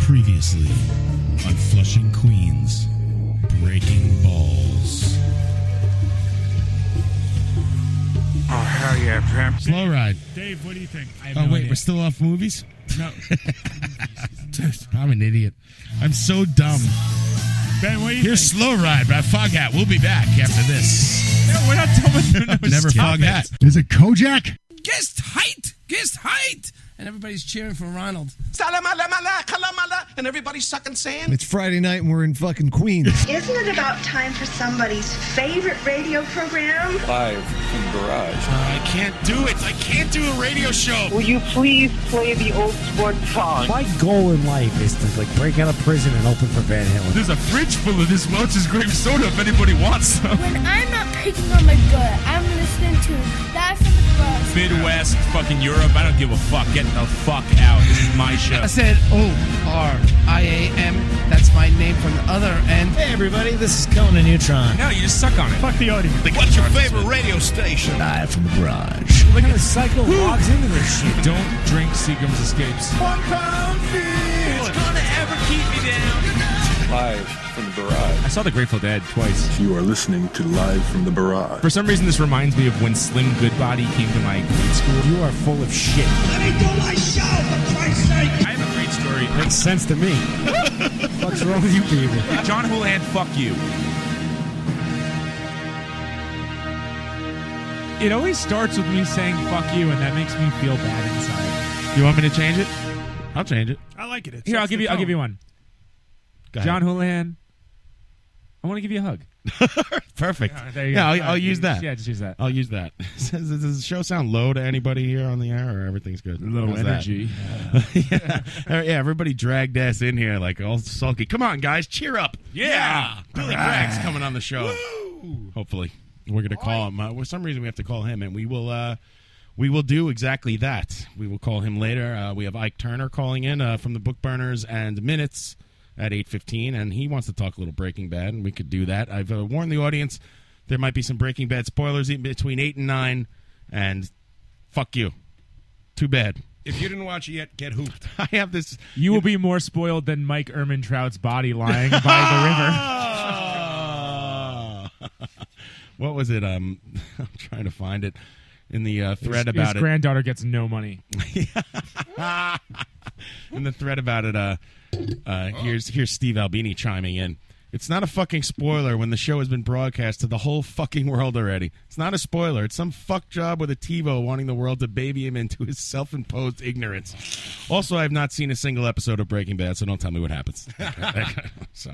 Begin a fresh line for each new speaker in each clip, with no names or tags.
Previously on Flushing Queens, Breaking Balls.
Oh hell yeah, Pimp.
Slow ride.
Dave, what do you think? I have
Oh,
no
wait,
idea.
we're still off movies?
No.
I'm an idiot. I'm so dumb.
Ben, what do you
Here's
think?
Slow Ride by Foghat. We'll be back after this.
No, we're not done with no,
Never Foghat.
Is it Kojak?
Guest height! Guest height! And everybody's cheering for Ronald.
Salamala, kalamala, and everybody's sucking sand.
It's Friday night and we're in fucking Queens.
Isn't it about time for somebody's favorite radio program?
live from garage.
I can't do it. I can't do a radio show.
Will you please play the old sport song?
My goal in life is to like break out of prison and open for Van Halen.
There's a fridge full of this Welch's grape soda if anybody wants some.
When I'm not picking on my gut, I'm listening to Live from the Cross.
Midwest, fucking Europe. I don't give a fuck. Get the fuck out. This is my show.
I said O R I A M. That's my name from the other end.
Hey everybody, this is Conan Neutron.
No, you just suck on it. Fuck the audience.
What's your favorite radio station?
Live from the garage. Look at the cycle logs into this shit.
Don't drink Seagram's Escapes. One pound fish. It's gonna ever keep me down.
Live from the garage.
I saw The Grateful Dead twice.
You are listening to Live from the Barrage.
For some reason, this reminds me of when Slim Goodbody came to my grade school.
You are full of shit.
Let me do my show, for Christ's sake!
I have a great story.
Makes sense to me. What's wrong with you people?
John Houlihan, fuck you. It always starts with me saying fuck you, and that makes me feel bad inside. You want me to change it?
I'll change it.
I like it. Here, I'll give you. I'll give you one.
Go ahead.
John Houlihan, I want to give you a hug.
Perfect.
There you
yeah, I'll,
go. Uh,
I'll use
you-
that.
Yeah, just use that.
I'll use that. Does does the show sound low to anybody here on the air, or everything's good? How's that? yeah. All right, yeah, everybody dragged ass in here like all sulky. Come on, guys, cheer up.
Yeah.
Billy Bragg's coming on the show. Hopefully. We're going to call him. Uh, for some reason, we have to call him, and we will. Uh, we will do exactly that. We will call him later. Uh, we have Ike Turner calling in uh, from the Book Burners and Minutes at eight fifteen, and he wants to talk a little Breaking Bad, and we could do that. I've uh, warned the audience there might be some Breaking Bad spoilers in between eight and nine, and fuck you. Too bad.
if you didn't watch it yet, get hooped.
I have this.
You will be more spoiled than Mike Ermintrout's body lying by
Ah! what was it? Um, I'm trying to find it in the uh,
the river.
thread
His-
about
His
it.
granddaughter gets no money.
in the thread about it, uh, uh, here's here's Steve Albini chiming in. It's not a fucking spoiler when the show has been broadcast to the whole fucking world already. It's not a spoiler. It's some fuck job with a TiVo wanting the world to baby him into his self-imposed ignorance. Also, I have not seen a single episode of Breaking Bad, so don't tell me what happens. so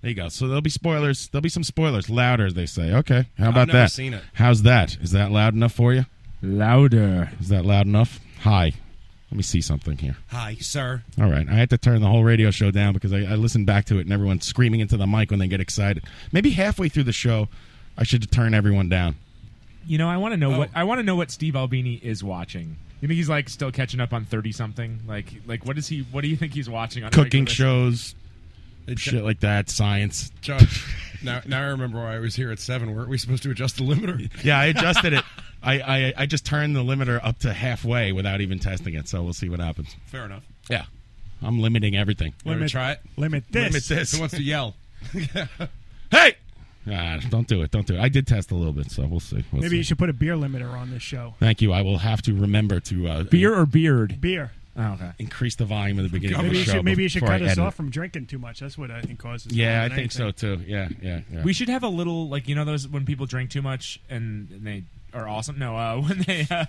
there you go. So there'll be spoilers. There'll be some spoilers. Louder, they say. Okay, how about
never
that?
seen it.
How's that? Is that loud enough for you?
Louder.
Is that loud enough? Hi. Let me see something here.
Hi, sir.
All right, I had to turn the whole radio show down because I, I listened back to it and everyone's screaming into the mic when they get excited. Maybe halfway through the show, I should turn everyone down.
You know, I want to know what
Oh.
I want to know what Steve Albini is watching. You think he's like still catching up on thirty something? Like, like what is he? What do you think he's watching? On a
Cooking
regular basis?
shows, shit like that, science.
John, now, now I remember why I was here at 7. Weren't we supposed to adjust the limiter?
Yeah, I adjusted it. I, I I just turned the limiter up to halfway without even testing it, so we'll see what happens.
Fair enough.
Yeah, I'm limiting everything.
Let me try it.
Limit
Limit this.
Who wants to yell?
Hey, ah, don't do it. Don't do it. I did test a little bit, so we'll see. Maybe you should put a beer limiter on this show. Thank you. I will have to remember to uh,
Beer or beard?
Beer.
Oh, okay.
increase the volume at the beginning of
Maybe
the
you
show.
should, maybe you should
before I
cut us
edit
off from drinking too much. That's what I think causes.
it. Yeah,
more
I
than
think so
anything.
too. Yeah, yeah, yeah.
We should have a little like you know those when people drink too much and they are awesome. No, uh, when they uh,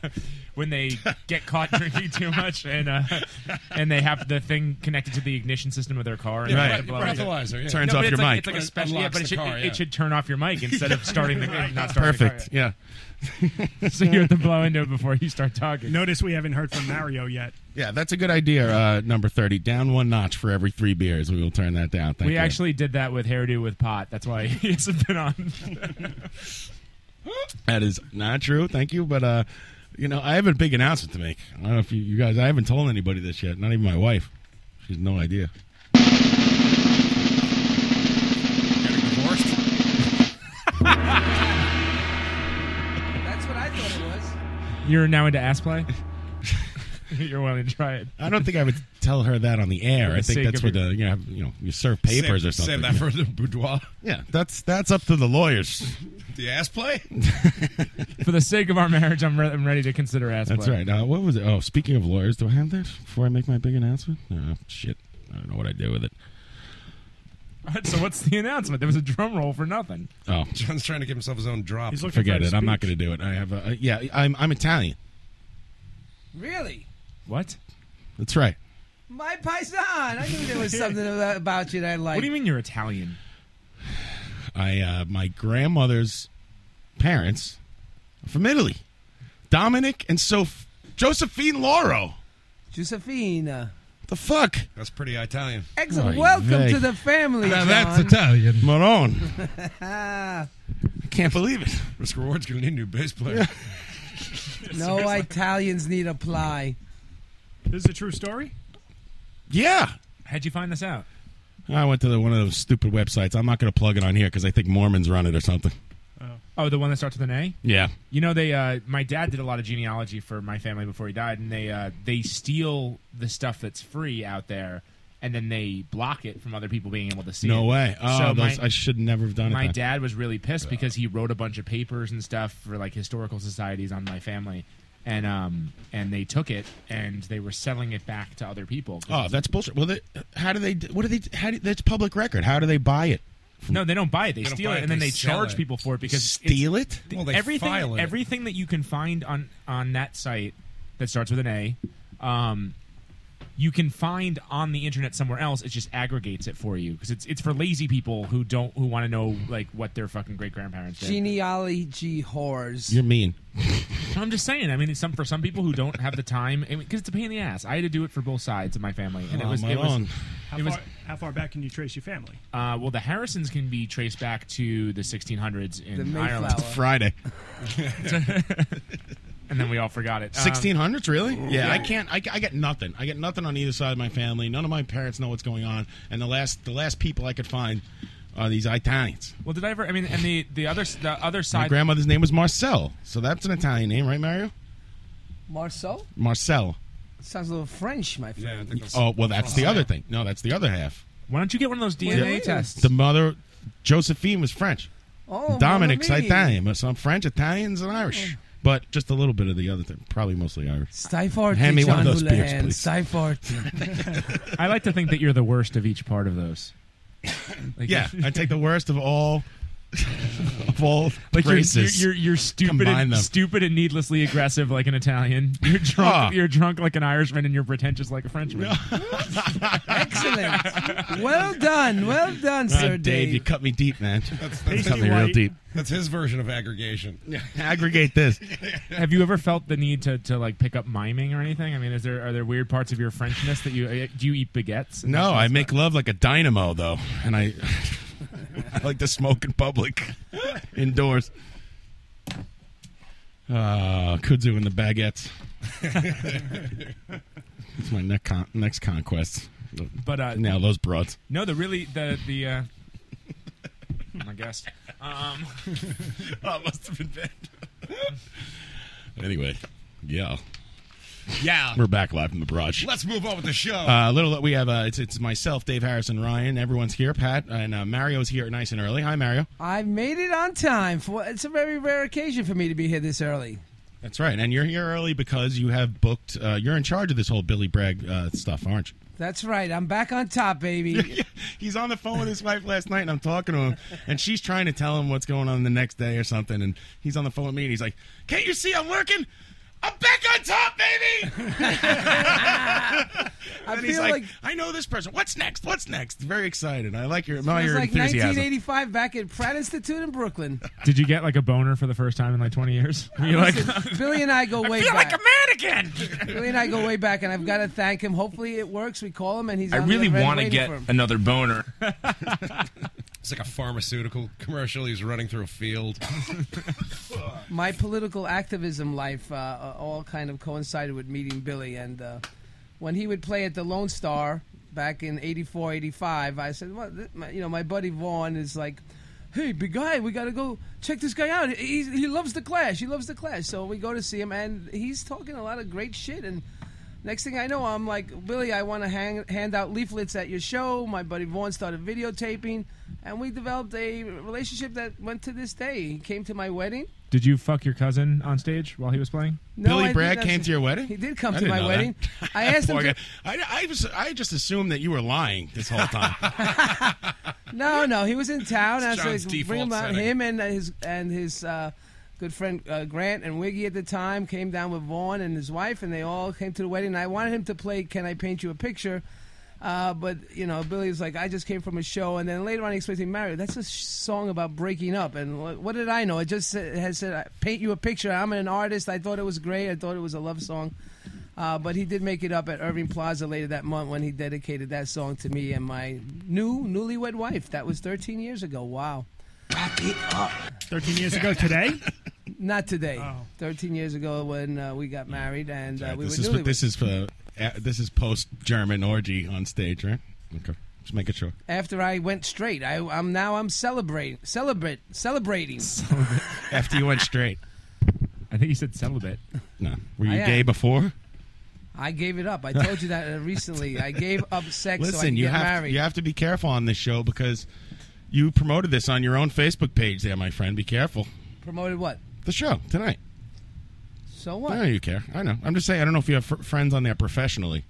when they get caught drinking too much and uh, and they have the thing connected to the ignition system of their car. And they
Right.
have to blow it.
Breathalyzer, yeah.
Turns
No,
off
but
your
it's like,
mic.
It's like a
It
special. Yeah,
unlocks
but it
the
should,
car,
it,
yeah.
it should turn off your mic instead of starting the not starting
Perfect.
The car,
Yeah.
yeah. So you have to blow into it before you start talking.
Notice we haven't heard from Mario yet.
Yeah, that's a good idea. Uh, number thirty, down one notch for every three beers. We will turn that down. Thank
we
you.
actually did that with hairdo with pot. That's why he hasn't been on.
that is not true. Thank you, but uh, you know, I have a big announcement to make. I don't know if you, you guys. I haven't told anybody this yet. Not even my wife. She has no idea.
That's what I thought it was.
You're now into ass play. You're willing to try it.
I don't think I would tell her that on the air.
For
I
the
think
sake
that's
of
where
your-
the you know have- you know you serve papers
Save-
or
Save
something.
that for the boudoir.
Yeah, that's that's up to the lawyers.
The ass play?
For the sake of our marriage, I'm, re- I'm ready to consider ass
That's
play.
right. Uh, what was it? Oh, speaking of lawyers, do I have that before I make my big announcement? Oh, shit, I don't know what I do with it.
All right, so what's the announcement? There was a drum roll for nothing.
Oh,
John's trying to give himself his own drop.
forget it. I'm not going to do it. I have a uh, yeah. I'm I'm Italian.
Really?
What?
That's right.
My paisan. I knew there was something about- about you that I liked.
What do you mean you're Italian?
I uh, my grandmother's parents are from Italy, Dominic and Soph- Josephine Lauro.
Josephine.
The fuck?
That's pretty Italian.
Excellent. Welcome to the family, John.
Italian. Maron.
I
can't believe it.
Risk Reward's going to need a new bass player.
no Italians need apply.
This is a true story?
Yeah.
How'd you find this out?
I went to the, one of those stupid websites. I'm not going to plug it on here because I think Mormons run it or something.
Oh, the one that starts with an A.
Yeah.
You know, they. Uh, my dad did a lot of genealogy for my family before he died, and they uh, they steal the stuff that's free out there, and then they block it from other people being able to see.
no
it.
way. Oh,
so
those,
my,
I should never have done it.
my
then.
dad was really pissed because he wrote a bunch of papers and stuff for like historical societies on my family, and um and they took it and they were selling it back to other people.
Oh, that's bullshit. Well, they, how do they? d- What do they? How do, that's public record. How do they buy it?
No, they don't buy it. They,
They don't
steal
buy
it,
it,
and then
they
they,
sell
charge
it.
people for it because
Steal
it's-
it? Well, they
everything,
file it.
everything that you can find on on that site that starts with an A, um, you can find on the internet somewhere else. It just aggregates it for you because it's it's for lazy people who don't who want to know like what their fucking great grandparents did.
Genealogy whores.
You're mean.
I'm just saying. I mean, it's some for some people who don't have the time because it's a pain in the ass. I had to do it for both sides of my family, and it
Oh,
was
my
it was,
lord.
How,
it was
far, how far back can you trace your family?
uh, well, the Harrisons can be traced back to the 1600s
The
in
Mayflower.
Ireland.
Friday.
and then we all forgot it. Um,
1600s, really? Yeah, I can't. I, I get nothing. I get nothing on either side of my family. None of my parents know what's going on, and the last the last people I could find are these Italians.
Well, did I ever? I mean, and the the other the other
My
side.
grandmother's name was Marcel, so that's an Italian name, right, Mario?
Marceau?
Marcel.
Sounds a little French, my friend.
Oh, well, that's the other thing. No, that's the other half.
Why don't you get one of those
DNA tests?
The mother, Josephine, was French.
Oh,
Dominic's
mamma mia. Oh.
Italian, but some French, Italians, and Irish. But just a little bit of the other thing, probably mostly Irish.
Stai forte,
Hand me one
John
of those beers,
Houlihan.
please.
Stai forte.
I like to think that you're the worst of each part of those. Like,
yeah, I take the worst of all of all
Like you're, you're,
races.
you're, you're stupid,
Combine
and,
them.
stupid and needlessly aggressive like an Italian. You're drunk.
Ah.
You're drunk like an Irishman, and you're pretentious like a Frenchman.
Excellent. Well done. Well done,
Ah,
sir
Dave, you cut me deep, man. you
That's
cut me
his-
real deep.
That's his version of aggregation.
Aggregate this.
Have you ever felt the need to, to like pick up miming or anything? I mean, is there are there weird parts of your Frenchness that you uh, do you eat baguettes? and
No,
that
I make love like a dynamo, though, and I I like to smoke in public, indoors. Uh, kudzu and the baguettes. It's my next con- next conquest.
But, uh,
now those broads.
No, the really the the. Uh, my guest. Um,
oh, it must have been bad. Anyway, yeah,
Ah.
Yeah.
we're back live from the barrage.
Let's move on with the show.
Uh, a little we have uh, it's it's myself, Dave Harrison, Ryan. Everyone's here, Pat, and uh, Mario's here nice and early. Hi, Mario.
I made it on time. For It's a very rare occasion for me to be here this early.
That's right, and you're here early because you have booked. Uh, you're in charge of this whole Billy Bragg uh, stuff, aren't you?
That's right. I'm back on top, baby.
He's on the phone with his wife last night, and I'm talking to him, and she's trying to tell him what's going on the next day or something, and he's on the phone with me, and he's like, "Can't you see I'm working? I'm back on top, baby."
I
and he's
feel
like,
like-
"I know this person. What's next? What's next?" Very excited. I like your
It
admire
was
your
like
enthusiasm.
1985 back at Pratt Institute in Brooklyn.
did you get like a boner for the first time in like 20 years? Were you like,
Listen, Billy and I go way
feel
back.
like a mannequin.
Billy and I go way back, and I've got to thank him. Hopefully, it works. We call him, and he's.
I
on the
really
other end
wanna
waiting
get
for him.
another boner. It's like a pharmaceutical commercial. He's running through a field.
My political activism life uh, uh, all kind of coincided with meeting Billy, and uh, when he would play at the Lone Star back in '84, '85, I said, "Well, th- my, you know, my buddy Vaughn is like." Hey, big guy, we gotta go check this guy out. He, he loves the Clash. He loves the Clash. So we go to see him, and he's talking a lot of great shit. And Next thing I know, I'm like, Billy, I want to hang, hand out leaflets at your show. My buddy Vaughn started videotaping, and we developed a relationship that went to this day. He came to my wedding.
Did you fuck your cousin on stage while he was playing?
I did not see- He did come
I
to my
didn't know that.
wedding. I asked him.
Poor
To,
guy. I, I, was, I just assumed that you were lying this whole time.
no, no, he was in town. I
It's
was
John's
like, bring him
default
out.
setting.
Him and his and his uh, good friend uh, Grant and Wiggy at the time came down with Vaughn and his wife, and they all came to the wedding. I wanted him to play "Can I Paint You a Picture," uh, but you know, Billy was like, "I just came from a show," and then later on, he explained to me, "Mario, that's a sh- song about breaking up." And wh- what did I know? It just said- has said, "I- "Paint you a picture." I'm an artist. I thought it was great. I thought it was a love song. Uh, but he did make it up at Irving Plaza later that month when he dedicated that song to me and my new newlywed wife. That was 13 years ago. Wow.
13 years ago today?
Not today. 13 years ago when uh, we got married and uh, we
Oh. this
were
is
newlyweds.
this is for uh, this is post German orgy on stage, right? Okay, just making sure.
After I went straight, I, I'm now I'm celebrating, celebrate, celebrating.
After you went straight,
I think you said celibate.
No, were you
I am.
gay before?
I gave it up. I told you that uh, recently. I gave up sex so I
Listen,
could
you
get
have
married.
you have to be careful on this show because you promoted this on your own Facebook page, there, my friend. Be careful.
Promoted what?
The show tonight.
So what?
I know you care. I know. I'm just saying. I don't know if you have fr- friends on there professionally,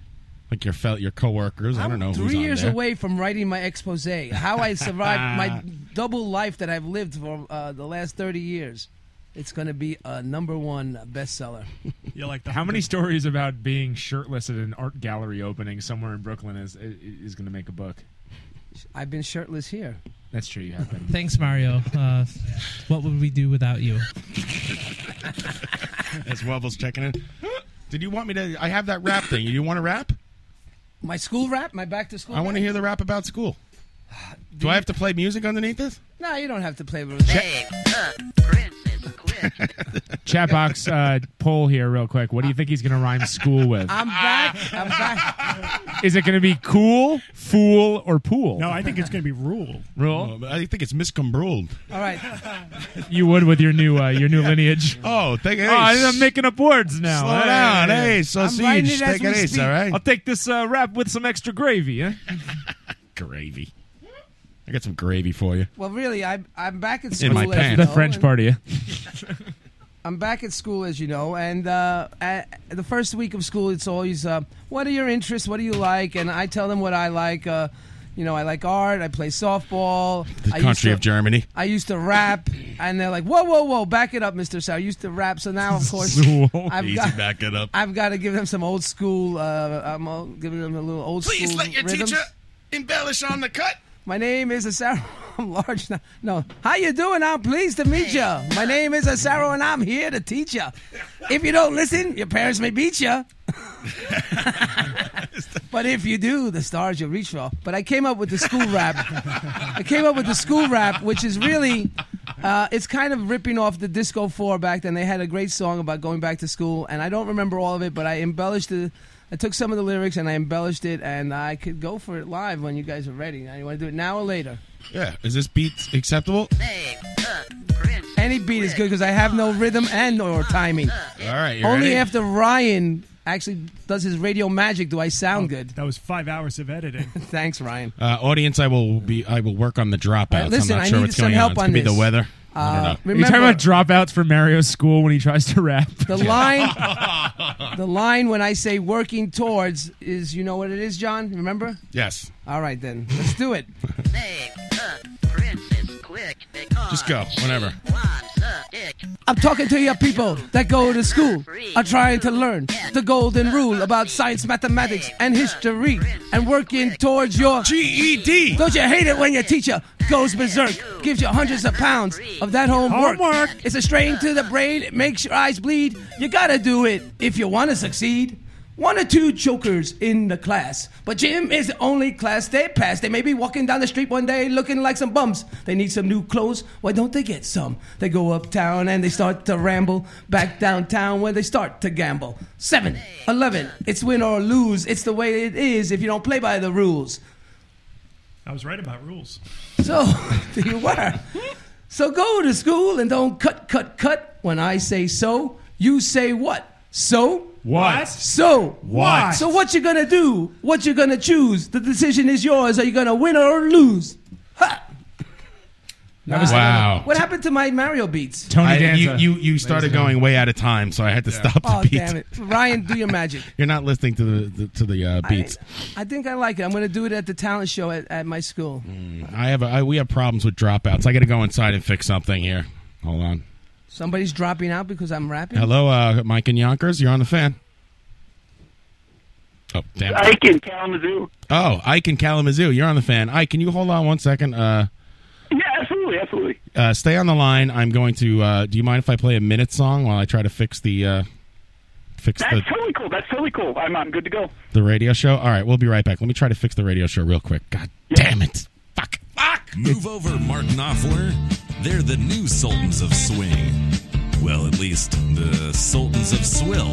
like your fel- your coworkers. I
I'm
don't know.
Three
who's on
years
there.
away from writing my expose. How I survived my double life that I've lived for uh, the last 30 years. It's going to be a number one bestseller.
You like
How many stories about being shirtless at an art gallery opening somewhere in Brooklyn is is going to make a book?
I've been shirtless here.
That's true. You have been.
Thanks, Mario. Uh, what would we do without you?
As Webbles checking in. Did you want me to? I have that rap thing. You want to rap?
My school rap, my back to school.
I want to hear the rap about school. Do I have to play music underneath this?
No, you don't have to play with
Chat box uh, poll here, real quick. What do you think he's going to rhyme school with?
I'm back. I'm back.
Is it going to be cool, fool, or pool? No,
Oh, I think it's going to be rule.
Rule.
Oh, I think it's miscombruled.
All right.
You would with your new uh, your new lineage.
Oh, thank you.
Oh, I'm making up words now.
Slow
Hey,
down.
yeah.
Hey, sausage, I'm writing it as take we it easy, speak. all right?
I'll take this uh, wrap with some extra gravy. Eh?
Gravy. I got some gravy for you.
Well, really, I'm, I'm back at school.
In my
as
pants.
you know,
The French
and-
part of you.
I'm back at school, as you know, and uh, at the first week of school, it's always, uh, what are your interests? What do you like? And I tell them what I like. Uh, you know, I like art. I play softball.
The
I used
country
to-
of Germany.
I used to rap, and they're like, "Whoa, whoa, whoa, back it up, Mister Sal." I used to rap, so now of course I've
Oh, Easy,
got
back it up.
I've got to give them some old school. Uh, I'm all- giving them a little old school.
Please let your
rhythms.
teacher embellish on the cut.
My name is Asaro. I'm large now. No, how you doing? I'm pleased to meet you. My name is Asaro, and I'm here to teach you. If you don't listen, your parents may beat you. but if you do, the stars you'll reach for. But I came up with the school rap. I came up with the school rap, which is really, uh, it's kind of ripping off the Disco Four back then. They had a great song about going back to school, and I don't remember all of it, but I embellished the. I took some of the lyrics and I embellished it, and I could go for it live when you guys are ready. Now, you want to do it now or later?
Yeah. Is this beat acceptable?
Any beat is good because I have no rhythm and or timing.
All right. You
Only
ready?
after Ryan actually does his radio magic do I sound good.
Oh, That was five hours of editing.
Thanks, Ryan.
Uh, audience, I will be. I will work on the dropouts.
All right, listen,
I'm
I
not sure
need
what's
some
going
help
on. It's
on
gonna be
this.
the weather. I don't
Uh,
know.
You talking about dropouts from Mario's school when he tries to rap?
The line, the line when I say working towards is you know what it is, John. Remember?
Yes.
All right then, let's do it.
Just go. Whenever.
I'm talking to your people that go to school, are trying to learn the golden rule about science, mathematics, and history, and working towards your GED. Don't you hate it when your teacher goes berserk, gives you hundreds of pounds of that homework?
Homework.
It's a strain to the brain, it makes your eyes bleed. You gotta do it if you wanna succeed. One or two jokers in the class, but gym is the only class they pass. They may be walking down the street one day looking like some bums. They need some new clothes. Why don't they get some? They go uptown and they start to ramble. Back downtown where they start to gamble. Seven, eleven. It's win or lose. It's the way it is if you don't play by the rules.
I was right about rules.
So you were. So go to school and don't cut, cut, cut. When I say so, you say what? So
What?
So
What?
So what you gonna do? What you gonna choose? The decision is yours. Are you gonna win or lose? Ha!
That was- Wow.
What happened to my Mario beats?
I- You, you, you started going way out of time, so I had to stop the
Oh
beat.
damn it, Ryan, do your magic.
You're not listening to the, the to the uh, beats.
I think I like it. I'm gonna do it at the talent show at, at my school.
I have a, I, we have problems with dropouts. I got to go inside and fix something here. Hold on.
Somebody's dropping out because I'm rapping.
Hello, uh, Mike and Yonkers. You're on the fan. Oh damn! it.
in Kalamazoo.
Oh, Ike in Kalamazoo. You're on the fan. Ike, can you hold on one second? Uh,
Yeah, absolutely, absolutely.
uh, stay on the line. I'm going to. Uh, do you mind if I play a minute song while I try to fix the uh, fix
That's
the
totally cool. That's totally cool. I'm, I'm good to go.
the radio show? All right, we'll be right back. Let me try to fix the radio show real quick. God damn it!
Move over, Mark Knopfler. They're the new Sultans of Swing. Well, at least the Sultans of Swill.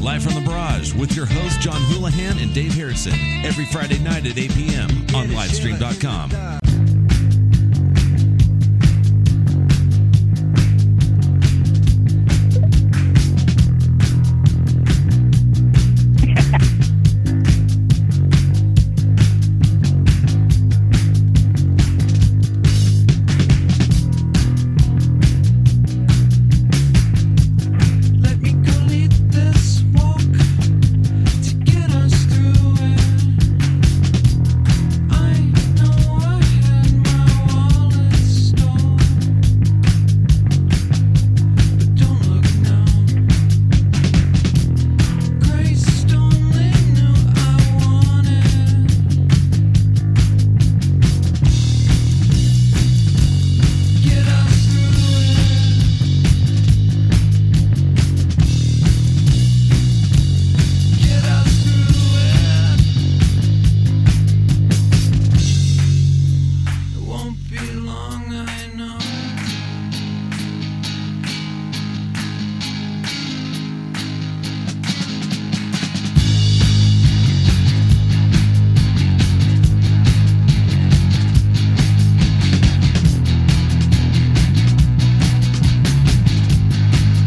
Live from the Barrage with your hosts John Houlihan and Dave Harrison every Friday night at 8 p.m. on livestream.com.
Let me complete this walk to get us through it. I know I had my wallet stolen, but don't look now. Grace only knew I wanted. Get us through it. Get us through it. It won't be long, I know.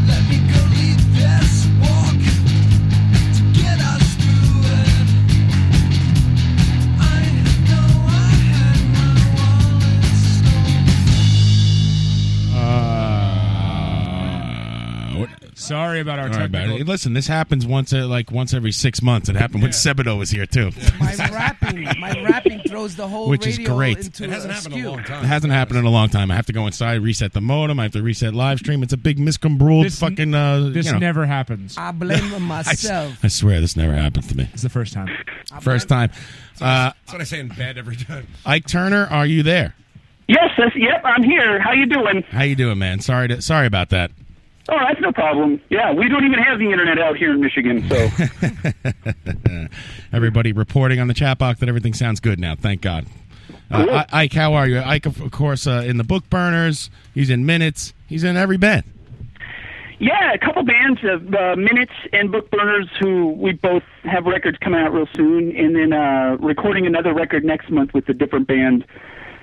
Let me go lead this walk to get us through it. I know I had my
Uh,
wallet
what-
Sorry about our
All right,
technical.
buddy. Listen, this happens once, uh, like once every six months. It happened when Sebadoh was here too.
My rapping, my rapping throws the whole
Which is
radio
great.
into
It hasn't
a
happened in
skew.
a long
It hasn't happened in a long time. I have to go inside, reset the modem. I have to reset live stream. It's a big miscombruled fucking. Uh,
this
you know.
never happens.
I blame
I s-
myself.
I, swear this never happens to me.
It's the first time.
First time. Uh,
That's what I say in bed every time.
Ike Turner, are you there?
Yes, that's, yep, I'm here. How you doing?
How you doing, man? Sorry, to, sorry about that.
Oh, that's no problem. Yeah, we don't even have the internet out here in Michigan, so
Everybody reporting on the chat box that everything sounds good now. Thank God. Uh,
Cool.
I- Ike, how are you? Ike, of of course, uh, in the book burners. He's in minutes. He's in every band.
yeah, a couple bands of uh, Minutes and Book Burners, who we both have records coming out real soon, and then uh, recording another record next month with a different band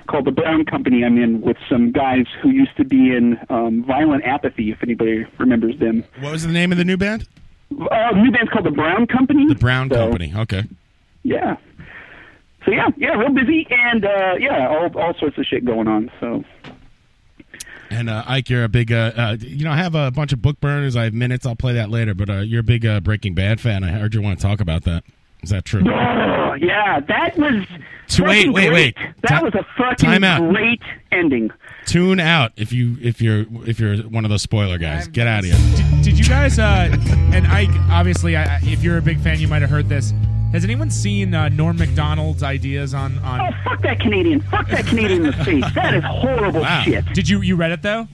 called the Brown Company. I'm in with some guys who used to be in um, Violent Apathy, if anybody remembers them.
What was the name of the new band?
Uh, new band's called the Brown Company. The
Brown
Oh.
Company. Okay.
Yeah. So yeah, yeah, real busy, and uh, yeah, all all sorts of shit going on. So
And uh, Ike, you're a big, uh, uh, you know, I have a bunch of book burners. I have minutes. I'll play that later. But uh, you're a big uh, Breaking Bad fan. I heard you want to talk about that. Is that true?
Oh, yeah, that was.
So wait,
fucking
wait,
great.
wait.
That
Ti-
was a fucking
time out.
great ending.
Tune out if you if you're if you're one of those spoiler guys. Get out of here.
Did you guys? Uh, and Ike, obviously, I, I- if you're a big fan, you might have heard this. Has anyone seen uh, Norm Macdonald's ideas on on? Oh,
fuck that Canadian! Fuck that Canadian in the face. That is horrible
Wow.
shit.
Did you you read it though?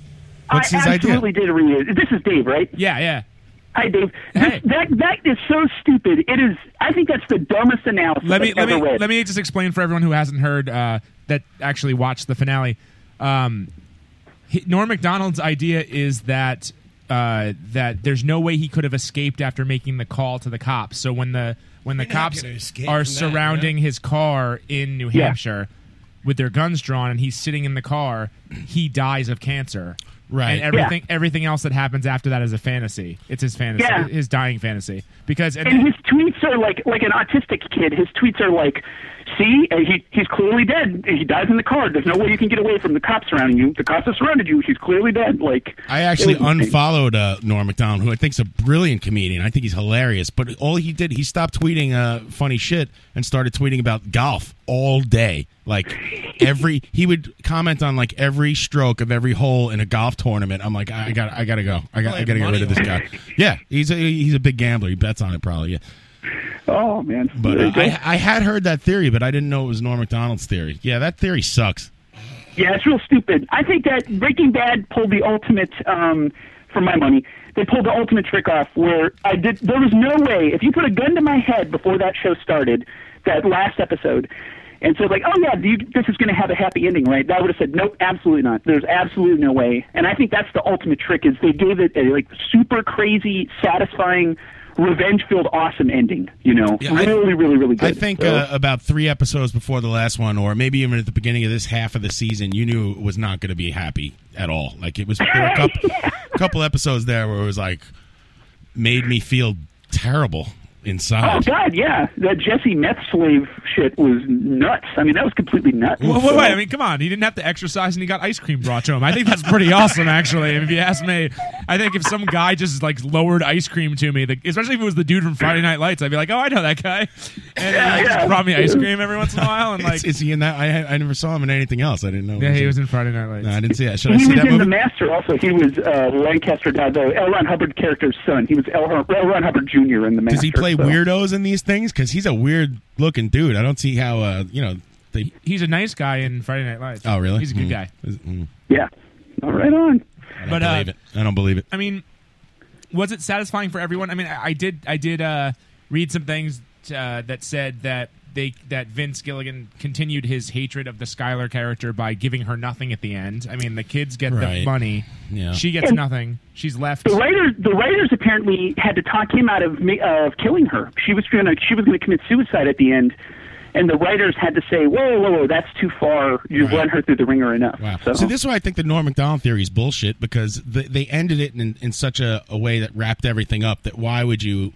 I absolutely did read it. This is Dave, right?
Yeah, yeah.
Hi, Dave. This, that that is so stupid. It is. I think that's the dumbest analysis
let me
I've
let
ever
me
read.
let me just explain for everyone who hasn't heard uh, that actually watched the finale. Um, he- Norm Macdonald's idea is that uh, that there's no way he could have escaped after making the call to the cops. So when the when the
You're not
cops
gonna escape
are
from that,
surrounding his car in New
Yeah.
Hampshire with their guns drawn and he's sitting in the car, he dies of cancer.
Right.
And everything everything else that happens after that is a fantasy. It's his fantasy,
Yeah.
his dying fantasy. Because and,
And his tweets are like like an autistic kid. His tweets are like, "See, uh, he he's clearly dead. He dies in the car. There's no way you can get away from the cops surrounding you. The cops have surrounded you. He's clearly dead." Like
I actually
it was insane.
unfollowed uh, Norm Macdonald, who I think is a brilliant comedian. I think he's hilarious. But all he did, he stopped tweeting uh, funny shit and started tweeting about golf all day. Like every, he would comment on like every stroke of every hole in a golf tournament. I'm like, I I got, I gotta go. I got, I gotta get rid of this guy. Yeah, he's a he's a big gambler. He bets on it probably. Yeah.
Oh man.
But
There
uh,
you go.
I, I had heard that theory, but I didn't know it was Norm Macdonald's theory. Yeah, that theory sucks.
Yeah, it's real stupid. I think that Breaking Bad pulled the ultimate, um, for my money, they pulled the ultimate trick off where I did. There was no way if you put a gun to my head before that show started, that last episode, and said like, "Oh yeah, do you, this is going to have a happy ending," right? I would have said, "Nope, absolutely not. There's absolutely no way." And I think that's the ultimate trick is they gave it a like super crazy, satisfying, revenge-filled, awesome ending. You know,
Yeah, I-
really, really, really good.
I think
So-
uh, about three episodes before the last one, or maybe even at the beginning of this half of the season, you knew it was not going to be happy at all. Like it was there were a couple, couple episodes there where it was like made me feel terrible
Oh
inside.
God, yeah, that Jesse meth slave shit was nuts. I mean, that was completely nuts.
Well, wait, wait, I mean, come on. He didn't have to exercise, and he got ice cream brought to him. I think that's pretty awesome, actually. If you ask me, I think if some guy just like lowered ice cream to me, the, especially if it was the dude from Friday Night Lights, I'd be like, "Oh, I know that guy."
Oh,
And he just brought me ice cream every once in a while, and like,
is, is he in that? I I never saw him in anything else. I didn't know.
yeah, he was
in.
in Friday Night Lights.
No, I didn't see that. Should
he
I see
was
that
in The
movie?
Master. Also, he was uh, Lancaster, uh, the L. Ron Hubbard character's son. He was L. Ron, L. Ron Hubbard Jr. in The Master.
Does he play
so.
weirdos in these things? Because he's a weird looking dude. I don't see how uh, you know they.
He's a nice guy in Friday Night Lights.
Oh really?
He's a good
Mm.
guy.
Is- mm.
Yeah. All right on.
I don't
But, uh,
believe it. I don't believe it.
I mean, was it satisfying for everyone? I mean, I, I did I did uh, read some things uh, that said that they that Vince Gilligan continued his hatred of the Skylar character by giving her nothing at the end. I mean, the kids get the
Right.
money,
Yeah.
she gets
And-
nothing. She's left.
The writers, the writers apparently had to talk him out of ma- uh, of killing her. She was going to, she was going to commit suicide at the end, and the writers had to say, "Whoa, whoa, whoa, that's too far. You've run her through the ringer enough." So,
See, this is why I think the Norm Macdonald theory is bullshit because they, they ended it in, in such a, a way that wrapped everything up. That why would you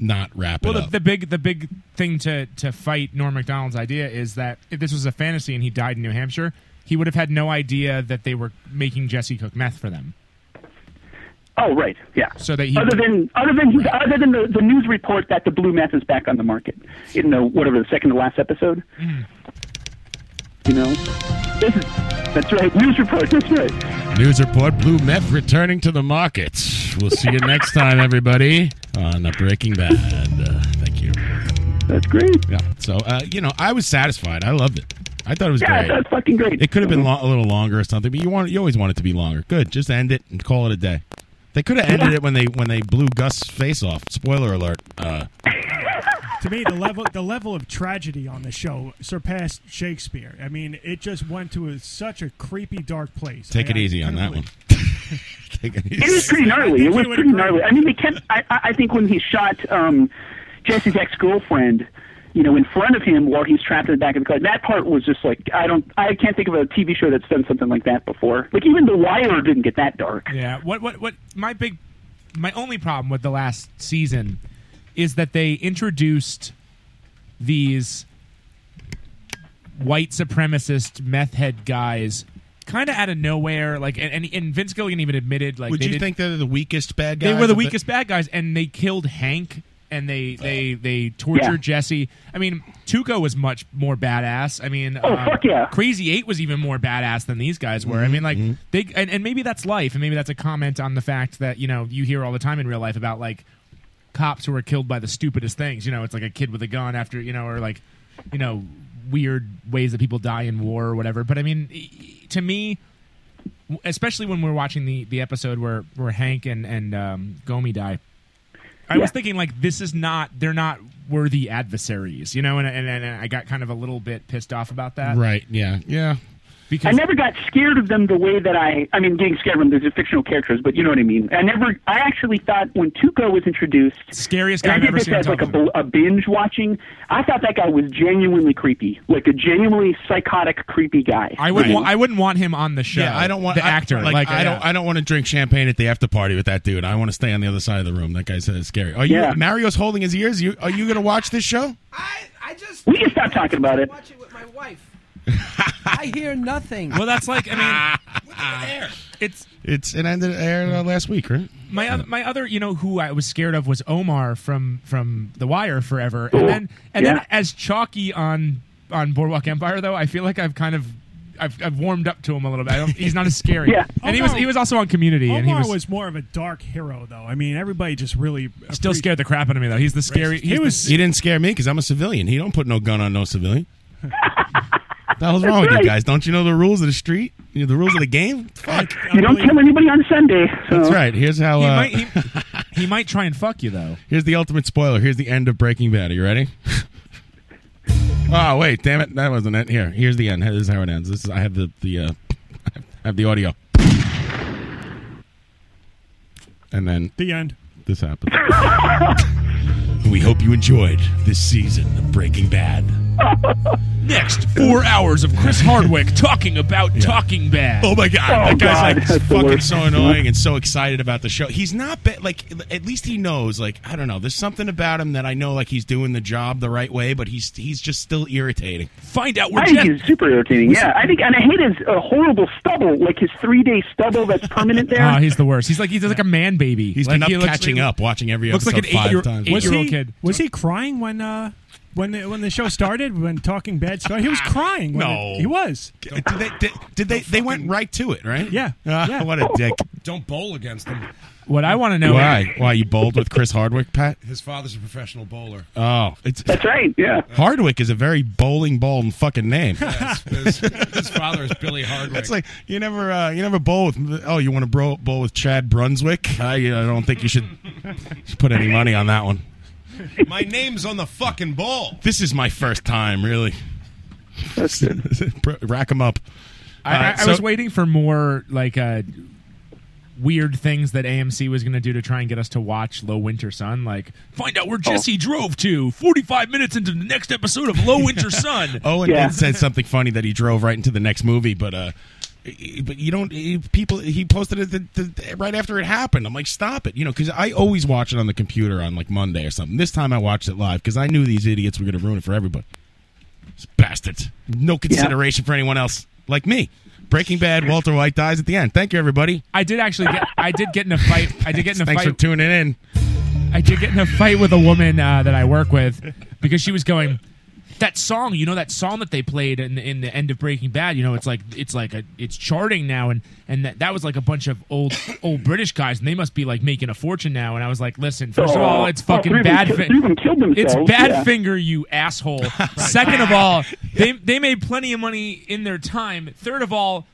not wrap
Well,
it
the,
up?
the big the big thing to to fight Norm Macdonald's idea is that if this was a fantasy and he died in New Hampshire, he would have had no idea that they were making Jesse cook meth for them.
oh right, yeah.
So that he
other than other than other than the, the news report that the blue meth is back on the market in the whatever the second to last episode.
Hmm.
You know, this is that's right. News report. That's right.
News report: Blue meth returning to the market. We'll see you next time, everybody, on the Breaking Bad. Uh, thank you.
That's great.
Yeah. So, uh, you know, I was satisfied. I loved it. I thought it was
Yeah,
great.
that's fucking great.
It could have been lo- a little longer or something, but you want you always want it to be longer. Good. Just end it and call it a day. They could have ended it when they when they blew Gus' face off. Spoiler alert. Uh,
to me, the level the level of tragedy on the show surpassed Shakespeare. I mean, it just went to a, such a creepy, dark place.
Take
I-
it
I
easy on
couldn't
that one. Take it
It was
easy.
pretty gnarly. It was
would
pretty gnarly. I mean, they kept. I, I I think when he shot um, Jesse's ex girlfriend, you know, in front of him while he's trapped in the back of the car, that part was just like I don't. I can't think of a TV show that's done something like that before. Like even The Wire didn't get that dark.
Yeah. What what what my big my only problem with the last season is that they introduced these white supremacist meth head guys kind of out of nowhere like and, and, and Vince Gilligan even admitted like
Would
they
you
didn't-
think they're the weakest bad guys?
they were the
of
weakest bad guys, and they killed Hank, and they they they tortured
Yeah.
Jesse. I mean, Tuco was much more badass. I mean, um,
Oh, fuck yeah.
Crazy Eight was even more badass than these guys were. I mean, like
Mm-hmm.
they and, and maybe that's life, and maybe that's a comment on the fact that you know you hear all the time in real life about like cops who are killed by the stupidest things. You know, it's like a kid with a gun after you know, or like you know weird ways that people die in war or whatever. But I mean, e- e- to me especially when we're watching the, the episode where, where Hank and and um, Gomi die. I was thinking like this is not they're not worthy adversaries, you know, and, and and I got kind of a little bit pissed off about that.
Right. Yeah. Yeah.
Because
I never got scared of them the way that I. I mean, getting scared of them. There's fictional characters, but you know what I mean. I never. I actually thought when Tuco was introduced,
scariest
and
guy
I
I've
did
ever
this
seen. on
as like a,
television.
bl- a binge watching. I thought that guy was genuinely creepy, like a genuinely psychotic, creepy guy.
I wouldn't. Wa- I wouldn't want him on the show.
Yeah, I don't want
the
I-
actor.
Like, I don't. I don't want to drink champagne at the after party with that dude. I want to stay on the other side of the room. That guy's uh, scary. Are you?
Yeah.
Mario's holding his ears. You are you going to watch this show?
we can stop talking about it.
I hear nothing.
Well, that's like. I mean, it's
It's it ended aired uh, last week, right?
my other, my other you know who I was scared of was Omar from from The Wire forever, and then and
Yeah.
then as Chalky on on Boardwalk Empire though I feel like I've kind of I've, I've warmed up to him a little bit. I don't, he's not as scary.
Yeah.
and he was
Omar-
he was also on Community,
Omar
and he
was,
was,
more of a dark hero, though. I mean, everybody just really
still scared the crap out
Uh,
of me though. He's the scary. He was
He didn't scare me because I'm a civilian. He don't put no gun on no civilian. what the hell's wrong with
right.
you guys? Don't you know the rules of the street? You know the rules of the game? Fuck.
You don't kill anybody on Sunday. So.
That's right. Here's how.
He
uh,
might-
he might try and fuck you though.
Here's the ultimate spoiler. Here's the end of Breaking Bad. Are you ready? oh wait, damn it, that wasn't it. Here, here's the end. This is how it ends. This is I have the the uh, I have the audio. And then
the end.
This happened. we hope you enjoyed this season of Breaking Bad.
Next, four hours of Chris Hardwick talking about talking bad.
Oh my god, that guy's like fucking so annoying and so excited about the show. He's not be- like at least he knows like I don't know. There's something about him that I know like he's doing the job the right way, but he's he's just still irritating.
Find out
I think he's super irritating. Yeah, I think, and I hate his uh, horrible stubble, like his three-day stubble that's permanent there.
Ah, he's the worst. He's like he's like a man baby.
He's
like,
been up
he looks-
catching up, watching every
looks like
episode
an
five
eight-year-
times.
Was
eight-year-old
he,
kid.
Was he crying when uh when the, when the show started? When Talking Bad started, he was crying. when
No.
it- he was.
Did they? Did, did they? They went right to it, right?
Yeah. yeah.
Ah, What a dick.
Don't bowl against him.
What I want to know
Why? Why you bowled with Chris Hardwick, Pat?
His father's a professional bowler.
Oh, it's
that's right. Yeah,
Hardwick is a very bowling ball and fucking name.
His, his father is Billy Hardwick.
It's like you never, uh, you never bowl with. Oh, you want to bro- bowl with Chad Brunswick? I, uh, I don't think you should, should put any money on that one.
My name's on the fucking ball.
This is my first time, really. Rack them up.
I, I,
Uh,
I
so-
was waiting for more like uh, weird things that AMC was going to do to try and get us to watch Low Winter Sun. Like find out where Jesse drove to. Forty-five minutes into the next episode of Low Winter Sun.
Owen did said something funny that he drove right into the next movie, but uh, but you don't he- people. He posted it the, the, right after it happened. I'm like, stop it, you know, because I always watch it on the computer on like Monday or something. This time I watched it live because I knew these idiots were going to ruin it for everybody. These bastards, no consideration for anyone else like me. Breaking Bad, Walter White dies at the end. Thank you, everybody.
I did actually get. I did get in a fight. I did get in a
Thanks
fight.
for tuning in.
I did get in a fight with a woman uh, that I work with because she was going that song. You know that song that they played in, in the end of Breaking Bad. You know it's like it's like a, it's charting now, and and that, that was like a bunch of old old British guys, and they must be like making a fortune now. And I was like, listen, first of all, it's
Oh,
fucking
three of them
bad.
ki- three of them killed
it's
themselves,
bad
yeah.
finger, you asshole. Second of all, they they made plenty of money in their time. Third of all.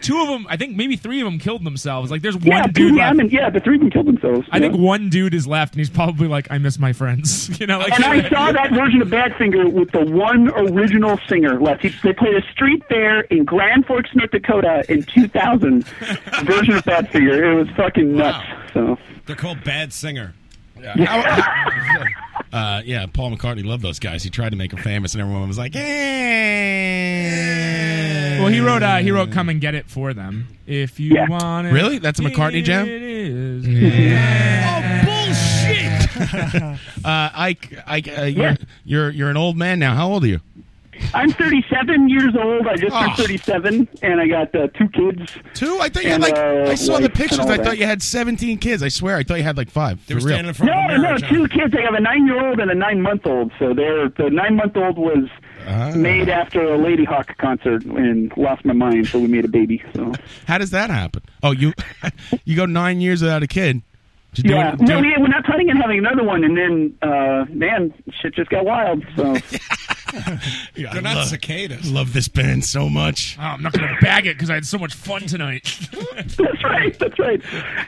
Two of them, I think maybe three of them killed themselves. Like there's one
yeah,
dude
yeah, I
left.
mean, yeah. The three of them killed themselves.
I
yeah.
think one dude is left, and he's probably like, "I miss my friends," you know. Like,
and I saw that version of Badfinger with the one original singer left. He, they played a street fair in Grand Forks, North Dakota, in 2000. version of Badfinger. It was fucking nuts. So
They're called Bad Singer.
Uh, yeah, Paul McCartney loved those guys. He tried to make them famous, and everyone was like, "Eh."
Well, he wrote uh, he wrote "Come and Get It" for them. If you want it,
Really? That's a McCartney jam?
It is.
uh, Ike, Ike uh, you're, you're you're an old man now. How old are you?
I'm 37 years old. I just
Oh.
turned 37, and I got uh, two kids.
Two? I thought you had
and,
like
uh,
I saw
wife
the
and
pictures.
all
I
that.
thought you had 17 kids. I swear, I thought you had like five. They
were
real.
standing in front
no, no, two kids. I have a nine-year-old and a nine-month-old. So they're the nine-month-old was
Ah.
made after a Lady Hawk concert and lost my mind, so we made a baby. So
How does that happen? Oh, you you go nine years without a kid. Just doing-
yeah, no,
doing-
we, we're not planning on having another one, and then uh, man, shit just got wild. So
Yeah, I
They're not
love-
cicadas.
Love this band so much.
Oh, I'm not gonna bag it because I had so much fun tonight.
that's right, that's right.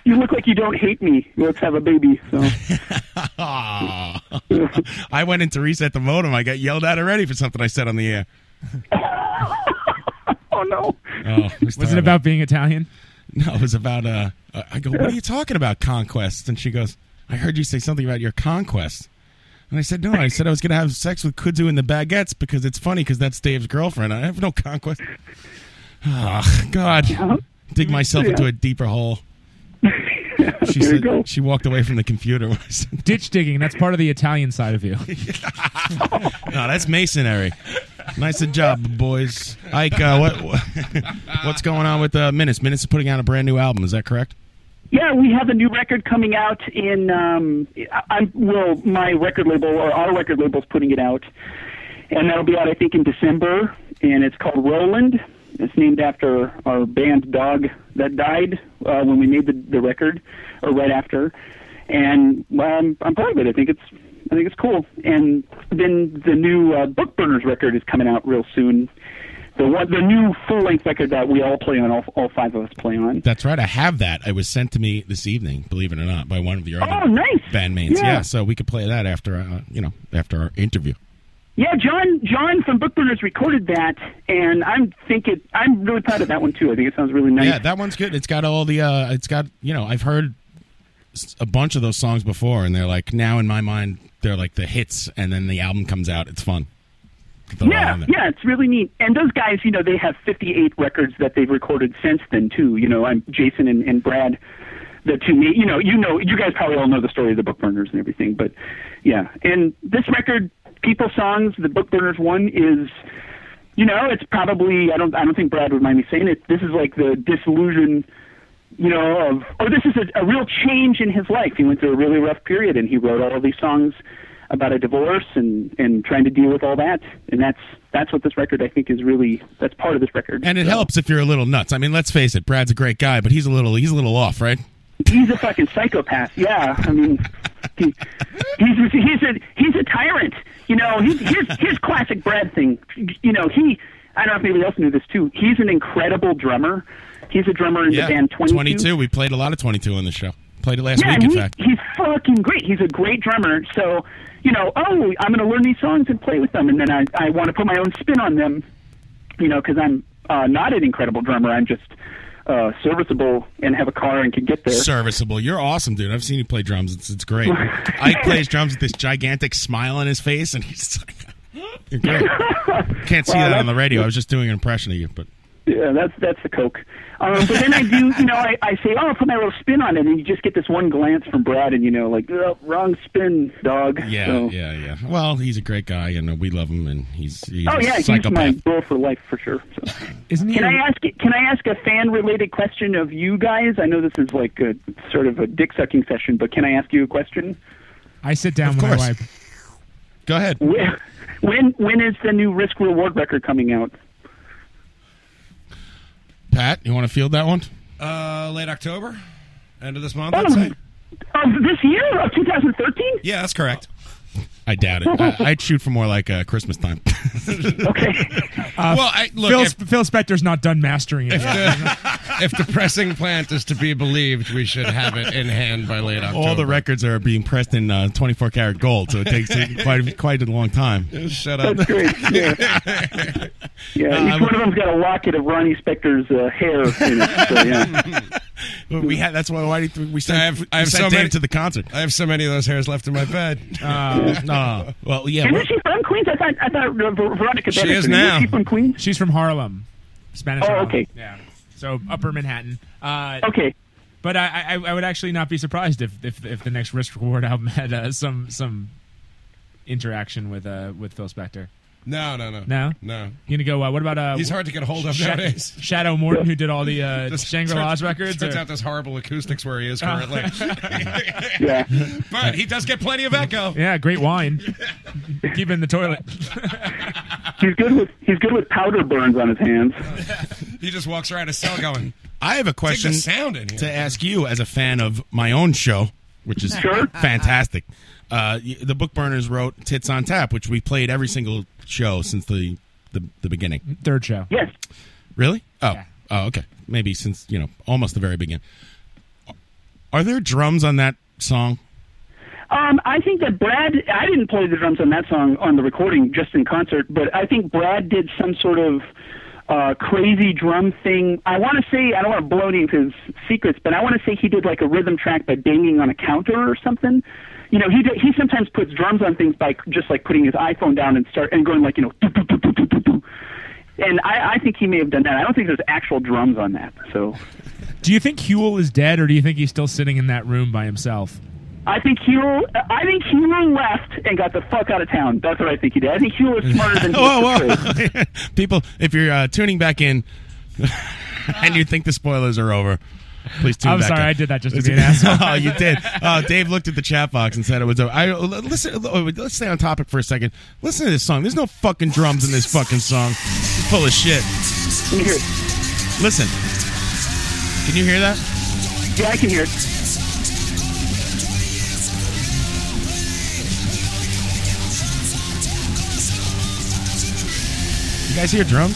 You look like you don't hate me. Let's have a baby. So
Aw. I went in to reset the modem. I got yelled at already for something I said on the air.
Oh no.
Oh,
Was it about being Italian?
No, it was about. Uh, uh, I go, what are you talking about, conquest? And she goes, I heard you say something about your conquest. And I said, no, I said I was going to have sex with Kudzu and the baguettes because it's funny because that's Dave's girlfriend. I have no conquest. Oh, God. Dig myself into a deeper hole. She, said, she walked away from the computer. when I said-
Ditch digging. That's part of the Italian side of you.
no, "Oh, that's masonry. Nice job, boys. Ike, uh, what, what's going on with uh, Minutes? Minutes is putting out a brand new album. Is that correct?
Yeah, we have a new record coming out in. Um, I- I'm well, my record label or our record label's putting it out, and that'll be out I think in December. And it's called Roland. It's named after our band dog that died uh, when we made the, the record, or right after. And um, I'm proud of it. I think it's I think it's cool. And then the new uh, Book Burners record is coming out real soon. The one, the new full length record that we all play on, all, all five of us play on.
That's right. I have that. It was sent to me this evening, believe it or not, by one of your other
Oh, nice.
bandmates. Yeah.
Yeah.
so we could play that after uh, you know after our interview.
Yeah, John John from Bookburners recorded that, and I'm thinking I'm really proud of that one too. I think it sounds really nice.
Yeah, that one's good. It's got all the. Uh, it's got you know I've heard s- a bunch of those songs before, and they're like now in my mind they're like the hits, and then the album comes out. It's fun. Get them all
yeah,
on there.
yeah, it's really neat. And those guys, you know, they have 58 records that they've recorded since then too. You know, I'm Jason and, and Brad, the two me. You know, you know, you guys probably all know the story of the Bookburners and everything, but yeah. And this record, People Songs, the Bookburners one is. You know, it's probably I don't I don't think Brad would mind me saying it. This is like the disillusion you know, of, or this is a, a real change in his life. He went through a really rough period, and he wrote all these songs about a divorce and and trying to deal with all that. And that's that's what this record, I think, is really that's part of this record.
And it helps if you're a little nuts. I mean, let's face it, Brad's a great guy, but he's a little he's a little off, right?
He's a fucking psychopath. Yeah, I mean, he, he's he's a he's a tyrant. You know, he, here's here's classic Brad thing. You know, he I don't know if anybody else knew this too. He's an incredible drummer. He's a drummer in
yeah,
the band 22.
We played a lot of 22 on the show. Played it last
yeah,
week,
and
in
he-
fact.
He's fucking great. He's a great drummer. So, you know, oh, I'm going to learn these songs and play with them. And then I, I want to put my own spin on them, you know, because I'm uh, not an incredible drummer. I'm just uh, serviceable and have a car and can get there.
Serviceable. You're awesome, dude. I've seen you play drums. It's, it's great. Ike plays drums with this gigantic smile on his face, and he's just like, you're great. Can't see
Wow,
that on
that's-
the radio. I was just doing an impression of you, but
Yeah, that's that's the coke. Um, but then I do, you know, I, I say, oh, I'll put my little spin on it, and you just get this one glance from Brad, and you know, like, oh, wrong spin, dog.
yeah,
So-
yeah, yeah. Well, he's a great guy, and uh, we love him, and he's, he's
Oh
a
yeah, he's
psychopath.
my bro for life for sure. So.
Isn't
can I ask? Can I ask a fan-related question of you guys? I know this is like a sort of a dick-sucking session, but can I ask you a question?
I sit down when I wipe.
Go ahead.
When when, when is the new Risk Reward record coming out?
Pat, you want to field that one?
Uh, late October, end of this month.
Oh,
I'd say.
of this year uh, of 2013?
Yeah, that's correct.
I doubt it. I, I'd shoot for more like uh, Christmas time.
Uh,
well, I, look,
Phil,
if,
Phil Spector's not done mastering it.
if the, if the pressing plant is to be believed, we should have it in hand by late October.
All the records are being pressed in uh, 24 karat gold, so it takes uh, quite quite a long time.
Shut
That's great. Yeah, yeah each one of them's got a locket of Ronnie Spector's uh, hair in it. So, yeah.
We had that's why why do you- we sent,
I have, I have
we
so
sent
many
Dave to the concert.
I have so many of those hairs left in my bed.
Uh, no. Well, yeah.
Isn't she from Queens? I thought I thought Ver- Veronica. Bennison. she from Queens?
She's from Harlem, Spanish.
Oh,
Harlem.
okay.
Yeah. So Upper Manhattan. Uh,
okay.
But I, I, I would actually not be surprised if, if, if the next Risk Reward album had uh, some some interaction with uh with Phil Spector.
No, no, no.
No,
No.
You gonna go? Uh, what about uh?
He's hard to get a hold of
Sha-
nowadays.
Shadow Morton, who did all the uh,
This
Shangri La's
turns-
records.
Turns
or-
out there's horrible acoustics where he is currently.
Oh.
yeah.
But he does get plenty of echo.
Yeah, great wine. Keep it in the toilet.
He's good with he's good with powder burns on his hands.
He just walks around his cell going.
I have a question
Take the sound in here.
to ask you as a fan of my own show, which is
Sure.
fantastic. Uh, y- the Book Burners wrote "Tits on Tap," which we played every single show since the the, the beginning.
Third show.
Yes.
Really? Oh. Oh, okay. Maybe since you know almost the very beginning. Are there drums on that song?
Um, I think that Brad. I didn't play the drums on that song on the recording, just in concert. But I think Brad did some sort of uh, crazy drum thing. I want to say I don't want to blow any of his secrets, but I want to say he did like a rhythm track by banging on a counter or something. You know, he did, he sometimes puts drums on things by just like putting his iPhone down and start and going like you know. "Doo, doo, doo, doo, doo, doo, doo." And I, I think he may have done that. I don't think there's actual drums on that. So
Do you think Huel is dead, or do you think he's still sitting in that room by himself?
I think Huel, I think Huel left and got the fuck out of town. That's what I think he did. I think Huel is smarter than
Whoa,
he portrays.
whoa. People, if you're uh, tuning back in and you think the spoilers are over, please tune
I'm
back
sorry,
in.
I did that just to be an asshole.
oh, you did. Uh, Dave looked at the chat box and said it was over. I, l- listen, l- oh, let's stay on topic for a second. Listen to this song. There's no fucking drums in this fucking song. It's full of shit.
Can you hear
Listen. Can you hear that?
Yeah, I can hear it.
You guys hear drums?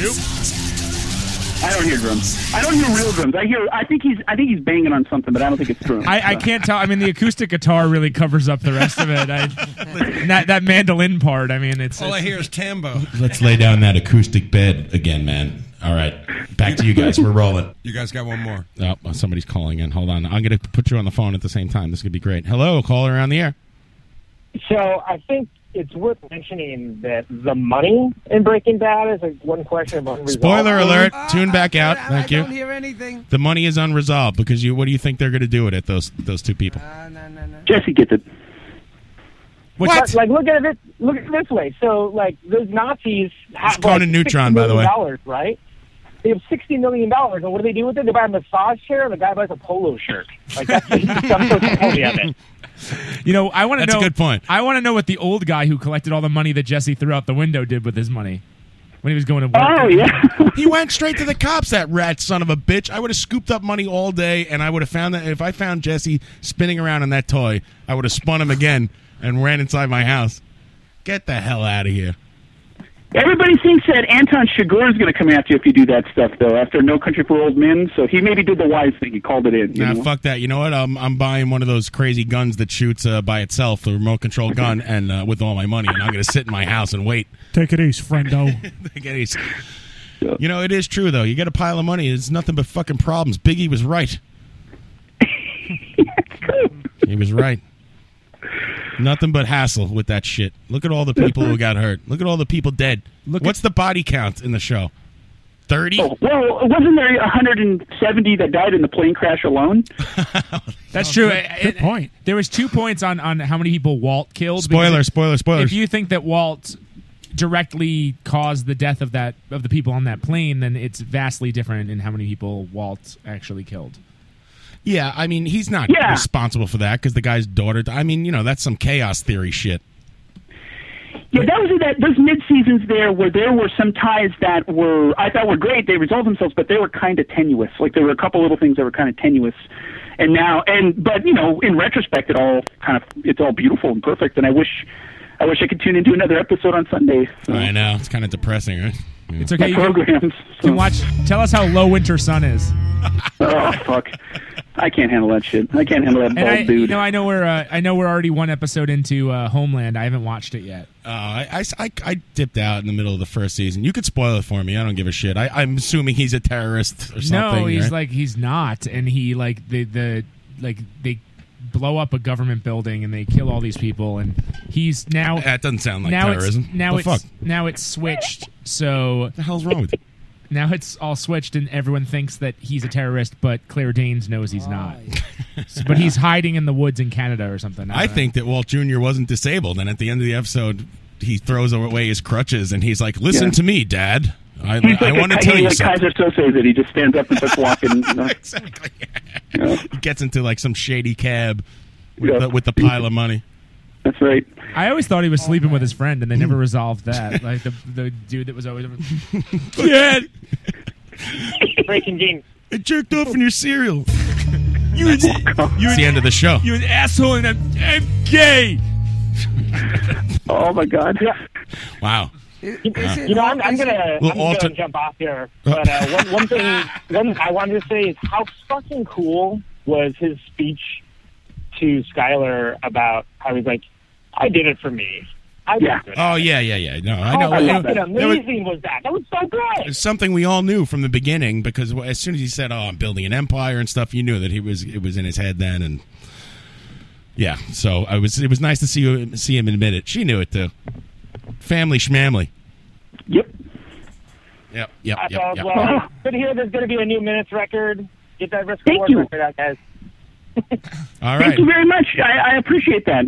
Nope. I don't hear drums. I don't hear real drums. I hear. I think he's. I think he's banging on something, but I don't think it's drums.
I, I can't tell. I mean, the acoustic guitar really covers up the rest of it. I, that that mandolin part. I mean, it's
All I hear is tambo.
Let's lay down that acoustic bed again, man. All right. Back to you guys. We're rolling.
You guys got one more.
Oh, well, somebody's calling in. Hold on. I'm going to put you on the phone at the same time. This could be great. Hello, caller on the air.
So I think it's worth mentioning that the money in Breaking Bad is like one question of unresolved.
Spoiler
Oh,
alert. Tune back out. Thank you.
hear anything.
The money is unresolved because you. What do you think they're going to do with it? Those those two people.
Uh,
Jesse gets it.
But, like, look at it. Look at it this way. So, like, those Nazis have
It's Conan
like,
Neutron, by the way.
Dollars, right? They have sixty million dollars, and what do they do with it? They buy a massage chair, and the guy buys a polo shirt. Like, that's the totality of it.
You know, I want to
That's
know.
a good
point.
I want to know what the old guy who collected all the money that Jesse threw out the window did with his money when he was going to work.
Oh,
he went straight to the cops. That rat son of a bitch. I would have scooped up money all day, and I would have found that if I found Jesse spinning around on that toy, I would have spun him again and ran inside my house. Get the hell out of here.
Everybody thinks that Anton Chigurh is going to come after you if you do that stuff, though. After No Country for Old Men, so he maybe did the wise thing. He called it in. you
Nah,
know?
fuck that. You know what? I'm, I'm buying one of those crazy guns that shoots uh, by itself, the remote control gun, and uh, with all my money, and I'm going to sit in my house and wait.
Take it easy, friendo.
Get these- You know, it is true though. You get a pile of money, it's nothing but fucking problems. Biggie was right. he was right. Nothing but hassle with that shit. Look at all the people who got hurt. Look at all the people dead. Look What's the body count in the show? Thirty.
Oh, well, wasn't there 170 that died in the plane crash alone?
That's true. Good, point. Oh, There was two points on on how many people Walt killed. because
Spoiler,
if-
spoiler, spoiler.
If you think that Walt directly caused the death of that of the people on that plane, then it's vastly different in how many people Walt actually killed.
Yeah, I mean he's not
Yeah.
responsible for that because the guy's daughter. I mean, you know that's some chaos theory shit.
Yeah, that was in that. Those mid seasons there, where there were some ties that were I thought were great. They resolved themselves, but they were kind of tenuous. Like there were a couple little things that were kind of tenuous. And now, and but you know, in retrospect, it all kind of it's all beautiful and perfect. And I wish, I wish I could tune into another episode on Sunday.
I know it's kind of depressing, right?
It's okay.
My
You can,
programs.
you can watch. Tell us how low Winter Sun is.
oh fuck, I can't handle that shit. I can't handle that
And
bald
I,
dude.
you know, I know we're uh, I know we're already one episode into uh, Homeland. I haven't watched it yet.
Oh, I, I, I, I dipped out in the middle of the first season. You could spoil it for me. I don't give a shit. I, I'm assuming he's a terrorist or something.
No, he's
right?
like he's not, and he like the the like they blow up a government building and they kill all these people, and he's now
that doesn't sound like
now
terrorism.
It's, now
The
it's
fuck?
now it's switched. So what
the hell's wrong with it?
Now it's all switched, and everyone thinks that he's a terrorist, but Claire Danes knows he's not. So- but he's hiding in the woods in Canada or something.
I
don't know.
think that Walt Jr. wasn't disabled, and at the end of the episode, he throws away his crutches and he's like, "Listen
Yeah.
to me, Dad. I,
He's like
I want to
the,
tell you
like
something."
Kaiser Soze that he just stands up and starts walking. you know.
He gets into like some shady cab with, the, with the pile of money.
That's right.
I always thought he was sleeping with his friend, and they
Mm.
never resolved that. Like the the dude that was always
yeah.
Breaking game.
I jerked off in your cereal. You
Oh,
That's it. It's the end of the show.
You're an asshole, and I'm, I'm gay.
oh my god.
Wow.
You know, I'm, I'm gonna,
We'll
I'm
alter-
gonna jump off here. But uh, one, one thing, one I wanted to say is how fucking cool was his speech to Skyler about how he's like, "I did it for me. I
yeah.
Oh yeah, yeah, yeah. No, I know.
Oh,
You know,
fucking
that was-
amazing was that? That was so good.
It's something we all knew from the beginning because as soon as he said, "Oh, I'm building an empire" and stuff, you knew that he was it was in his head then, and yeah. So I was it was nice to see you see him admit it. She knew it too. Family schmamly. Yep.
I
Yep. Yep.
thought,
Yep.
Uh, well, good to hear there's going to be a new minutes record. Get that risk award record out, guys.
All
Thank
right.
you very much. I, I appreciate that.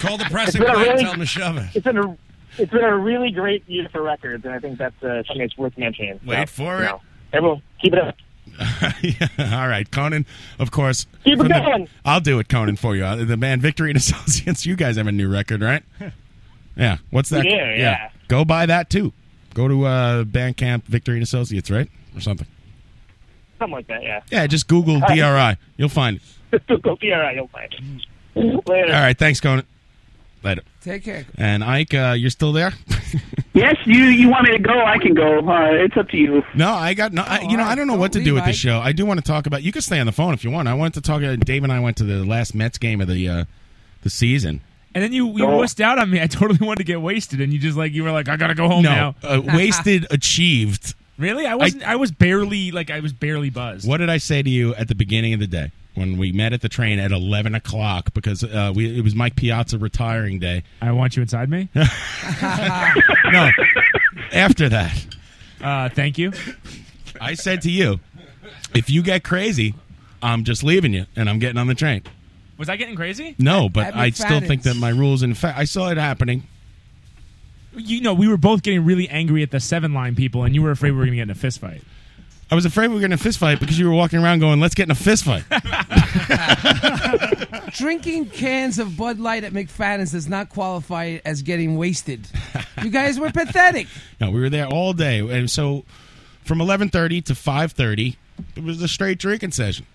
Call the
press
It's
and
been a
quit and
really-
tell 'em to shove it.
It's been a, it's been a really great year for records, and I think that's uh, something that's worth mentioning. So,
Wait for
you
it.
know, everyone, keep it up.
All right, Conan. Of course.
Keep it
from the-
going.
I'll do it, Conan, for you. Uh, The band Victory and Associates. You guys have a new record, right? Yeah. What's that?
We do, yeah.
Go buy that too. Go to uh, Bandcamp Victory and Associates, right, or something.
Something like that, yeah.
Yeah, just Google
All right.
DRI. You'll find it.
Go be all right. You'll find it. Later.
Mm. All right. Thanks, Conan. Later.
Take care.
And Ike, uh, you're still there?
Yes, you you want me to go? I can go. Uh, it's up to you.
No, I got no. I, you know, I
Oh,
don't know what to do with this show. I do want to talk about. You can stay on the phone if you want. I wanted to talk. Uh, Dave and I went to the last Mets game of the uh, the season.
And then you you wussed out on me. I totally wanted to get wasted, and you just like you were like, I gotta go home
no,
now.
Uh, wasted, achieved.
Really? I wasn't. I, was barely like I was barely buzzed.
What did I say to you at the beginning of the day when we met at the train at eleven o'clock because uh, we it was Mike Piazza retiring day?
I want you inside me.
no, after that,
uh, thank you.
I said to you, if you get crazy, I'm just leaving you and I'm getting on the train.
Was I getting crazy?
No, but I still think that my rules. In fact, I saw it happening.
you know we were both getting really angry at the seven line people, and you were afraid we were gonna get in a fist fight.
I was afraid we were going to fist fight because you were walking around going, "Let's get in a fist fight."
Drinking cans of Bud Light at McFadden's does not qualify as getting wasted. You guys were pathetic.
No, we were there all day, and so from eleven thirty to five thirty, it was a straight drinking session.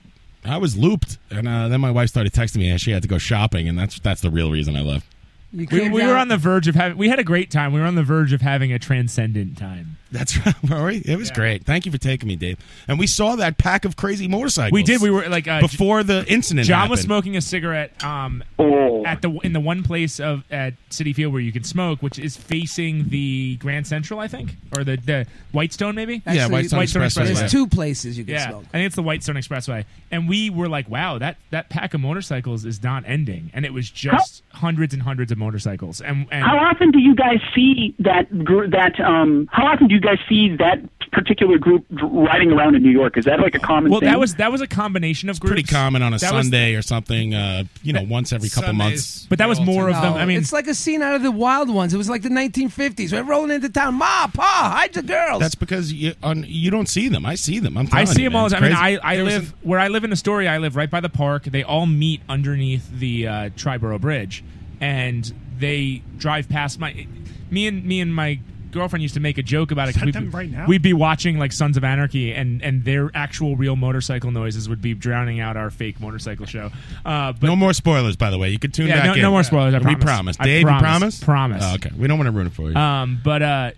I was looped, and uh, then my wife started texting me, and she had to go shopping, and that's that's the real reason I left.
We,
came
we
down-
were on the verge of having. We had a great time. We were on the verge of having a transcendent time.
That's right, Rory. It was great. Thank you for taking me, Dave. And we saw that pack of crazy motorcycles.
We did. We were like uh,
before the incident.
John was
happened.
smoking a cigarette um,
Oh.
at the in the one place of at City Field where you can smoke, which is facing the Grand Central, I think, or the, the Whitestone, maybe.
Yeah, Actually, Whitestone
Expressway.
There's two places you can
yeah,
smoke.
I think it's the Whitestone Expressway, and we were like, "Wow, that that pack of motorcycles is not ending," and it was just hundreds and hundreds of motorcycles. And, and
How often do you guys see that gr- that um? How often do you guys see that particular group dr- riding around in New York? Is that like a common
well,
thing?
that was that was a combination of groups.
pretty common on a
That was-
Sunday or something. Uh, you know, once every couple months.
But that was more of them.
No,
I mean,
it's like a scene out of the Wild Ones. It was like the 1950s. We're rolling into town. Ma, pa, hide the girls.
That's because you on, you don't see them. I see them. I'm.
I
telling
see
you,
them all the
man.
time. I mean,
It's
I,
crazy. There
I
was
live where I live in Astoria. I live right by the park. They all meet underneath the uh, Triborough Bridge, and they drive past my. Me and me and my girlfriend used to make a joke about it. 'cause
that
we'd
them
be-
right now?
We'd be watching like Sons of Anarchy, and and their actual real motorcycle noises would be drowning out our fake motorcycle show. Uh, but
no more spoilers, by the way. You could tune
Yeah,
back
no-
in.
no more spoilers, I
we
promise.
promise.
I
Dave,
promise.
you promise?
Promise.
Oh, okay. We don't want to ruin it for you.
um, but uh,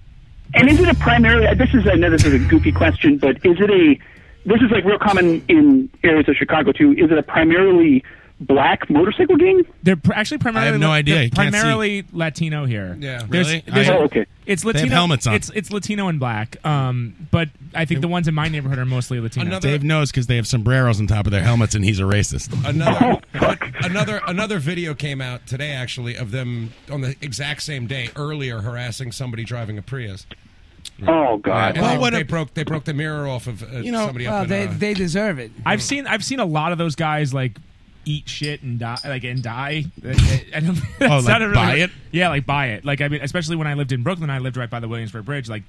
And is it a primarily? uh, This is another sort of goofy question, but is it a? This is like real common in areas of Chicago too. Is it a primarily black motorcycle gang?
They're pr- actually primarily.
have no
they're
idea. You can't
Primarily Latino here.
Yeah.
There's-
Really?
there's-
I- Oh, okay.
It's
They have
Latino.
helmets on.
It's it's Latino and black. Um, but I think the ones in my neighborhood are mostly Latino.
Dave knows because they have sombreros on top of their helmets, and he's a racist.
Another another another video came out today actually of them on the exact same day earlier harassing somebody driving a Prius.
Oh God!
And
Well,
they,
what
they
a-
broke they broke the mirror off of uh,
You know,
somebody
well,
up in,
they-
uh,
They deserve it.
I've seen I've seen a lot of those guys like eat shit and die like and die. I don't, that
Oh, like
sounded
buy it?
Yeah, like buy it. Like I mean, especially when I lived in Brooklyn, I lived right by the Williamsburg Bridge. Like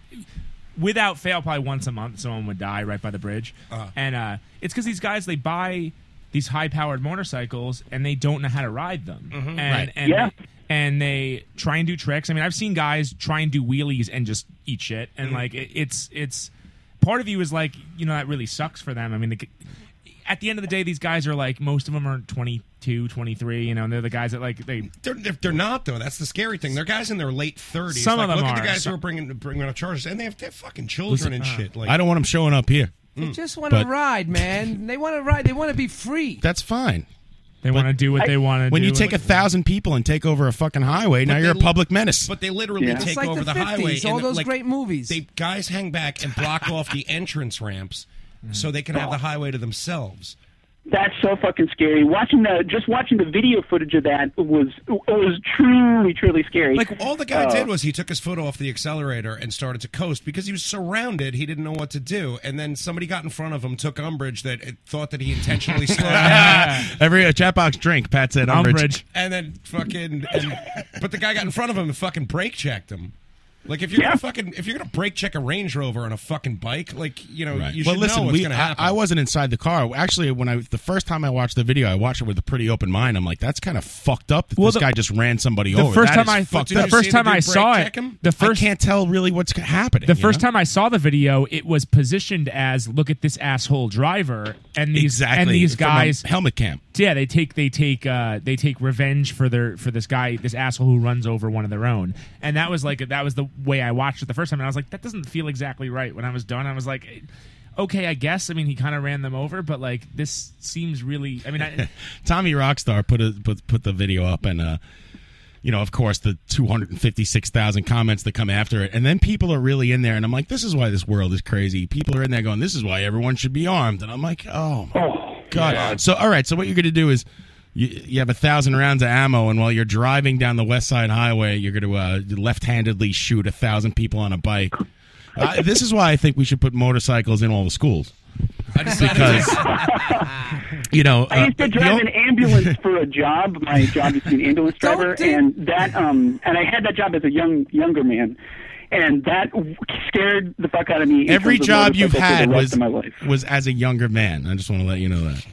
without fail, probably once a month, someone would die right by the bridge.
Uh-huh.
And uh, it's because these guys they buy these high powered motorcycles and they don't know how to ride them. And,
Mm-hmm. Right.
and
Yeah.
And they try and do tricks. I mean, I've seen guys try and do wheelies and just eat shit. And
Mm-hmm.
Mhm.
like, it, it's it's part of you is like, you know, that really sucks for them. I mean, the, at the end of the day, these guys are like most of them are 22, 23, You know, and they're the guys that like they.
They're, they're, they're not though. That's the scary thing. They're guys in their late thirties.
Some
like,
of them
look at
are.
the guys
Some-
who are bringing bringing up charges, and they have, they have fucking children
Listen, uh,
and shit. Like
I don't want them showing up here.
They just want to
mm. But-
ride, man. They want to ride. They want to be free.
Mm. That's fine.
They want to do what they want to
When
do.
you take a thousand people and take over a fucking highway, now
But
you're a
they-
public menace.
But they literally
Yeah.
take
It's like
over
the
the, highway.
50s, all those
great movies. They guys hang back and block off the entrance ramps so they can have the highway to themselves.
That's so fucking scary. Watching the just watching the video footage of that was it was truly truly scary.
Like all the guy
Uh,
Oh.
did was he took his foot off the accelerator and started to coast because he was surrounded. He didn't know what to do, and then somebody got in front of him, took umbrage that it thought that he intentionally slowed down,
Every uh, chat box drink, Pat said umbrage.
and then fucking. And, but the guy got in front of him and fucking brake checked him. Like if you're gonna fucking if you're gonna brake check a Range Rover on a fucking bike, like you know you should
well, listen,
know what's
we,
gonna
I,
happen.
I wasn't inside the car. Actually, when I the first time I watched the video, I watched it with a pretty open mind. I'm like, that's kind of fucked up. That
Well,
this
the-
guy just ran somebody
the
over.
first
That
time
is
I-
fucked
Did you
up.
see the first time dude I brake saw it, check him? the first-
I can't tell really what's happening.
The
you
first
know?
time I saw the video, it was positioned as "Look at this asshole driver," and these
exactly
and these
from a
guys
helmet cam.
Yeah, they take they take uh, they take revenge for their for this guy this asshole who runs over one of their own, and that was like that was the way I watched it the first time, and I was like that doesn't feel exactly right. When I was done, I was like, okay, I guess. I mean, he kind of ran them over, but like this seems really. I mean, I,
Tommy Rockstar put a, put put the video up and uh you know, of course, the 256,000 comments that come after it. And then people are really in there. And I'm like, this is why this world is crazy. People are in there going, this is why everyone should be armed. And I'm like, oh, my God. So, all right. So, what you're going to do is you, you have a thousand rounds of ammo. And while you're driving down the West Side Highway, you're going to uh, left handedly shoot a thousand people on a bike. Uh, this is why I think we should put motorcycles in all the schools. Because, you know,
I used
uh,
to
the
drive
o-
an ambulance for a job. My job used to be an ambulance driver, and that um, and I had that job as a young younger man, and that w- scared the fuck out of me. in
Every
terms of
job you've
motorcycle for
had
the rest
was
of my life.
was as a younger man. I just want to let you know that.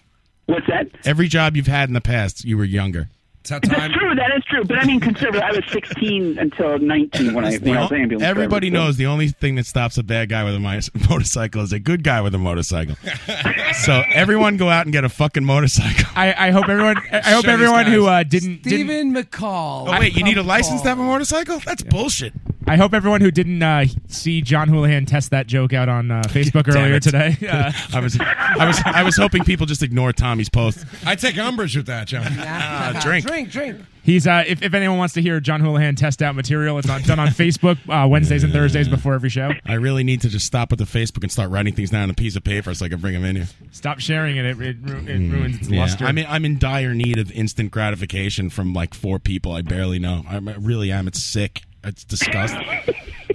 What's that?
Every job you've had in the past, you were younger.
That's true. That is true. But I mean, consider I was 16 until 19 when I, when I was an ambulance.
Everybody
driver, so-
knows the only thing that stops a bad guy with a mi- motorcycle is a good guy with a motorcycle. so everyone go out and get a fucking motorcycle.
I, I hope everyone I hope everyone who uh, didn't didn't
Stephen McCall.
Oh, wait, you need a license to have a motorcycle? That's bullshit.
I hope everyone who didn't uh, see John Houlihan test that joke out on uh, Facebook
Damn
earlier
it.
today. Uh,
I was I was I was hoping people just ignore Tommy's post.
I take umbrage with that, John.
Ah, drink.
Drink, drink.
He's uh, if, if anyone wants to hear John Houlihan test out material, it's on, done on Facebook uh, Wednesdays and Thursdays before every show.
I really need to just stop with the Facebook and start writing things down on a piece of paper so I can bring them in here.
Stop sharing it; it, it, ru- it ruins its
Mm, Yeah,
luster.
I mean, I'm in dire need of instant gratification from like four people I barely know. I'm- I really am. It's sick. It's disgusting.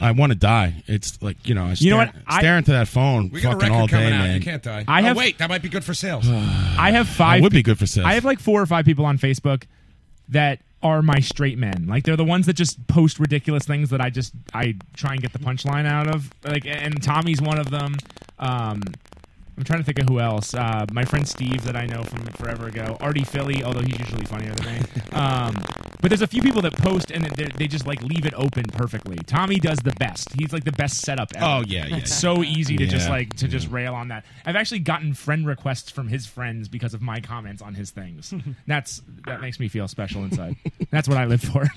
I want to die. It's like you know, I stare,
You know what? I-
Staring to that phone
We got a
fucking all
record
day,
coming out.
man.
You can't die.
I
Oh,
have-
wait. That might be good for sales.
I have five.
would be good for sales.
I have like four or five people on Facebook that are my straight men. Like they're the ones that just post ridiculous things that I just I try and get the punchline out of. Like and Tommy's one of them. Um, I'm trying to think of who else. Uh, my friend Steve that I know from forever ago. Artie Philly, although he's usually funnier than me. Um, but there's a few people that post and they they just like leave it open perfectly. Tommy does the best. He's like the best setup. Ever.
Oh, yeah, yeah,
It's
yeah.
so easy to just
Yeah,
like to just rail on that. I've actually gotten friend requests from his friends because of my comments on his things. That's that makes me feel special inside. That's what I live for.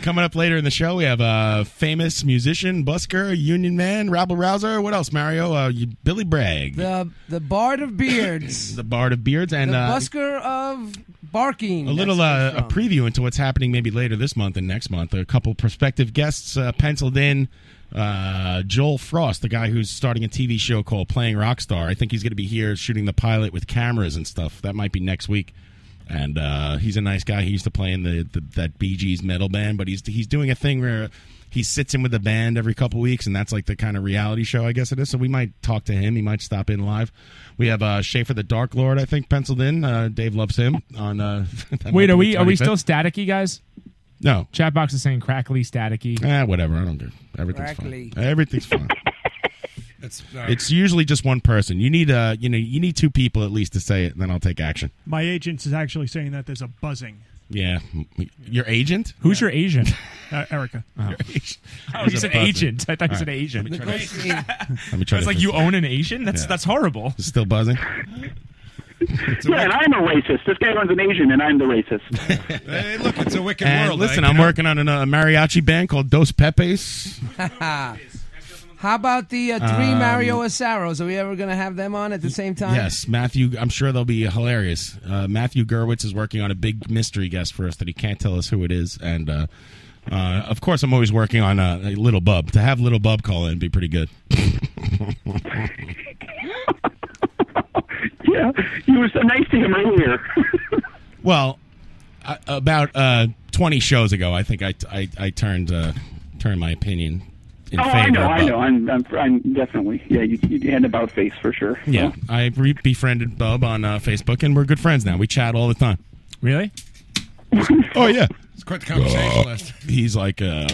Coming up later in the show, we have a uh, famous musician, busker, union man, rabble rouser. What else, Mario? Uh, you- Billy Bragg,
The the Bard of Beards.
the Bard of Beards, and
the
uh,
Busker of Barking.
a little uh,
That's
a preview into what's happening maybe later this month and next month. A couple prospective guests uh, penciled in. Uh, Joel Frost, the guy who's starting a TV show called Playing Rockstar. I think he's going to be here shooting the pilot with cameras and stuff. That might be next week. And uh, he's a nice guy. He used to play in the, the that Bee Gees metal band, but he's he's doing a thing where he sits in with the band every couple weeks, and that's like the kind of reality show I guess it is. So we might talk to him. He might stop in live. We have uh, Schaefer the Dark Lord, I think, penciled in. Uh, Dave loves him. On uh, that might
Wait,
be the
are we are we
25th.
still staticky, guys?
No.
Chat box is saying crackly, staticky.
Ah, whatever. I don't care. Everything's
Crackly.
fine. Everything's fine.
That's,
it's usually just one person. You need uh, you know, you need two people at least to say it, and then I'll take action.
My agent is actually saying that there's a buzzing.
Yeah, your agent.
Who's your agent?
Uh, Erica.
Oh. Oh,
There's
he's
a
an
buzzer.
agent. I thought he said
All right.
agent.
Let me try to-
Let
Let me try to
It's like
fix
you
it.
own an agent. That's
Yeah.
that's horrible.
It's still buzzing.
Yeah, and I'm a racist. This guy runs an Asian, and I'm the racist.
hey, look, it's a wicked
And
world.
listen,
eh?
I'm working on an, a mariachi band called Dos Pepes.
awesome. How about the uh, three
Um,
Mario Asaros? Are we ever going to have them on at the same time?
Yes, Matthew. I'm sure they'll be hilarious. Uh, Matthew Gerwitz is working on a big mystery guest for us that he can't tell us who it is, and uh, uh, of course, I'm always working on uh, a little bub. To have little bub call in would be pretty good.
Yeah, you were so nice to him earlier.
well, I, about uh, 20 shows ago, I think I I, I turned uh, turned my opinion in
oh,
favor.
I know,
of
I
Bub.
know. I'm, I'm, I'm definitely. Yeah, you, you had an about face for sure.
Yeah, I re- befriended Bub on uh, Facebook, and we're good friends now. We chat all the time.
Really?
oh yeah.
It's quite the conversation list.
He's like, uh,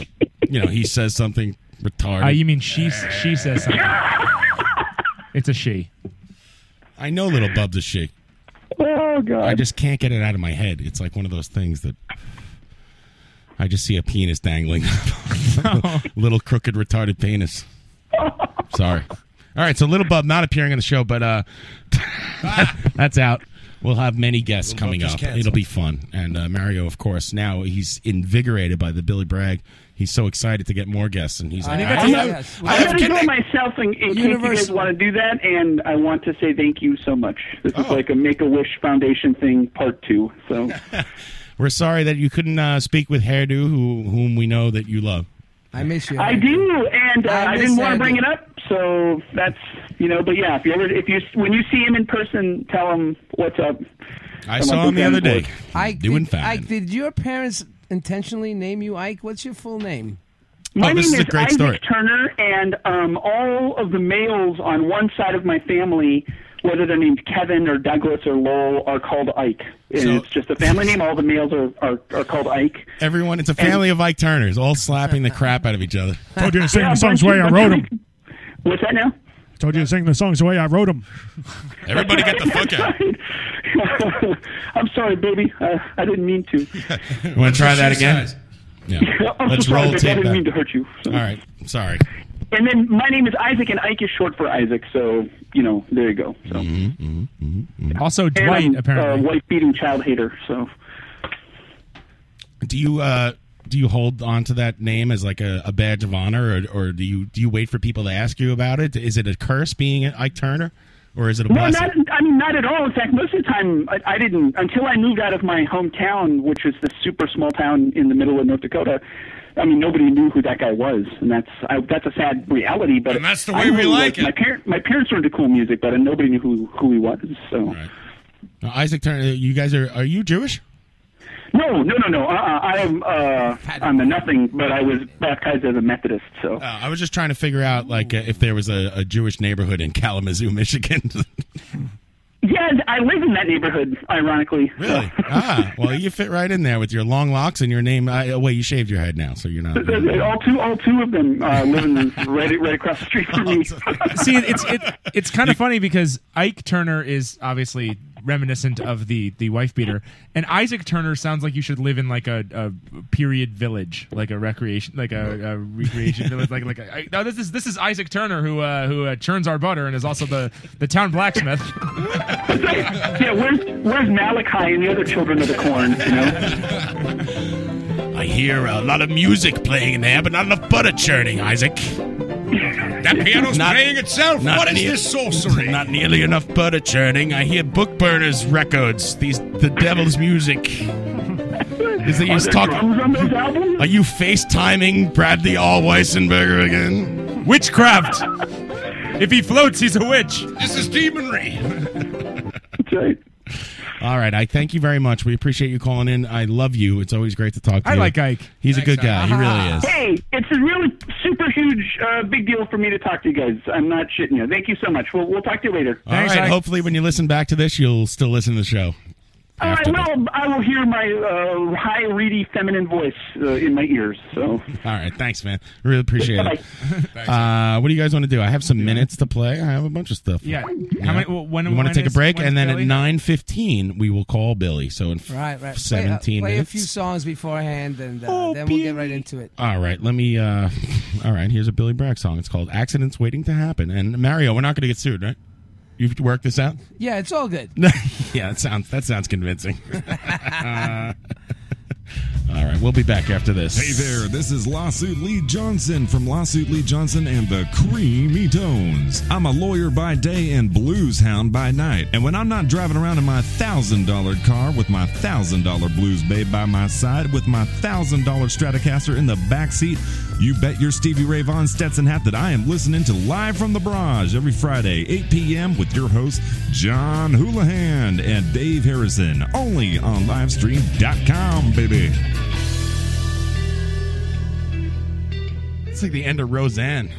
you know, he says something retarded.
Uh, you mean she? She says something. it's a she.
I know little Bub's a she.
Oh god!
I just can't get it out of my head. It's like one of those things that I just see a penis dangling, little crooked retarded penis. Sorry. All right, so little Bub not appearing on the show, but uh, that's out. We'll have many guests
Little Bub
coming
just
up.
canceled.
It'll be fun, and uh, Mario, of course. Now he's invigorated by the Billy Bragg. He's so excited to get more guests, and he's like, I
I'm
have-
gonna- I'm going to go myself in, in case you guys
Universal.
want to do that, and I want to say thank you so much. This
Oh.
is like a Make a Wish Foundation thing, part two. So
"We're sorry that you couldn't uh, speak with Hairdo, who, whom we know that you love."
I miss you.
I do, and uh, I,
I
didn't
miss
want
Andy.
to bring it up, so that's you know. But yeah, if you ever, if you when you see him in person, tell him what's up.
I
I'm
saw
like,
him the
okay,
other day.
bored.
Ike,
doing
did,
fine.
Ike, did your parents intentionally name you Ike? What's your full name?
Oh,
My name is, Isaac Turner, and um, all of the males on one side of my family, whether they're named Kevin or Douglas or Lowell, are called Ike. And
So-
it's just a family name. All the males are, are, are called Ike.
Everyone, it's a family of Ike Turners, all slapping the crap out of each other.
Told you to sing the songs the way I wrote them.
What's that now?
Told you to sing the songs the way I wrote them.
Everybody get the fuck out.
I'm sorry, baby. Uh, I didn't mean to.
You want to try that again? Yeah.
I'm
Let's
so sorry,
roll
baby. I
tape
didn't
back.
mean to hurt you.
All right. Sorry.
And then my name is Isaac, and Ike is short for Isaac. So you know, there you go. So.
Mm-hmm,
Also, Dwight,
and I'm,
apparently.
uh, white beating child hater. So
Do you uh do you hold on to that name as like a, a badge of honor, or, or do you do you wait for people to ask you about it? Is it a curse being an Ike Turner, or is it a
no,
blessing?
not I mean not at all. In fact, most of the time I, I didn't until I moved out of my hometown, which was this super small town in the middle of North Dakota. I mean, nobody knew who that guy was, and that's I, that's a sad reality. But
And that's the way
I
we
knew who he
like it.
was. My parents my parents were into cool music, but nobody knew who who he was. So
No, Isaac Turner. You guys are are you Jewish?
no, no, no, no. Uh, uh, I am uh, I'm a nothing, but I was baptized as a Methodist. So
Oh.
Uh, I was just trying to figure out like uh, if there was a, a Jewish neighborhood in Kalamazoo, Michigan.
yeah, I live in that neighborhood. Ironically, really.
ah, well, you fit right in there with your long locks and your name. I, oh, wait, you shaved your head now, so you're not.
Uh, all two, all two of them uh, live in the- right, right across the street from
Oh,
me.
See, it- it's it, it's kind of funny because Ike Turner is obviously reminiscent of the the wife beater, and Isaac Turner sounds like you should live in like a, a period village, like a recreation, like a, a recreation village, like like. A, I, no, this is this is Isaac Turner who uh, who uh, churns our butter and is also the the town blacksmith.
yeah, where's where's Malachi and the other children of the corn? You know,
I hear a lot of music playing in there, but not enough butter churning, Isaac. That
piano's playing itself. What is this sorcery?
Not nearly enough butter churning. I hear book burners records. These the devil's music. Is that
Are
he's
there
talking?
drums on those albums?
Are you FaceTiming Bradley All Weissenberger again? Witchcraft.
if he floats, he's a witch.
This is demonry.
That's right.
All right, I thank you very much. We appreciate you calling in. I love you. It's always great to talk to
I
you.
like Ike.
He's a good guy. He
Uh-huh.
really is.
Hey, it's a really super huge, uh, big deal for me to talk to you guys. I'm not shitting you. Thank you so much. We'll we'll talk to you later.
All right. Hopefully, when you listen back to this, you'll still listen to the show.
Uh, I will. I will hear my uh, high, reedy, feminine voice uh, in my ears. So.
All right. Thanks, man. Really appreciate it. Uh, what do you guys want to do? I have some minutes to play. I have a bunch of stuff.
Yeah. How
Yeah.
many? Well, when
you want
when
to take
is-
a break,
when's
and then
Billy?
at nine fifteen we will call Billy. So in f-
Right, right.
seventeen
play, a- play
minutes.
a
Oh,
few songs beforehand, and uh, then we'll get right into it.
All right, let me. Uh, all right, here's a Billy Bragg song. It's called "Accidents Waiting to Happen." And Mario, we're not going to get sued, right? You've worked this out.
Yeah, it's all good.
yeah, that sounds that sounds convincing. Uh, all right, We'll be back after this.
Hey there, this is Lawsuit Lee Johnson from Lawsuit Lee Johnson and the Creamy Tones. I'm a lawyer by day and blues hound by night. And when I'm not driving around in my $1,000 car with my $1,000 blues babe by my side with my $1,000 Stratocaster in the backseat, you bet your Stevie Ray Vaughan Stetson hat that I am listening to Live from the Barrage every Friday, 8 p.m. with your hosts, John Houlihan and Dave Harrison, only on livestream.com, baby.
It's like the end of Roseanne.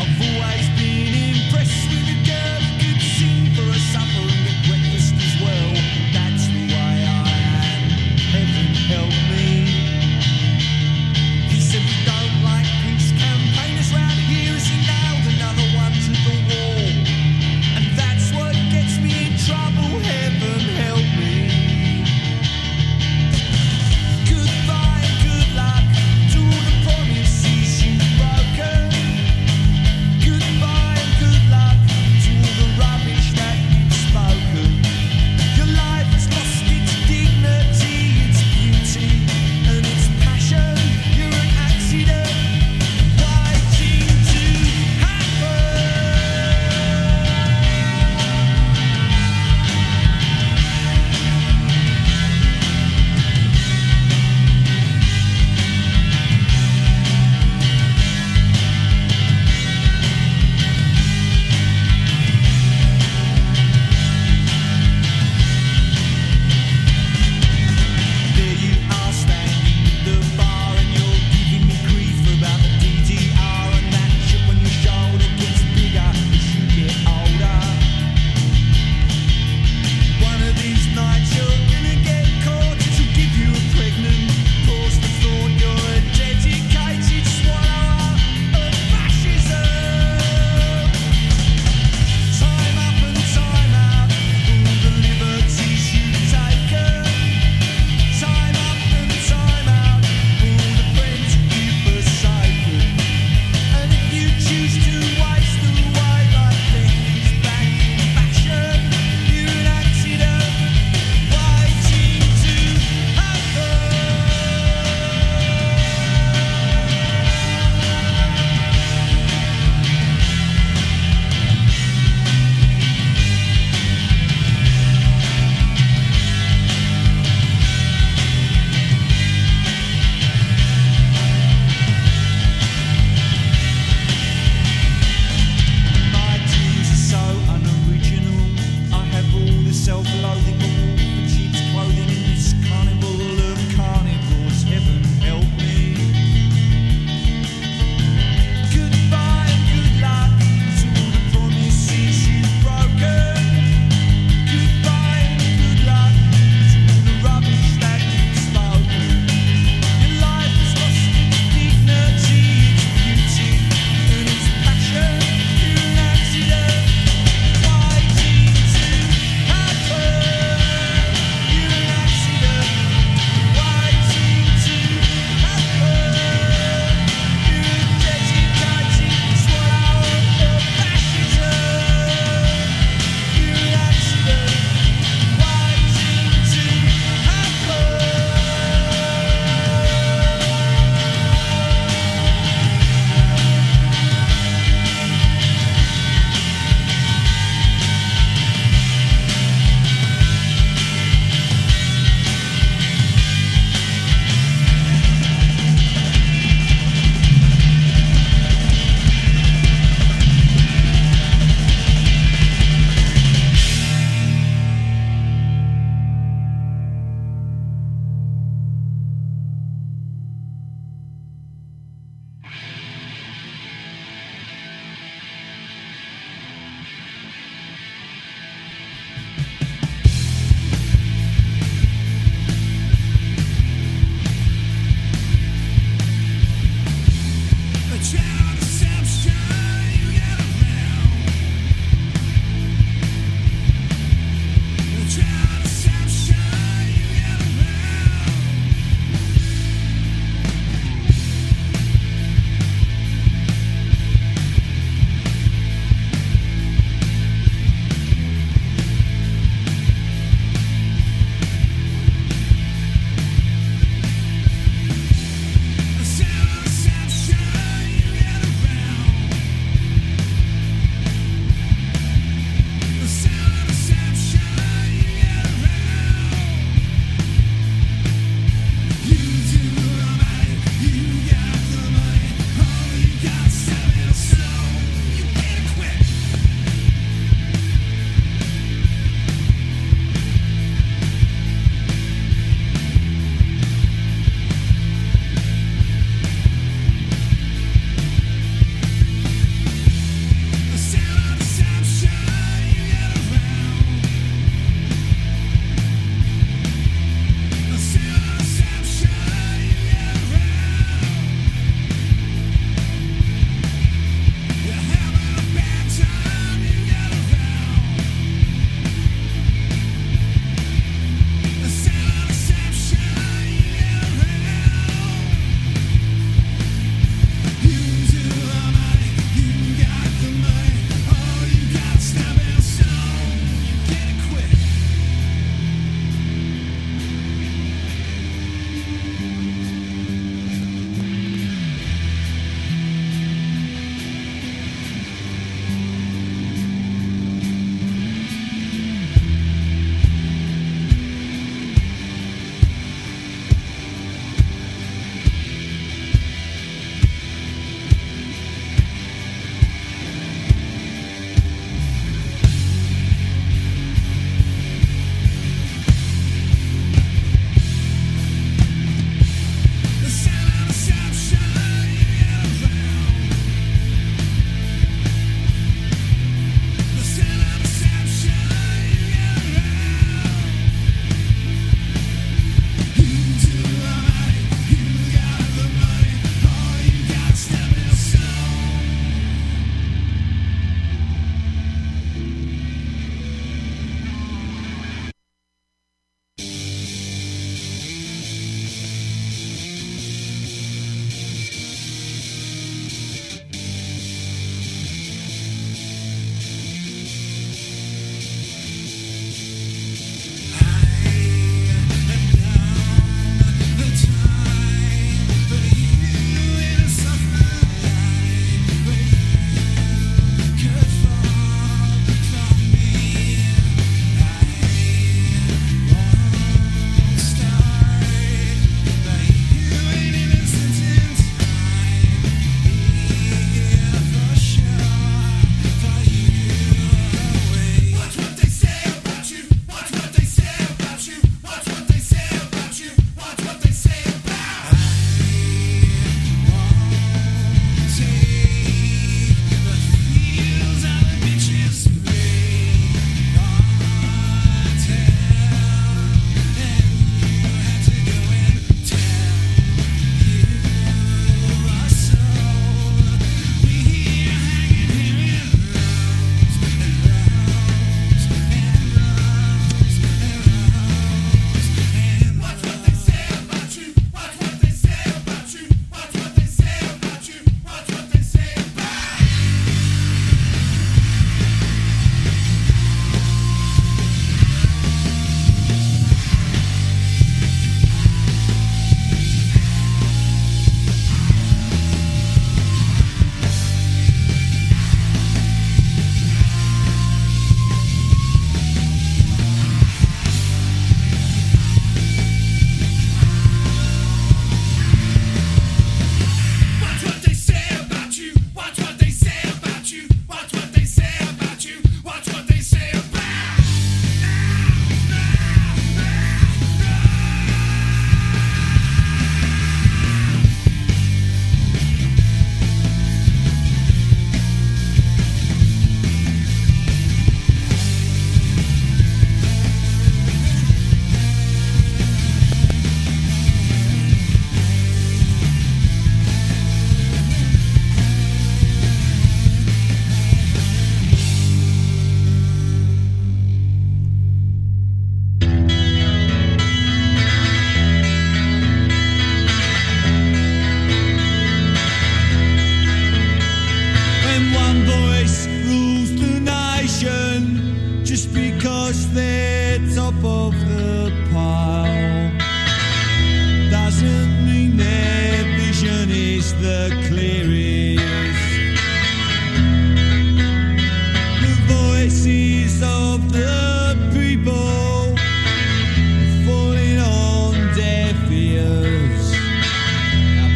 I've always been impressed with a girl who could sing for a supper and get breakfast as well. That's the way I am. Heaven help me. He said we don't like these campaigners round here.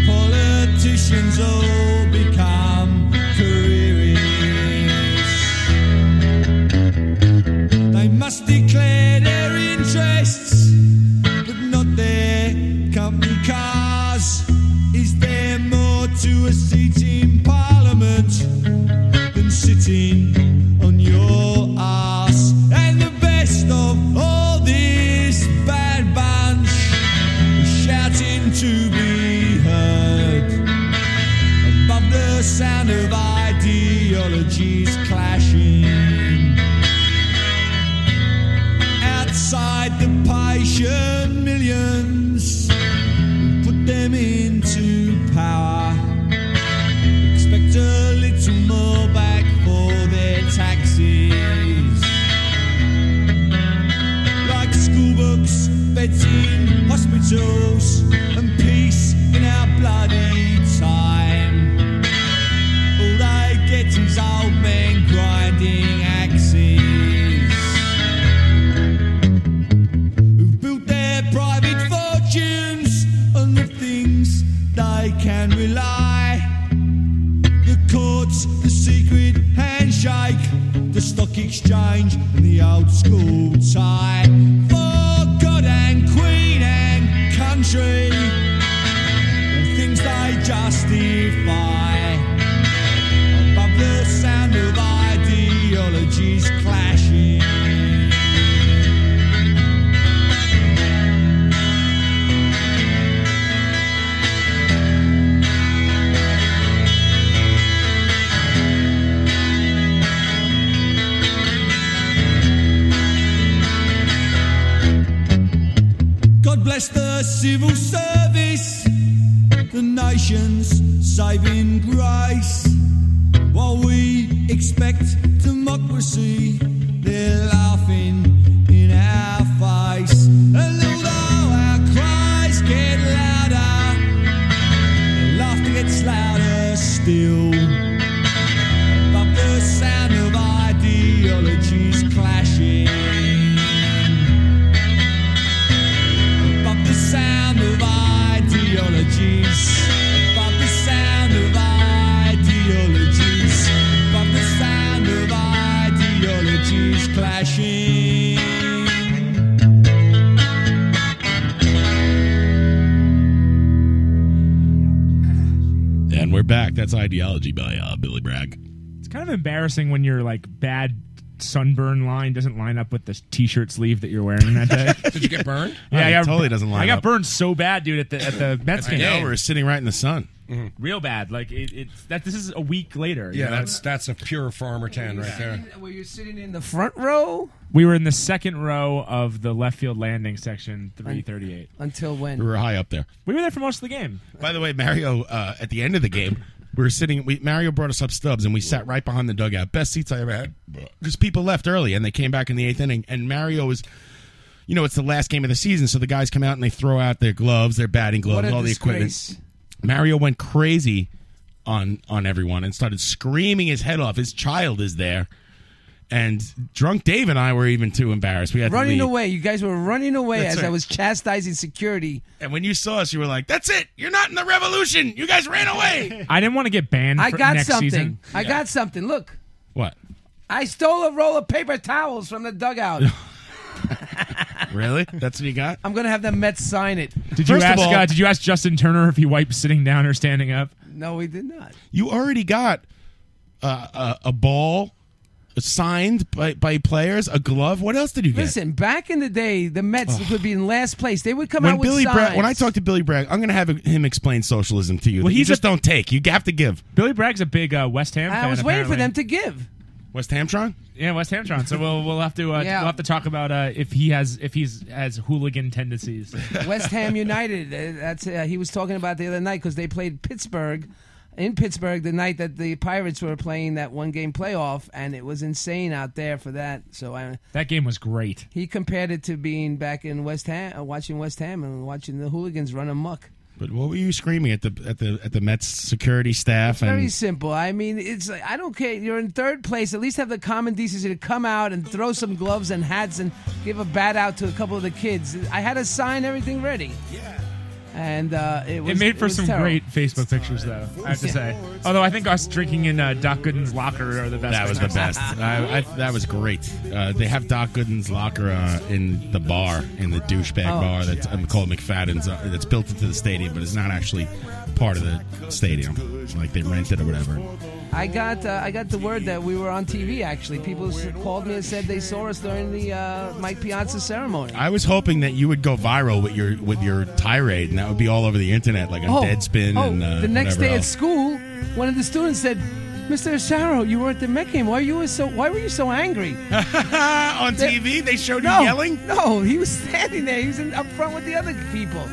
passions all become careerists. They must declare their interests, but not their company cars. Is there more to a seat in Parliament than sitting on your ass? And the best of all this bad bunch is shouting to be heard above the sound of ideologies clashing. Outside the patient millions, we put them into power. Expect a little more back for their taxes. Like school books, beds in hospitals, and peace in our bloody time. All they get is old men grinding axes built their private fortunes on the things they can rely. The courts, the secret handshake, the stock exchange, and the old school tie. For God and Queen and country, all things they justify. Above the sound of ideologies clashing. God bless the civil service, the nation's saving grace. While we expect democracy, they're laughing in our face. And although our cries get louder, the laughter gets louder still. Above the sound of ideologies clashing above the sound of ideologies, above the sound of ideologies, above the sound of ideologies clashing.
And we're back. That's Ideology by uh, Billy Bragg.
It's kind of embarrassing when your like bad sunburn line doesn't line up with the t-shirt sleeve that you're wearing that day.
Did you get burned?
yeah, I
Oh, it
got,
totally doesn't line
I got
up.
burned so bad, dude, at the at the Mets
I
game.
know, we're sitting right in the sun.
Real bad. Like it, it's that. This is a week later. you
Yeah,
know?
that's that's a pure farmer town right there.
Were you sitting in the front row?
We were in the second row of the left field landing section, three thirty-eight.
Until when?
We were high up there.
We were there for most of the game.
By the way, Mario, uh, at the end of the game, we were sitting. We, Mario brought us up stubs, and we sat right behind the dugout. Best seats I ever had because people left early, and they came back in the eighth inning. And Mario was, you know, it's the last game of the season, so the guys come out and they throw out their gloves, their batting gloves,
What a
all the
disgrace.
equipment. Mario went crazy on on everyone and started screaming his head off. His child is there, and drunk Dave and I were even too embarrassed. We had
running
to leave.
away. You guys were running away
That's
as
right.
I was chastising security.
And when you saw us, you were like, "That's it. You're not in the revolution. You guys ran away."
I didn't want to get banned.
I
for
got
next
something.
Season.
I got something. Look,
What?
I stole a roll of paper towels from the dugout.
Really? That's what you got?
I'm gonna have the Mets sign it.
Did you ask? uh, did you ask Justin Turner if he wiped sitting down or standing up?
No, we did not.
You already got uh, a, a ball signed by, by players, a glove. What else did you get?
Listen, back in the day, the Mets would be in last place. They would come
when
out with
Billy
signs.
Bragg, when I talk to Billy Bragg, I'm going to have him explain socialism to you.
Well,
Well, he
he's
just
a-
don't take. You have to give.
Billy Bragg's a big uh, West Ham.
I
fan,
was waiting for
apparently.
them to give.
West Hamtron.
Yeah, West Hamtron. So we'll we'll have to uh,
Yeah.
we'll have to talk about uh, if he has if he's has hooligan tendencies.
West Ham United. uh, That's uh, he was talking about the other night because they played Pittsburgh in Pittsburgh the night that the Pirates were playing that one game playoff, and it was insane out there for that. So I,
that game was great.
he compared it to being back in West Ham, uh, watching West Ham and watching the hooligans run amok.
But what were you screaming at the at the at the Mets security staff? and
Very simple. I mean, it's like, I don't care. You're in third place. At least have the common decency to come out and throw some gloves and hats and give a bat out to a couple of the kids. I had a sign, everything ready. and uh, it was
it made for
was
some
terrible.
great Facebook pictures, though. I have to say. Although I think us drinking in uh, Doc Gooden's locker are the best.
That was the
pictures.
best. I, I, that was great. Uh, they have Doc Gooden's locker uh, in the bar, in the douchebag
Oh.
bar that's um, called McFadden's. Uh, that's built into the stadium, but it's not actually part of the stadium. Like they rent it or whatever.
I got uh, I got the word that we were on TV. Actually, people s- called me and said they saw us during the uh, Mike Piazza ceremony.
I was hoping that you would go viral with your with your tirade, and that would be all over the internet, like on Deadspin
oh,
and uh,
the next
whatever
day at
else.
school, one of the students said, "Mr. Asaro, you were at the Met game. Why you were so Why were you so angry?"
Uh, on TV, they showed
you
yelling?
No, he was standing there. He was in, up front with the other people.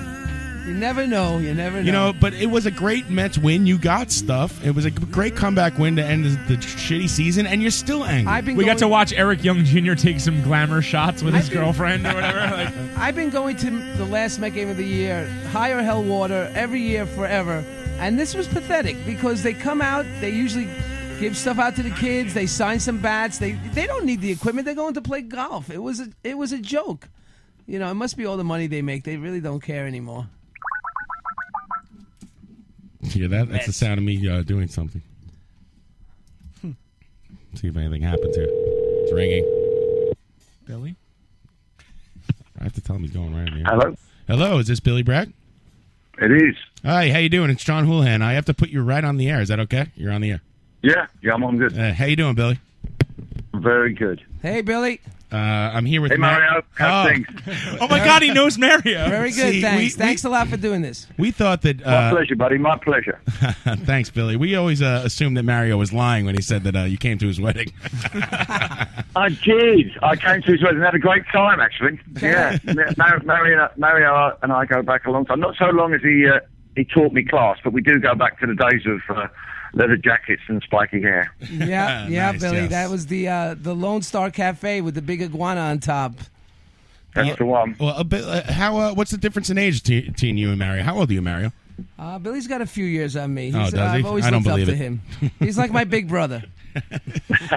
You never know. You never know.
You know, but it was a great Mets win. You got stuff. It was a great comeback win to end the, the shitty season, and you're still angry.
I've been
We got to
going-
watch Eric Young Jr. take some glamour shots with his
I've been-
girlfriend or whatever. Like,
I've been going to the last Met game of the year, high or hell water, every year forever. And this was pathetic because they come out, they usually give stuff out to the kids, they sign some bats, they they don't need the equipment, they're going to play golf. It was a, it was a joke. You know, it must be all the money they make. They really don't care anymore.
You hear that? That's the
Mets.
sound of me uh, doing something.
Hmm.
See if anything happens here. It's ringing.
Billy?
I have to tell him he's going right in here.
Hello?
Hello, is this Billy Bragg?
It is.
Hi, how you doing? It's John Houlihan. I have to put you right on the air. Is that okay? You're on the air.
Yeah, yeah, I'm on good.
Uh, how you doing, Billy?
Very good.
Hey, Billy.
Uh, I'm here with
Hey,
Mar-
Mario. How's
Oh.
things?
Oh my God, he knows Mario.
Very good.
See,
thanks.
we- we-
thanks a lot for doing this.
We thought that.
My
Uh,
pleasure, buddy. My pleasure.
thanks, Billy. We always uh, assumed that Mario was lying when he said that uh, you came to his wedding.
I did. I came to his wedding and had a great time, actually. Yeah. Mar- Mario, Mario and I go back a long time. Not so long as he uh, he taught me class, but we do go back to the days of uh, leather jackets and spiky hair.
Yeah, yeah,
Nice,
Billy.
yes.
That was the uh, the Lone Star Cafe with the big iguana on top.
That's the one.
Well, a bit, uh, how? Uh, what's the difference in age te- between you and Mario? How old are you, Mario?
Uh, Billy's got a few years on me. He's, uh,
Oh, does he?
I've always
I don't
looked
believe
up
it.
to him. He's like my big brother.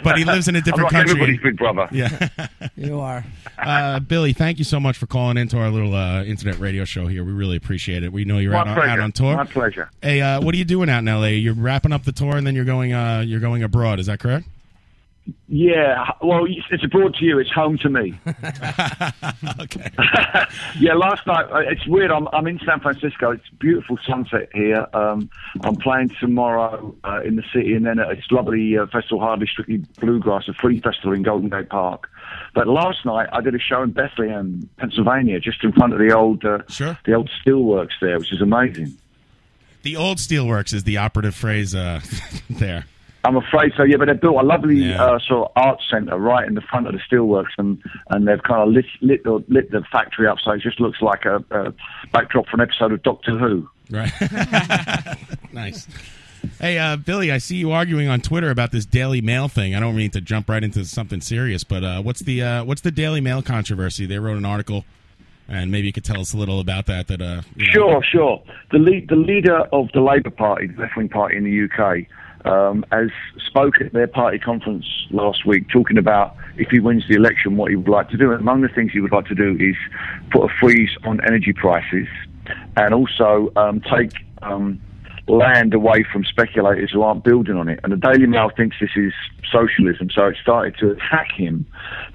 But he lives in a different
I'm like
country.
everybody's big brother.
Yeah.
You are.
Uh, Billy, thank you so much for calling into our little uh, internet radio show here. We really appreciate it. We know you're
My
out on,
pleasure.
out on tour.
My pleasure.
Hey, uh, what are you doing out in L.A.? You're wrapping up the tour, and then you're going. Uh, you're going abroad. Is that correct?
Yeah, well, it's abroad to you. It's home to me.
okay.
yeah, last night uh, it's weird. I'm I'm in San Francisco. It's beautiful sunset here. Um, I'm playing tomorrow uh, in the city, and then at this lovely uh, festival, hardly strictly bluegrass, a free festival in Golden Gate Park. But last night I did a show in Bethlehem, Pennsylvania, just in front of the old uh, the old steelworks there, which is amazing.
The old steelworks is the operative phrase uh, there.
I'm afraid so. Yeah, but they built a lovely uh, sort of art centre right in the front of the steelworks, and and they've kind of lit lit the, lit the factory up, so it just looks like a, a backdrop for an episode of Doctor Who.
Right. nice. Hey, uh, Billy, I see you arguing on Twitter about this Daily Mail thing. I don't mean to jump right into something serious, but uh, what's the uh, what's the Daily Mail controversy? They wrote an article, and maybe you could tell us a little about that. That uh, you know-
Sure, sure. The lead, the leader of the Labour Party, the left wing party in the UK, um, has spoke at their party conference last week, talking about if he wins the election, what he would like to do. And among the things he would like to do is put a freeze on energy prices, and also um, take um, land away from speculators who aren't building on it. And the Daily Mail thinks this is socialism, so it started to attack him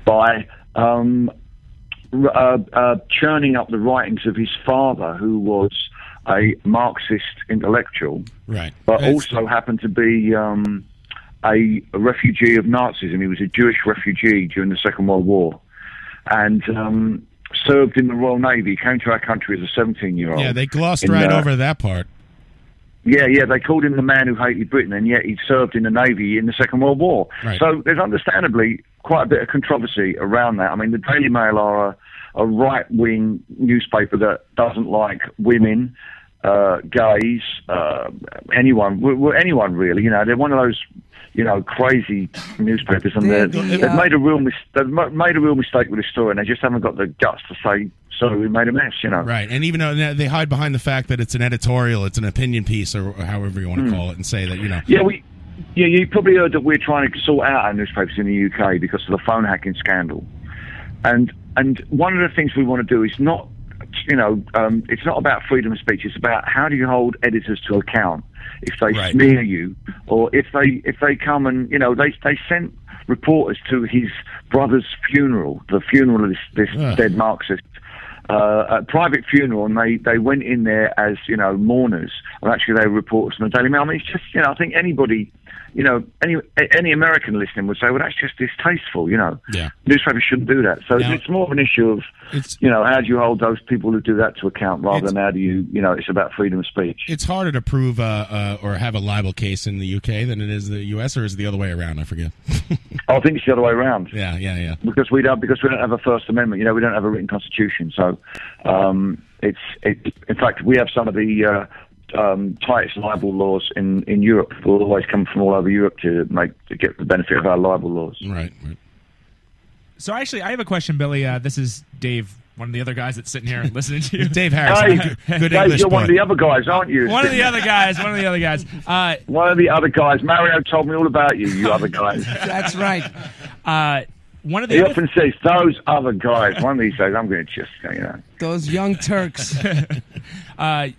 by. Um, r- uh, uh, churning up the writings of his father, who was a Marxist intellectual,
right.
but
It's-
also happened to be um, a, a refugee of Nazism. He was a Jewish refugee during the Second World War, and um, served in the Royal Navy. He came to our country as a seventeen-year-old.
yeah, they glossed
Oh, in,
right
uh,
over that part.
yeah, yeah, they called him the man who hated Britain, and yet he served in the Navy in the Second World War.
Right.
So there's understandably quite a bit of controversy around that. I mean, the Daily Mail are a, a right wing newspaper that doesn't like women, uh, gays, uh, anyone, w- w- anyone really. You know, they're one of those. You know, crazy newspapers, and
They're
they're,
the,
they've
uh,
made a real mis- they've ma- made a real mistake with this story, and they just haven't got the guts to say, "Sorry, we made a mess." You know,
Right, and even though they- they hide behind the fact that it's an editorial, it's an opinion piece, or or however you want to
Hmm.
call it, and say that you know.
Yeah, we. Yeah, you probably heard that we're trying to sort out our newspapers in the UK because of the phone hacking scandal, and and one of the things we want to do is not you know, um, it's not about freedom of speech. It's about how do you hold editors to account if they
Right.
smear you, or if they if they come and you know they they sent reporters to his brother's funeral, the funeral of this, this dead Marxist. Uh, a private funeral, and they, they went in there as you know mourners, and actually they were reporters from the Daily Mail. I mean, it's just you know I think anybody, you know, any any American listening would say, well, that's just distasteful, you know.
Yeah.
Newspapers shouldn't do that. So
Now-
it's more of an issue of, you know, how do you hold those people who do that to account rather than how do you, you know, it's about freedom of speech.
It's harder to prove uh, uh, or have a libel case in the UK than it is the US, or is it the other way around? I forget.
I think it's the other way around.
Yeah, yeah, yeah.
Because we don't, because we don't have a First Amendment. You know, we don't have a written constitution. So, um, it's it. In fact, we have some of the uh, um, tightest libel laws in in Europe. We'll always come from all over Europe to make to get the benefit of our libel laws.
Right. right.
So actually, I have a question, Billy. Uh, this is Dave, one of the other guys that's sitting here listening to you.
Dave
Hey, Dave, you're one of the other guys, aren't you?
One of the other guys. One of the other guys. Uh,
one of the other guys. Mario told me all about you. You other guys.
That's right.
Uh, one of
He often says those other guys. One of these days, I'm going to just you know.
Those young Turks.
uh,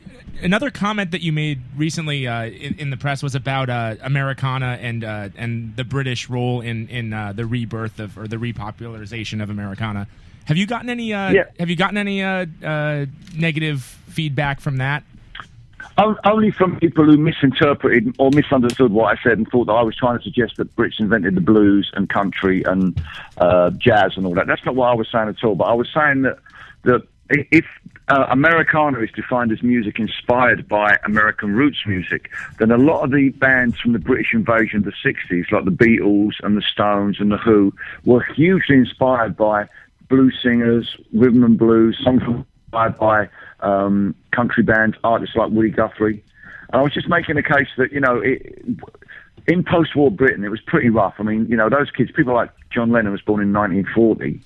another comment that you made recently uh, in, in the press was about uh, Americana and uh, and the British role in in uh, the rebirth of or the repopularization of Americana. Have you gotten any? Uh,
Yeah.
Have you gotten any uh, uh, negative feedback from that?
On- Only from people who misinterpreted or misunderstood what I said and thought that I was trying to suggest that Brits invented the blues and country and uh, jazz and all that. That's not what I was saying at all. But I was saying that that i- if uh, Americana is defined as music inspired by American roots music, then a lot of the bands from the British invasion of the '60s, like the Beatles and the Stones and the Who, were hugely inspired by blues singers, rhythm and blues, songs inspired by um, country bands, artists like Woody Guthrie. And I was just making a case that, you know, it, in post war Britain, it was pretty rough. I mean, you know, those kids, people like John Lennon was born in 1940.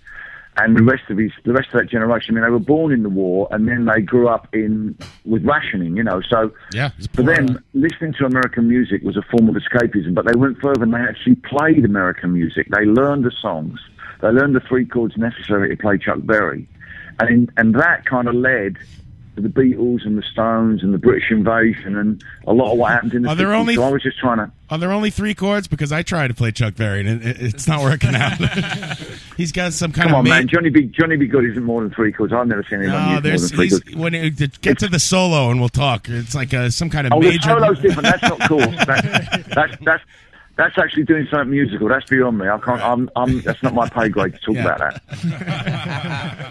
And the rest of his, the rest of that generation, I mean, they were born in the war, and then they grew up in with rationing, you know. So
Yeah.
for them, listening to American music was a form of escapism, but they went further and they actually played American music. They learned the songs. They learned the three chords necessary to play Chuck Berry. And, in, and that kind of led to the Beatles and the Stones and the British invasion and a lot of what happened in the
Are there
60s.
only-
So I was just trying to.
Are there only three chords? Because I tried to play Chuck Berry and it, it's not working out. he's got some kind
Come
of
on,
ma-
man. Johnny B. Johnny B. Good isn't more than three chords. I've never seen anyone
No,
use more
there's
than three
he's,
chords.
when it, get to the solo and we'll talk. It's like uh some kind of
Oh, the
major.
solo's different. That's not cool. That, that's that's that's actually doing something musical. That's beyond me. I can't. I'm. I'm. That's not my pay grade to talk about that.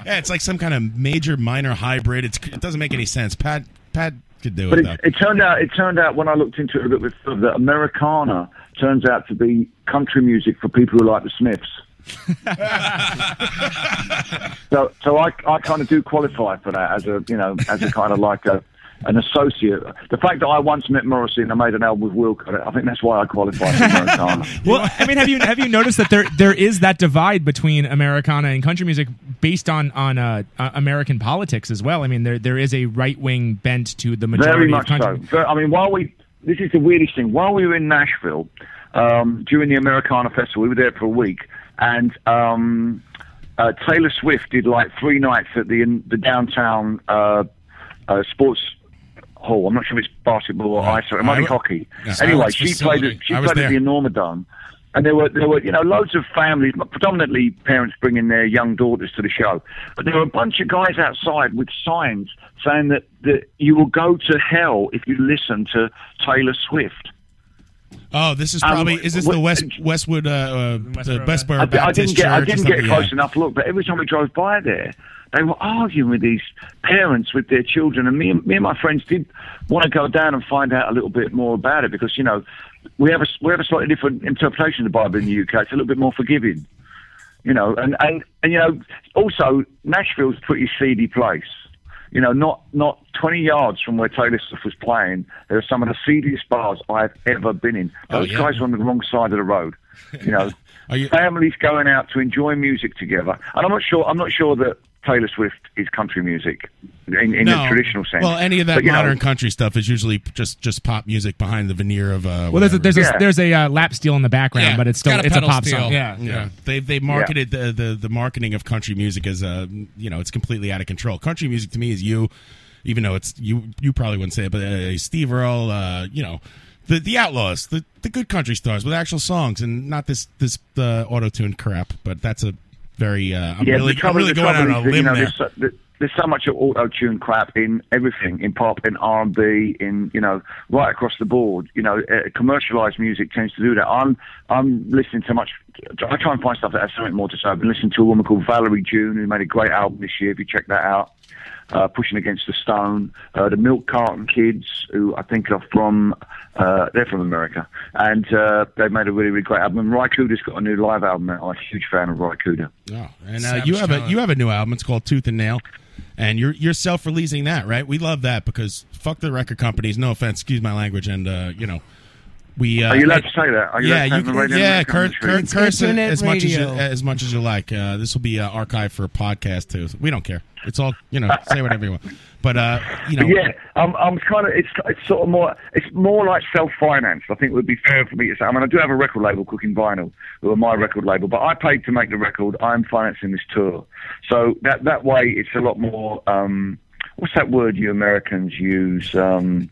Yeah, it's like some kind of major minor hybrid. It's, it doesn't make any sense. Pat Pat could do
But
it
it,
though.
it turned out it turned out when I looked into it a little bit further that Americana turns out to be country music for people who like the Smiths. so so I I kind of do qualify for that as a you know as a kind of like a an associate. The fact that I once met Morrissey and I made an album with Wilco, I think that's why I qualify for Americana.
Well, I mean, have you have you noticed that there there is that divide between Americana and country music based on on uh, uh, American politics as well? I mean, there there is a right wing bent to the majority
Very much
of country.
so. Ver- I mean, while we, this is the weirdest thing. While we were in Nashville um, during the Americana Festival, we were there for a week, and um, uh, Taylor Swift did like three nights at the in, the downtown uh, uh, sports hall. I'm not sure if it's basketball or ice or it might
I
be
w-
hockey.
Yeah.
anyway,
Sports
she
facility.
played at, she
I was
played at the
there.
Enormodome. And there were there were you know loads of families, predominantly parents bringing their young daughters to the show, but there were a bunch of guys outside with signs saying that, that you will go to hell if you listen to Taylor Swift.
Oh, this is
Um,
probably is this the
what-
West Westwood uh, uh the Westboro
I, di- I
Baptist
didn't get I
Church or
didn't get
something?
close
Yeah.
enough look, but every time we drove by there, they were arguing with these parents with their children, and me and me and my friends did want to go down and find out a little bit more about it because you know we have a s- we have a slightly different interpretation of the Bible in the UK. It's a little bit more forgiving, you know, and and, and you know also Nashville's a pretty seedy place. You know, not not 20 yards from where Taylor Swift was playing, there are some of the seediest bars I've ever been in.
Oh,
Those
yeah.
guys were on the wrong side of the road. You know, families going out to enjoy music together, and I'm not sure. I'm not sure that Taylor Swift is country music in, in
No.
the traditional sense.
Well, any of that
But, you know,
modern country stuff is usually just just pop music behind the veneer of. Uh,
Well, there's
whatever.
a, there's a, there's a uh, lap steel in the background, but it's still it's a pop song. Yeah,
They they marketed the, the the marketing of country music as a you know it's completely out of control. Country music to me is you, even though it's you you probably wouldn't say it, but uh, Steve Earle, uh, you know. The, the outlaws, the, the good country stars with actual songs and not this this uh, auto tuned crap. But that's a very uh, I'm
yeah, the
really I'm
trouble-
really
the
going out
trouble is
on a
that,
limb
you know,
there.
There's so, there- there's so much auto tune crap in everything, in pop, in R and B, in you know, right across the board. You know, uh, commercialized music tends to do that. I'm I'm listening to much. I try and find stuff that has something more to say. I've been listening to a woman called Valerie June who made a great album this year. If you check that out, uh, Pushing Against the Stone, uh, the Milk Carton Kids, who I think are from, uh, they're from America, and uh, they made a really really great album. And Rykuda's got a new live album. out. I'm a huge fan of Rykuda.
Oh, and uh,
Savage
you have a
Talent.
you have a new album. It's called Tooth and Nail, and you're you're self releasing that, right? We love that because fuck the record companies. No offense, excuse my language, and uh, you know we. Uh,
Are you allowed to say that? Are you
yeah,
allowed to say
you,
on the radio
yeah,
that
cur-
commentary?
cur-
It's
curse it
internet
as much as you
radio.
as much as you like. Uh, this will be uh, archived for a podcast too. We don't care. It's all you know. say whatever you want, but uh, you know.
But yeah, I'm, I'm kind of it's it's sort of more it's more like self-financed. I think it would be fair for me to say. I mean, I do have a record label, Cooking Vinyl, who are my record label, but I paid to make the record. I'm financing this tour, so that that way it's a lot more. Um, what's that word you Americans use? Um,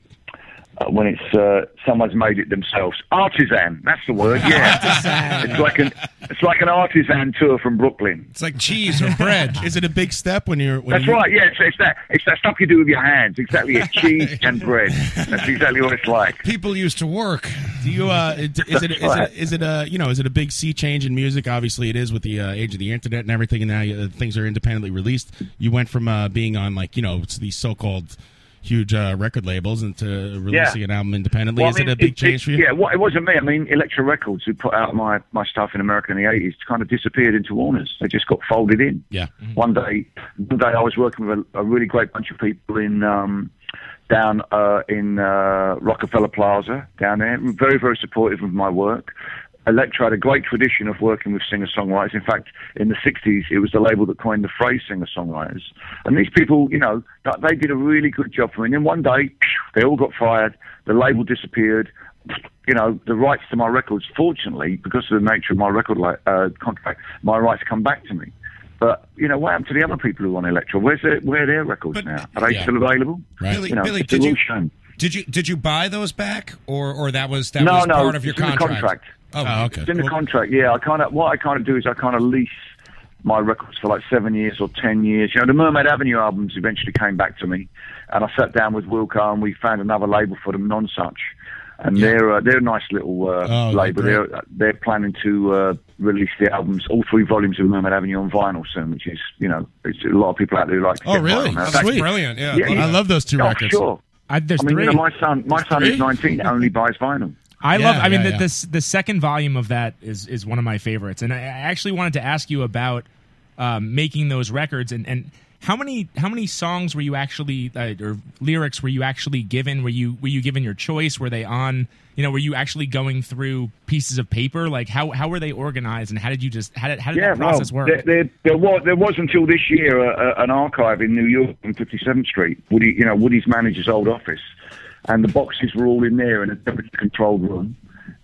uh, when it's uh, someone's made it themselves, artisan. That's the word. Yeah, it's like an it's like an artisan tour from Brooklyn.
It's like cheese or bread. Is it a big step when you're? When
That's
you-
right. Yeah, it's, it's that it's that stuff you do with your hands. Exactly, it. cheese and bread. That's exactly what it's like.
People used to work. Do you? Uh, is it? Is it? Is it, is it a? You know, is it a big sea change in music? Obviously, it is with the uh, age of the internet and everything, and now you, uh, things are independently released. You went from uh, being on like you know it's these so-called huge uh, record labels and to releasing an album independently.
Well,
is
I mean,
it a big change for you?
Yeah, well, it wasn't me. I mean, Elektra Records, who put out my, my stuff in America in the 80s, kind of disappeared into Warner's. They just got folded in.
Yeah.
One day, one day I was working with a, a really great bunch of people in um, down uh, in uh, Rockefeller Plaza down there. Very very supportive of my work. Elektra had a great tradition of working with singer songwriters. In fact, in the 60s, it was the label that coined the phrase singer songwriters. And these people, you know, th- they did a really good job for me. And then one day, they all got fired, the label disappeared, you know, the rights to my records, fortunately, because of the nature of my record li- uh, contract, my rights come back to me. But, you know, what happened to the other people who won Elektra? Where's their, where are their records now? Are they
yeah.
still available?
Right. Billy-
you know,
Billy,
it's a
did
real
you-
shame.
Did you did you buy those back, or or that was that
no,
was
no,
part of your
it's in the
contract? Oh,
It's in the contract, yeah. I kind of what I kind of do is I kind of lease my records for like seven years or ten years. You know, the Mermaid Avenue albums eventually came back to me, and I sat down with Wilco and we found another label for them, Non Such, and they're uh, they're a nice little uh,
Oh,
label.
they're
They're they're planning to uh, release the albums, all three volumes of Mermaid Avenue on vinyl soon, which is you know, it's a lot of people out there who like. To
Oh,
get
really?
vinyl now.
That's Sweet. brilliant, yeah. I love those two
oh,
records.
Sure.
I, there's
I mean,
three.
You know, my son, my son
Three?
is 19, only buys vinyl.
I love. I mean,
yeah,
the,
yeah.
this the second volume of that is is one of my favorites, and I I actually wanted to ask you about um, making those records and and how many how many songs were you actually uh, or lyrics were you actually given? Were you were you given your choice? Were they on? You know, were you actually going through pieces of paper? Like how how were they organized, and how did you just how did how did that process
well,
work?
There, there, there was there was until this year a, a, an archive in New York on 57th Street. Woody, you know, Woody's manager's old office, and the boxes were all in there in a temperature-controlled room,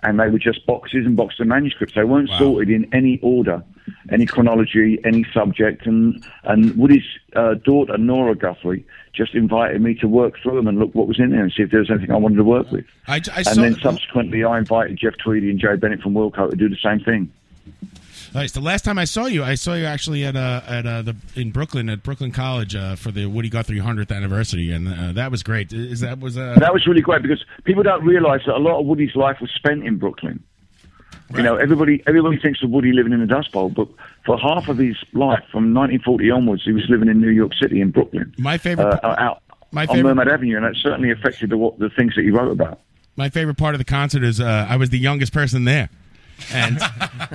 and they were just boxes and boxes of manuscripts. They weren't sorted in any order, any chronology, any subject, and and Woody's uh, daughter Nora Guthrie just invited me to work through them and look what was in there and see if there was anything I wanted to work with.
I, I
and
saw.
then subsequently, I invited Jeff Tweedy and Joe Bennett from Wilco to do the same thing.
Nice. The last time I saw you, I saw you actually at uh, at uh, the in Brooklyn at Brooklyn College uh, for the Woody Guthrie 100th anniversary, and uh, that was great. Is that was uh,
that was really great because people don't realise that a lot of Woody's life was spent in Brooklyn. You know, everybody everybody thinks of Woody living in the Dust Bowl, but for half of his life, from 1940 onwards, he was living in New York City in Brooklyn.
My favorite-
uh, out
my
on
favorite-
Mermaid Avenue, and that certainly affected the what, the things that he wrote about.
My favorite part of the concert is uh, I was the youngest person there, and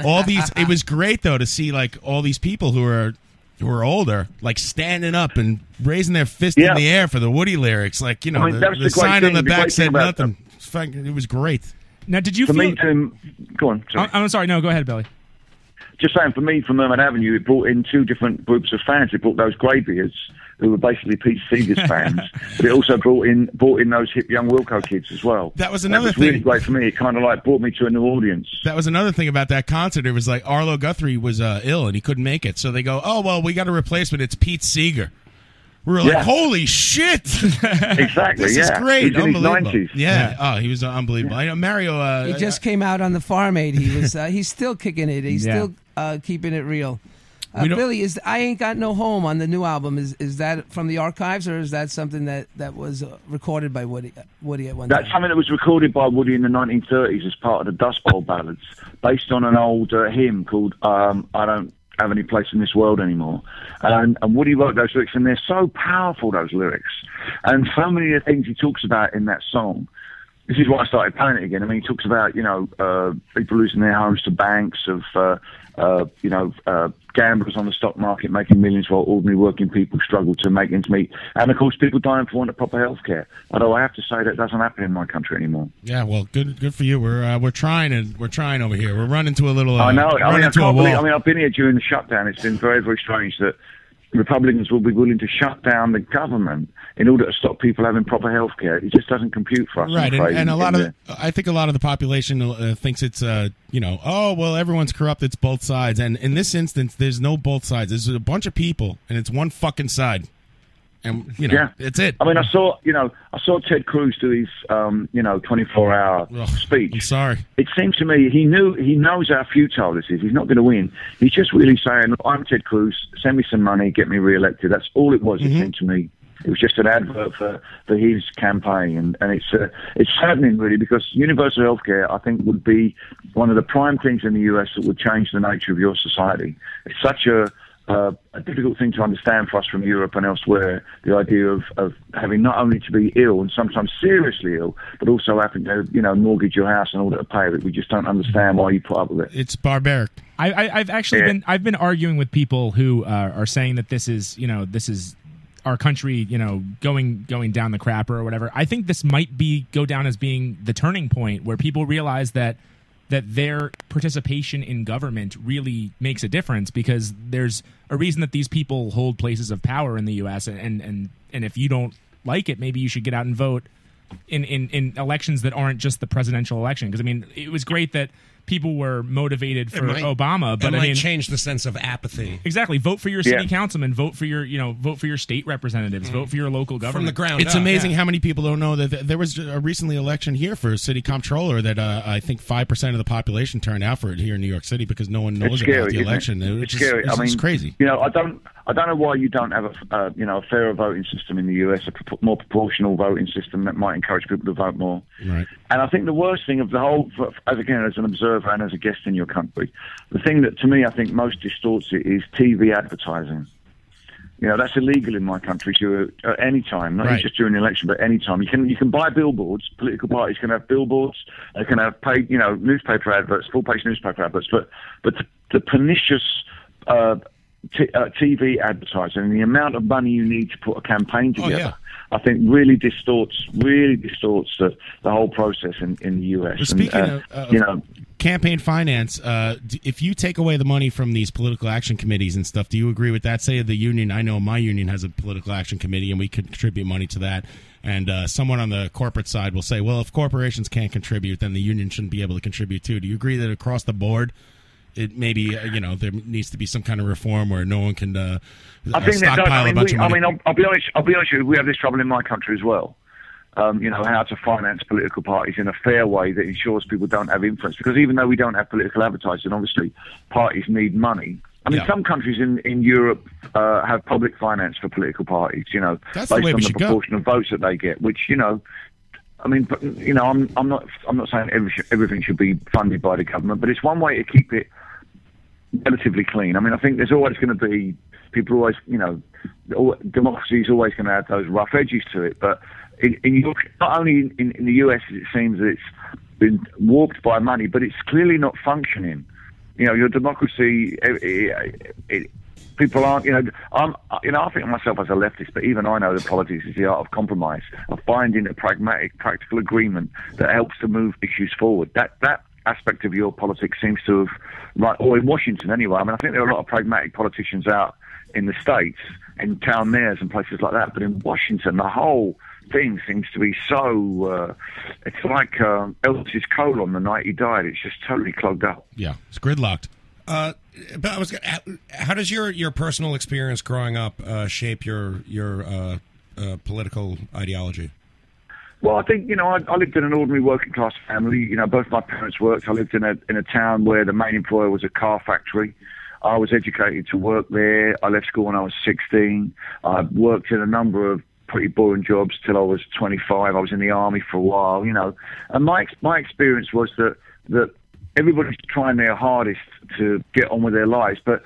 all these. It was great though to see like all these people who are who are older, like standing up and raising their fist
Yeah.
in the air for the Woody lyrics. Like you know,
I mean,
the,
that was
the
the great
sign
thing-
on the
the great
back
thing
said
about
nothing. Fucking- It was great.
Now, did you
For
feel?
me to go on.
I, am sorry. No, go ahead, Billy.
just saying, for me, from Mermaid Avenue, it brought in two different groups of fans. It brought those greybeards, who were basically Pete Seeger's fans, but it also brought in brought in those hip young Wilco kids as well.
That was another
that was Really
thing.
great for me. It kind of like brought me to a new audience.
That was another thing about that concert. It was like Arlo Guthrie was uh, ill and he couldn't make it, so they go, "Oh well, we got a replacement. It's Pete Seeger." We were
Yeah.
like, "Holy shit!"
Exactly,
This is
yeah.
great.
He's in his
unbelievable.
90s.
Yeah. Oh, he was uh, unbelievable. I know Mario. Uh,
He just came out on the Farm Aid. He was. Uh, he's still kicking it. He's
Yeah.
still uh, keeping it real. Uh,
We don't-
Billy is. I ain't got no home on the new album. Is is that from the archives or is that something that that was uh, recorded by Woody? Woody at one time.
That's something that was recorded by Woody in the 1930s as part of the Dust Bowl ballads, based on an old uh, hymn called um, "I Don't Have Any Place in This World Anymore." And, and Woody wrote those lyrics, and they're so powerful. Those lyrics, and so many of the things he talks about in that song. This is why I started playing it again. I mean, he talks about you know uh, people losing their homes to banks, of uh, uh, you know uh, gamblers on the stock market making millions while ordinary working people struggle to make ends meet, and of course people dying for want of proper health care. Although I have to say that doesn't happen in my country anymore.
yeah. Well, good. Good for you. We're uh, we're trying and we're trying over here. We're running to a little. Uh,
I know. I
running
mean, I,
to a
can't
wall.
believe, I mean, I've been here during the shutdown. It's been very, very strange that Republicans will be willing to shut down the government in order to stop people having proper health care. It just doesn't compute for us. I'm
right and,
afraid,
and a
in-
lot
in
of
the-
i think a lot of the population uh, thinks it's uh you know oh well everyone's corrupt it's both sides and in this instance there's no both sides there's a bunch of people and it's one fucking side and you know
yeah.
it's it
I mean, I saw you know I saw Ted Cruz do his um, you know twenty four hour speech. I'm
sorry.
It seems to me he knew he knows how futile this is. He's not going to win. He's just really saying, "I'm Ted Cruz. Send me some money, get me re-elected." That's all it was. It
Mm-hmm.
seemed to me. It was just an advert for, for his campaign, and, and it's uh, it's saddening really because universal health care I think would be one of the prime things in the US that would change the nature of your society. It's such a uh, a difficult thing to understand for us from Europe and elsewhere, the idea of, of having not only to be ill and sometimes seriously ill, but also having to, you know, mortgage your house in order to pay it. We just don't understand why you put up with it.
it's barbaric
I, I, I've actually
Yeah.
been I've been arguing with people who uh, are saying that this is you know this is our country you know going going down the crapper or whatever. I think this might be go down as being the turning point where people realize that that their participation in government really makes a difference because there's a reason that these people hold places of power in the U.S. and and and if you don't like it, maybe you should get out and vote in, in, in elections that aren't just the presidential election. Because I mean, it was great that people were motivated for
might-
Obama,
it
but I
might
mean,
change the sense of apathy.
exactly. Vote for your city
Yeah.
councilman. Vote for your you know vote for your state representatives.
Mm-hmm.
Vote for your local government
It's amazing how many people don't know that th- there was a recently election here for city comptroller that uh, I think five percent of the population turned out for it here in New York City because no one knows
it's scary,
about the
isn't it?
election. It-
It's
It's,
scary.
It's,
I
it's
mean,
crazy.
You know, I don't, I don't know why you don't have a, uh, you know, a fairer voting system in the US, a pro- more proportional voting system that might encourage people to vote more.
Right.
And I think the worst thing of the whole, for- as again, as an observer and as a guest in your country, the thing that to me I think most distorts it is TV advertising. You know, that's illegal in my country to uh, at any time, not
Right.
just during the election, but any time. You can you can buy billboards. Political parties can have billboards. They can have paid, you know, newspaper adverts, full page newspaper adverts. But but the, the pernicious. Uh, T- uh, TV advertising and the amount of money you need to put a campaign
Oh,
together, I think really distorts really distorts the, the whole process in, in the US. And,
Speaking
uh,
of- uh,
you know,
campaign finance uh, d- if you take away the money from these political action committees and stuff do you agree with that say the union i know my union has a political action committee and we contribute money to that and uh, someone on the corporate side will say well if corporations can't contribute then the union shouldn't be able to contribute too do you agree that across the board it maybe uh, you know there needs to be some kind of reform where no one can uh,
I
uh,
think that
stockpile
I
a
mean,
bunch
we,
of
I
money
mean I'll, I'll be honest. I'll be honest with you. We have this trouble in my country as well. Um, you know how to finance political parties in a fair way that ensures people don't have influence. Because even though we don't have political advertising, obviously parties need money. I mean,
Yeah.
some countries in in Europe uh, have public finance for political parties. You know,
That's the
based
way
on
we
the
should go.
proportion of votes that they get, which you know I mean, but, you know, I'm I'm not I'm not saying every, everything should be funded by the government, but it's one way to keep it relatively clean. I mean, I think there's always going to be people always, you know, al- democracy is always going to have those rough edges to it. But in, in your, not only in- in, in the US, it seems that it's been warped by money, but it's clearly not functioning. You know, your democracy, eh, it, it, it, people aren't. You know, I'm. You know, I think of myself as a leftist, but even I know that politics is the art of compromise, of finding a pragmatic, practical agreement that helps to move issues forward. That that aspect of your politics seems to have, right, or in Washington anyway. I mean, I think there are a lot of pragmatic politicians out in the states, in town mayors and places like that. But in Washington, the whole thing seems to be so. Uh, it's like um, Elvis's colon the night he died. It's just totally clogged up.
Yeah, it's gridlocked.
Uh, but I was. gonna- How, how does your your personal experience growing up uh, shape your your uh, uh, political ideology?
Well, I think you know I, I lived in an ordinary working class family. You know, both my parents worked. I lived in a in a town where the main employer was a car factory. I was educated to work there. I left school when I was 16. I worked in a number of pretty boring jobs till I was 25. I was in the army for a while, you know. And my ex- my experience was that that everybody's trying their hardest to get on with their lives, but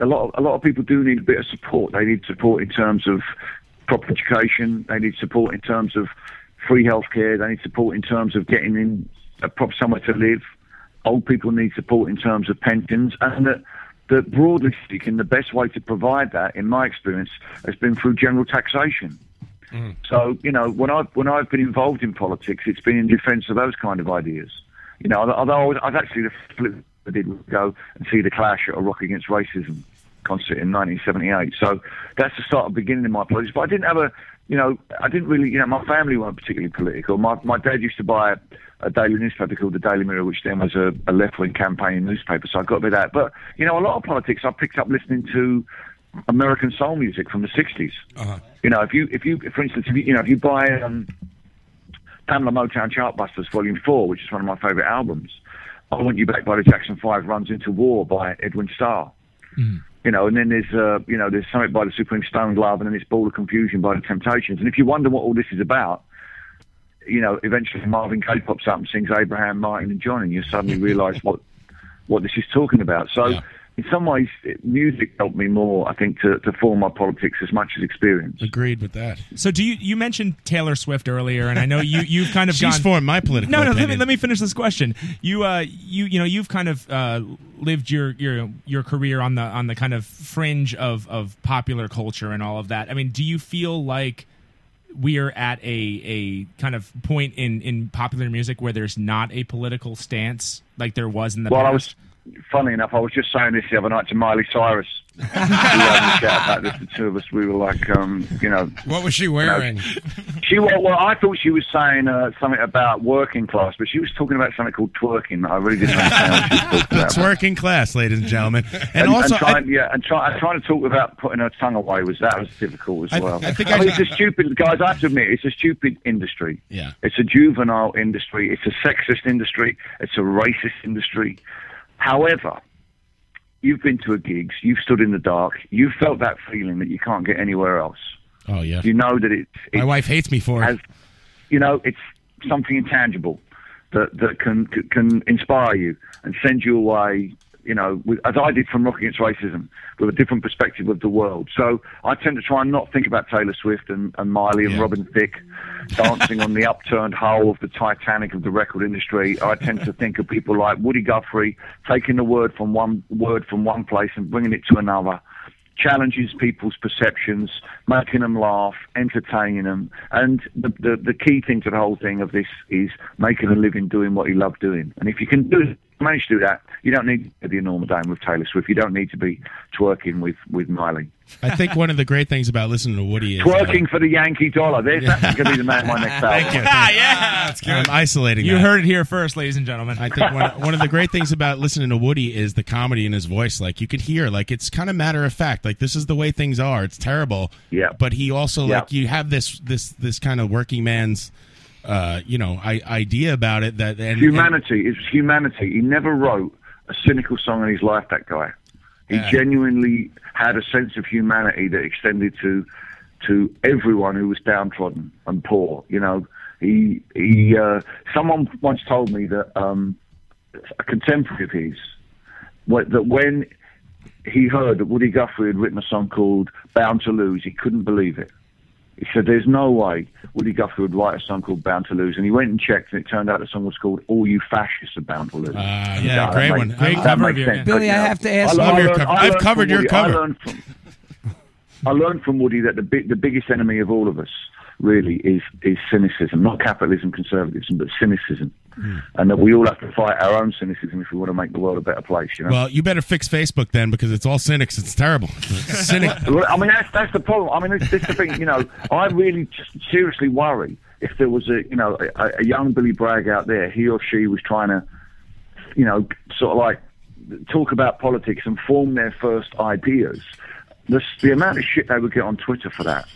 a lot of, a lot of people do need a bit of support. They need support in terms of proper education. They need support in terms of free healthcare. They need support in terms of getting in a proper somewhere to live. Old people need support in terms of pensions, and that, that broadly speaking, the best way to provide that, in my experience, has been through general taxation. So you know, when I've when I've been involved in politics, it's been in defence of those kind of ideas. You know, although I was, I've actually the flip I did was go and see the Clash at a Rock Against Racism concert in 1978. So that's the start of the beginning of my politics. But I didn't have a, you know, I didn't really, you know, my family weren't particularly political. My my dad used to buy a, a daily newspaper called the Daily Mirror, which then was a, a left wing campaign newspaper. So I got a bit of that. But you know, a lot of politics I picked up listening to American soul music from the 60s.
Uh-huh.
You know, if you, if you, for instance, if you, you know, if you buy um, Pamela Motown Chartbusters Volume Four, which is one of my favourite albums, "I Want You Back" by the Jackson Five runs into war by Edwin Starr. You know, and then there's uh, you know there's something by the Supreme Stone Love, and then it's Ball of Confusion by the Temptations. And if you wonder what all this is about, you know, eventually Marvin Gaye pops up and sings Abraham, Martin, and John, and you suddenly realise what what this is talking about. So, in some ways, it- music helped me more, I think, to, to form my politics as much as experience.
Agreed with that.
So do you? You mentioned Taylor Swift earlier, and I know you you've kind of
She's
gone,
formed my political
No, no. Let me
opinion.
let me finish this question. You uh you you know you've kind of uh lived your your your career on the on the kind of fringe of of popular culture and all of that. I mean, do you feel like we're at a a kind of point in in popular music where there's not a political stance like there was in the
well,
past?
I was, funny enough, I was just saying this the other night to Miley Cyrus. we had a chat about this, the two of us. We were like, um, you know,
What was she
you know,
wearing?
she well, well, I thought she was saying uh, something about working class, but she was talking about something called twerking. that I really didn't understand. what she was talking about.
It's working class, ladies and gentlemen. And,
and
also,
trying, yeah, and try, and trying to talk without putting her tongue away was that was difficult as
I-
well.
I think I-
mean, it's a stupid guys. I have to admit, it's a stupid industry.
Yeah.
It's a juvenile industry. It's a sexist industry. It's a racist industry. However, you've been to a gigs. You've stood in the dark. You've felt that feeling that you can't get anywhere else.
oh yeah,
You know that it's,
my wife hates me for it.
you know, it's something intangible that that can can inspire you and send you away. You know, with, as I did from Rock Against Racism, with a different perspective of the world. So I tend to try and not think about Taylor Swift and, and Miley and Robin Thicke dancing on the upturned hull of the Titanic of the record industry. I tend to think of people like Woody Guthrie taking the word from one word from one place and bringing it to another challenges people's perceptions, making them laugh, entertaining them, and the, the the key thing to the whole thing of this is making a living doing what you love doing. And if you can do manage to do that, you don't need to be a normal dame with Taylor Swift. You don't need to be twerking with with Miley.
I think one of the great things about listening to Woody is uh,
Twerking for the Yankee dollar. There's that's going to be the man of my next album.
I'm isolating.
You
that.
heard it here first, ladies and gentlemen.
I think one, one of the great things about listening to Woody is the comedy in his voice. Like you can hear, like it's kind of matter of fact. Like this is the way things are. It's terrible.
Yeah.
But he also
Yeah.
like you have this this this kind of working man's, uh, you know, I, idea about it that and,
humanity is humanity. He never wrote a cynical song in his life. That guy, he
Yeah.
genuinely had a sense of humanity that extended to to everyone who was downtrodden and poor. You know, he he. Uh, someone once told me that um, a contemporary of his wh- that when he heard that Woody Guthrie had written a song called "Bound to Lose," he couldn't believe it. He said, "There's no way Woody Guthrie would write a song called Bound to Lose," and he went and checked, and it turned out the song was called "All You Fascists Are Bound to Lose."
Ah, yeah,
that
great
makes-
one.
that
Great
makes
cover of you,
sense,
yeah.
Billy,
but, you
I
know,
have to ask
I
you- Love your
learned-
cover.
I
I've
learned
covered
from
your
Woody-
cover.
I learned from, I learned from Woody that the, bi- the biggest enemy of all of us really is is cynicism, not capitalism, conservatism, but cynicism,
Hmm.
and that we all have to fight our own cynicism if we want to make the world a better place. You know.
Well, you better fix Facebook then because it's all cynics. It's terrible. cynic.
Well, I mean, that's that's the problem. I mean, it's, it's the thing. You know, I really just seriously worry if there was a you know a, a young Billy Bragg out there, he or she was trying to, you know, sort of like talk about politics and form their first ideas. The, the amount of shit they would get on Twitter for that.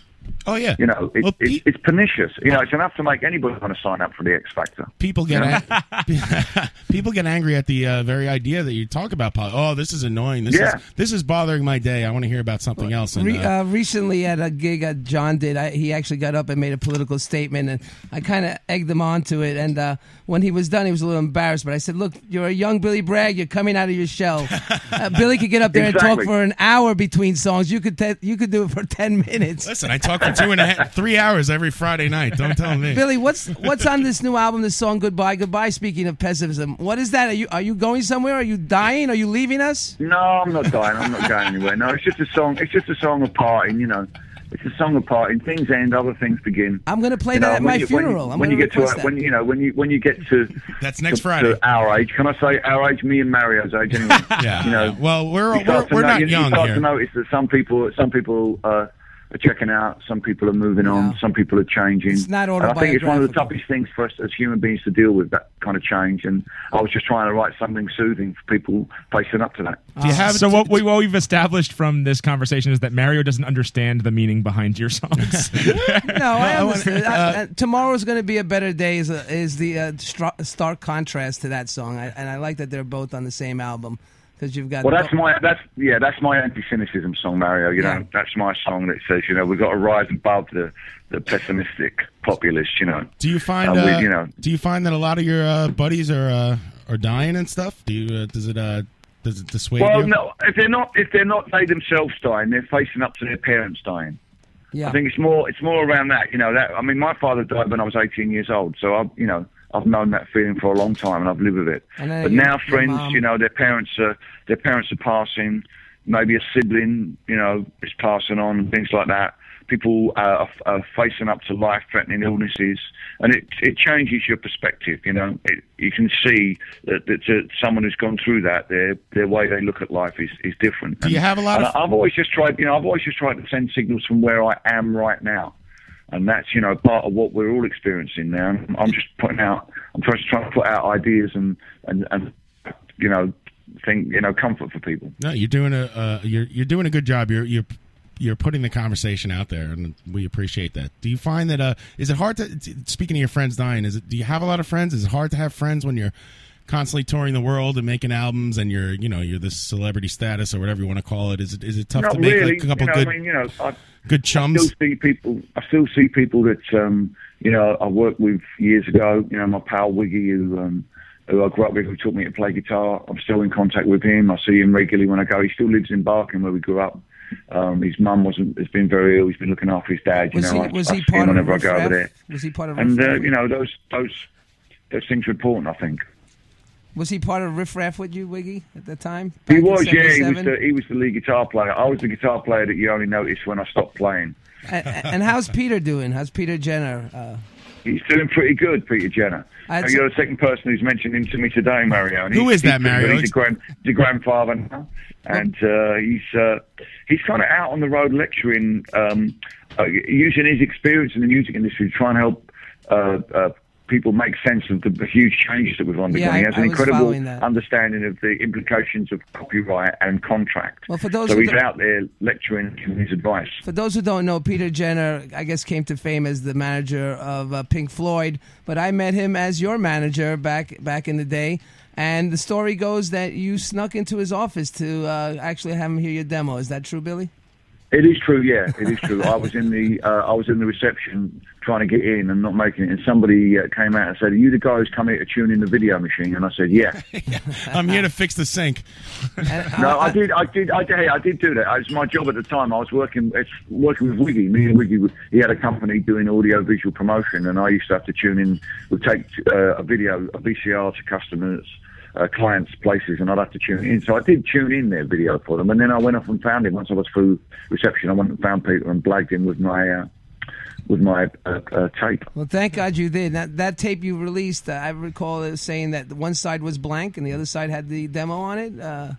Oh yeah.
You know, it, it, it's pernicious. You know, it's enough to make anybody want to sign up for the X Factor.
People get
You know?
ang- people get angry at the uh, very idea that you talk about. Poli- oh, this is annoying. This
Yeah.
is this is bothering my day. I want to hear about something else. And,
Re-
uh,
uh, recently at a gig that John did, I, he actually got up and made a political statement, and I kind of egged him onto it. And uh, when he was done, he was a little embarrassed, but I said, "Look, you're a young Billy Bragg. You're coming out of your shell. Uh, Billy could get up there and
Exactly.
talk for an hour between songs. You could te- you could do it for ten minutes."
listen, I talk for two and a half, three hours every Friday night. Don't tell me.
Billy, what's what's on this new album? The song "Goodbye, Goodbye." Speaking of pessimism, what is that? Are you are you going somewhere? Are you dying? Are you leaving us?
No, I'm not dying. I'm not going anywhere. No, it's just a song. It's just a song of parting. You know, it's a song of parting. Things end, other things begin.
I'm going to play
You
that
know,
at
when
my
you- when you-
funeral. I'm
When,
gonna
you get to
request
our-
that.
when you know when you when you get to
that's next
to,
Friday.
to our age. Can I say our age? Me and Mario's age. Anyway.
Yeah.
You know.
Well, we're-
you start
we're-
to
we're
know-
not
you,
young
You start
here.
to notice that some people some people uh, are checking out, some people are moving on, some people are changing.
It's not
And I think it's one of the toughest things for us as human beings to deal with that kind of change. And I was just trying to write something soothing for people facing up to that.
so what, we, what we've established from this conversation is that Mario doesn't understand the meaning behind your songs.
No, I
I
understand.
wonder-
I-
uh,
I- tomorrow's going to be a better day is, a, is the uh, stra- stark contrast to that song, I, and I like that they're both on the same album because you've got.
Well, that's my that's yeah, that's my anti-Semitism song, Mario. You know, that's my song that says you know we've got to rise above the the pessimistic populace. You know,
Do you find
And we-
uh,
you know-
Do you find that a lot of your uh, buddies are uh, are dying and stuff? Do you uh, does it uh, does it dissuade
Well,
you?
no, if they're not, if they're not they themselves dying, they're facing up to their parents dying.
Yeah.
I think it's more, it's more around that. You know, that I mean, my father died when I was 18 years old, so I, you know, I've known that feeling for a long time, and I've lived with it.
And then
But
your-
now,
your
friends,
mom-
you know, their parents are their parents are passing. Maybe a sibling, you know, is passing on, and things like that. People uh, are, are facing up to life-threatening illnesses, and it it changes your perspective. You know, it, you can see that, that to someone who's gone through that, their their way they look at life is is different.
Do you have a lot
And
of-
I've always just tried, you know, I've always just tried to send signals from where I am right now and that's you know part of what we're all experiencing now. And I'm just putting out, I'm just trying to put out ideas and and and you know, think you know, comfort for people.
No, you're doing a uh, you're you're doing a good job. You're you're you're putting the conversation out there, and we appreciate that. Do you find that uh, is it hard to t- speaking of your friends dying? Is it do you have a lot of friends? Is it hard to have friends when you're constantly touring the world and making albums, and you're you know you're this celebrity status or whatever you want to call it? Is it is it tough
Not
to make
really.
like, a couple
you know,
good
I mean, you know, I,
good chums?
I still see people. I still see people that um, you know I worked with years ago. You know, my pal Wiggy, who um, who I grew up with, who taught me to play guitar. I'm still in contact with him. I see him regularly when I go. He still lives in Barking, where we grew up. Um, his mum wasn't has been very ill. He's been looking after his dad. You
was
know,
he
I,
was
I
he
see him
part of
whenever I
Riff
go over there.
Raff? Was he part of
And
Riff
uh,
Raff?
you know those those those things are important. I think
Was he part of Riff Raff with you, Wiggy, at the time?
he
Back in
was. uh, Yeah, he was
77?
the he was the lead guitar player. I was the guitar player that you only noticed when I stopped playing.
and, and how's Peter doing? How's Peter Jenner? Uh,
He's doing pretty good, Peter Jenner.
I had
Now, you're the second person who's mentioned him to me today, Mario. And
Who
he's-
is that,
he's pretty good.
Mario?
He's a, grand, he's a grandfather now, and uh, he's uh, he's kind of out on the road lecturing, um, uh, using his experience in the music industry to try and help uh, uh, people make sense of the, the huge changes that we've undergone.
Yeah, I-
he has
I
an
was
incredible
following that.
understanding of the implications of copyright and contract.
Well, for those
so
who
he's
don't-
out there lecturing giving his advice.
For those who don't know, Peter Jenner, I guess, came to fame as the manager of uh, Pink Floyd, but I met him as your manager back back in the day. And the story goes that you snuck into his office to uh, actually have him hear your demo. Is that true, Billy?
It is true, yeah, it is true. I was in the uh, I was in the reception trying to get in and not making it, and somebody uh, came out and said, "Are you the guy who's come here to tune in the video machine?" And I said, "Yeah."
I'm here to fix the sink.
no, I did, I did, I did, hey, I did do that. It was my job at the time. I was working, it's working with Wiggy. Me and Wiggy, he had a company doing audio visual promotion, and I used to have to tune in. We'd take uh, a video, a VCR to customers, uh, clients, places, and I'd have to tune in. So I did tune in their video for them, and then I went off and found him. Once I was through reception, I went and found Peter and blagged him with my. Uh, with my uh, uh, tape.
Well, thank God you did. That, that tape you released, uh, I recall it saying that one side was blank and the other side had the demo on it. Uh,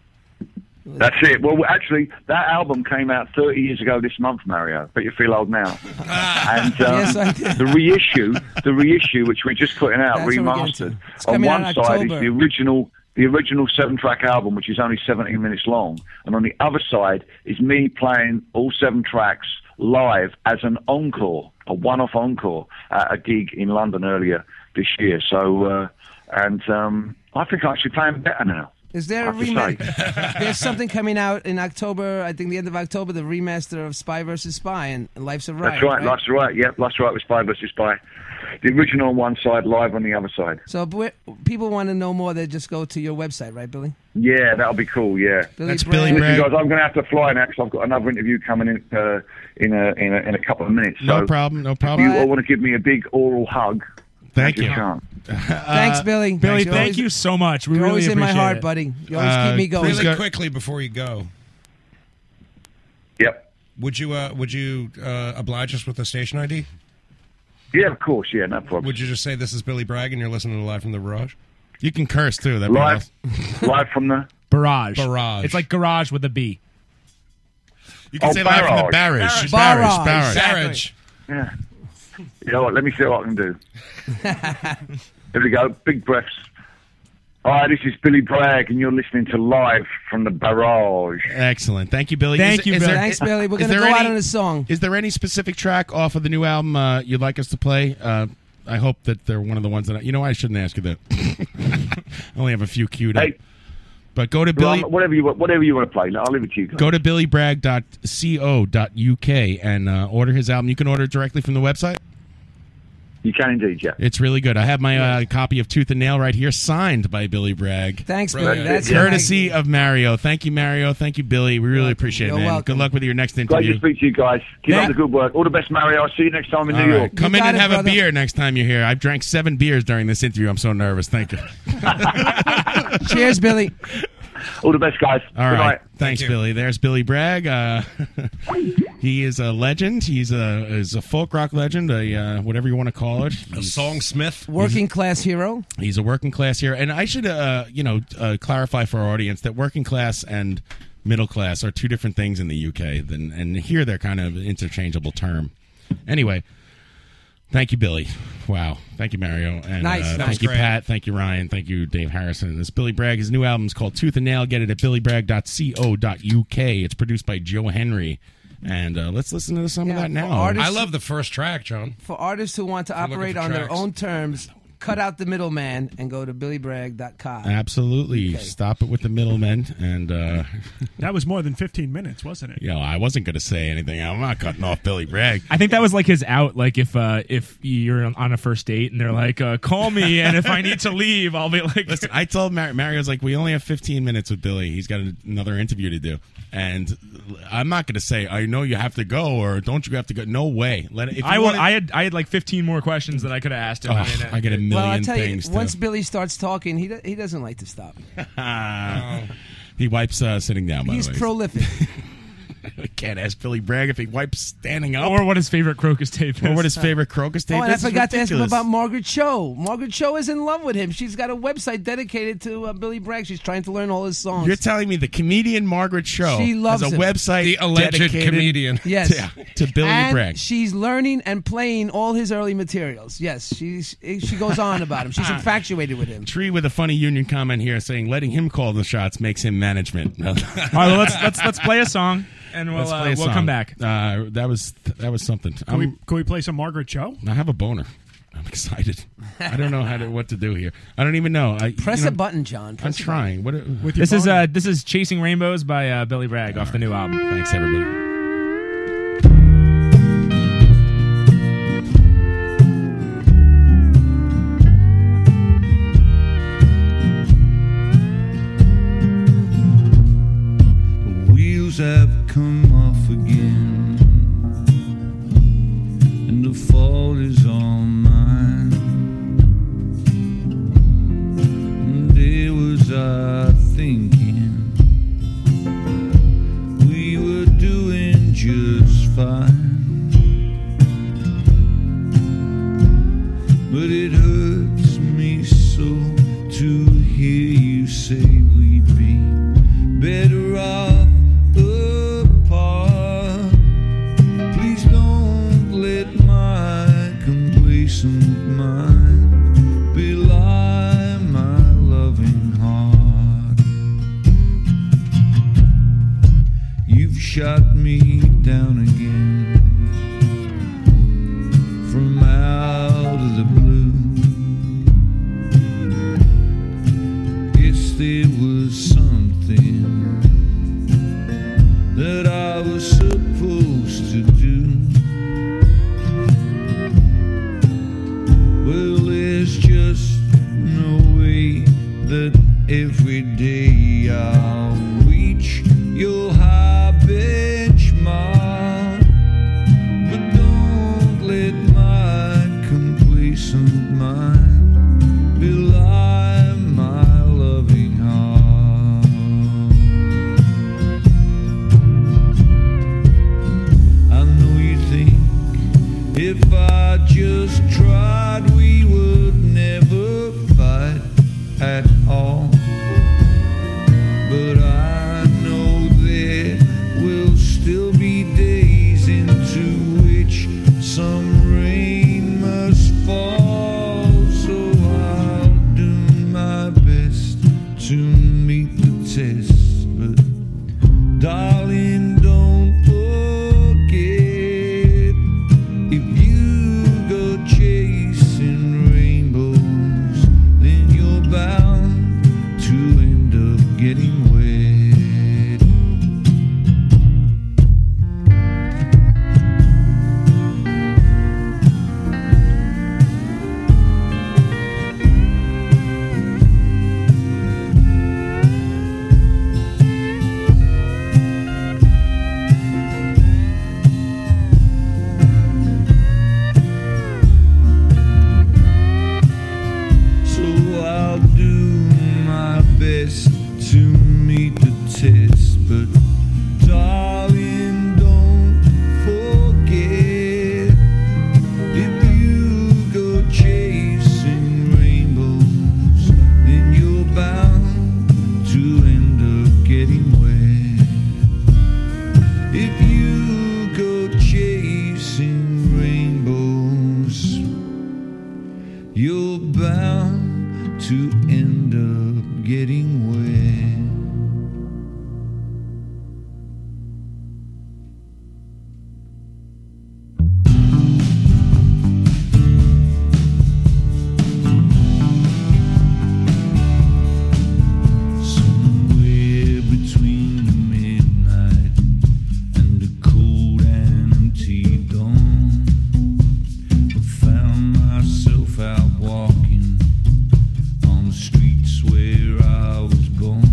That's it. Well, actually, that album came out 30 years ago this month, Mario. But you feel old now. and um,
Ah. Yes, I did.
the reissue, the reissue which we're just putting out,
That's what we're getting
remastered.
to. It's
On
coming out
one
in
side
October.
is the original, the original seven-track album, which is only 17 minutes long, and on the other side is me playing all seven tracks live as an encore, a one-off encore at a gig in London earlier this year. So, uh, and um, I think I'm actually playing better now.
is there
I
a
have to
remaster?
say.
There's something coming out in October, I think the end of October, the remaster of Spy versus Spy and Life's a Riot.
That's right,
right?
Life's Right. Yep, Life's Right with Spy versus Spy. The original on one side, live on the other side.
So if we're- people want to know more, they just go to your website, right, Billy?
Yeah, that'll be cool. Yeah,
Billy That's Bragg. Billy
Listen,
Bragg.
guys, I'm going to have to fly now because I've got another interview coming in uh, in, a, in a in a couple of minutes.
No
so
problem, no
if
problem.
You all want to give me a big oral hug?
Thank
now's your
you. Uh,
chance.
Thanks, Billy.
Uh, Billy,
You're
thank
always-
you so much. We
you're
really
always in my
appreciate
heart,
it.
buddy. You always keep me going.
Uh, Really quickly before you go.
Yep.
Would you uh, would you uh, oblige us with a station ID?
Yeah, of course. Yeah, no problem.
Would you just say this is Billy Bragg and you're listening to live from the barrage?
You can curse too. That
Live-
live from the
barrage.
Barrage.
It's like garage with a B.
You
can Oh, say live from the barrage. barrage. Barrage, barrage.
Barrage.
Yeah. You know what? Let me see what I can do. Here we go. Big breaths. Hi, this is Billy Bragg, and you're listening to live from the barrage.
Excellent. Thank you, Billy.
Thank you, Billy.
Thanks, Billy. We're
is
gonna go
there
out
any-
on a song.
Is there any specific track off of the new album uh, you'd like us to play? Uh, I hope that they're one of the ones that I, you know. I shouldn't ask you that. I only have a few queued up. But go to Billy.
Well, whatever you want- whatever you want to play. I'll leave it to you. guys.
Go to billybragg.co.uk and uh, order his album. You can order it directly from the website.
You can indeed, yeah.
It's really good. I have my uh, copy of Tooth and Nail right here, signed by Billy Bragg.
Thanks, Billy. Right. That's
courtesy of Mario. Thank you, Mario. Thank you, Billy. We really appreciate it,
You're
man.
welcome.
Good luck with your next
Great
interview.
to speak to you guys. Keep up the good work. All the best, Mario. I'll see you next time in
All
New
right.
York.
Come in and have a beer next time you're here. I've drank seven beers during this interview. I'm so nervous. Thank you.
Cheers, Billy.
All the best, guys.
All right.
Good night.
Thanks, Billy. There's Billy Bragg. Uh, he is a legend. He's a is a folk rock legend, a uh, whatever you want to call it.
A songsmith.
Working class hero.
He's a working class here, and I should, uh, you know, uh, clarify for our audience that working class and middle class are two different things in the UK. Then, and here they're kind of an interchangeable term. Anyway, thank you, Billy. Wow, thank you, Mario, and
Nice.
uh,
That was
thank you,
great.
Pat. Thank you, Ryan. Thank you, Dave Harrison. This is Billy Bragg. His new album is called Tooth and Nail. Get it at billybragg.co.uk. It's produced by Joe Henry, and uh, let's listen to some of that now.
artists-
I love the first track, John.
For artists who want to
I'm looking
operate
for
on their
tracks.
own terms, cut out the middleman and go to billybragg.com.
Absolutely, stop it with the middlemen and. Uh,
That was more than 15 minutes, wasn't it?
You know, I wasn't going to say anything. I'm not cutting off Billy Bragg.
I think that was like his out. Like if uh, if you're on a first date and they're like, uh, call me, and if I need to leave, I'll be like,
Listen, I told Mar- Mario's like, we only have 15 minutes with Billy. He's got an- another interview to do, and I'm not going to say, I know you have to go or don't you have to go. No way. Let it, if
I
you
will.
wanted-
I had I had like 15 more questions that I could have asked him.
Oh,
and, uh,
I get a million
well, I'll tell
things.
you,
to-
once Billy starts talking, he, do- he doesn't like to stop. Uh,
Ah. he wipes uh, sitting down. By
He's
the way,
prolific.
can't ask Billy Bragg if he wipes standing up
or what his favorite crocus tape is.
or what his favorite crocus tape
oh, and I
is. It's
forgot to ask him
ridiculous.
about Margaret Cho. Margaret Cho is in love with him. She's got a website dedicated to uh, Billy Bragg. She's trying to learn all his songs.
You're telling me the comedian Margaret Cho
She loves
has a
him.
website
The alleged
dedicated
comedian.
Yes.
to, to Billy
and
Bragg.
She's learning and playing all his early materials. Yes, she's, she goes on about him. She's infatuated with him.
Tree with a funny union comment here saying letting him call the shots makes him management. All right,
All right, well, let's let's let's play a song and we'll uh, we'll come back.
Uh, that was that was something.
Can we,
I'm-
can we play some Margaret Cho?
I have a boner. I'm excited. I don't know how to what to do here. I don't even know. I,
Press
you know,
a button, John.
I'm
Press a
trying. What?
this is uh this is Chasing Rainbows by uh, Billy Bragg off the new album.
Thanks everybody.
wheels have come off again, and the fault is all mine. And there was I thinking we were doing
there was something that I was supposed to do. Well, there's just no way that every day I'll reach your high benchmark. But don't let my complacent mind belie my loving heart. I know you think if I just tried, we would never fight at all. But I know there will still be days into which some rain must fall. So I'll do my best to meet the test. But darling, don't forget if you go chasing rainbows, then you're bound to end up getting wet. So I'll do my best to meet the test, but darling, don't forget if you go chasing rainbows, then you're bound to end up getting wet. If you go chasing rainbows, you're bound to end up getting wet. Somewhere between the midnight and the cold and empty dawn, I found myself out walking on the streets where I was born.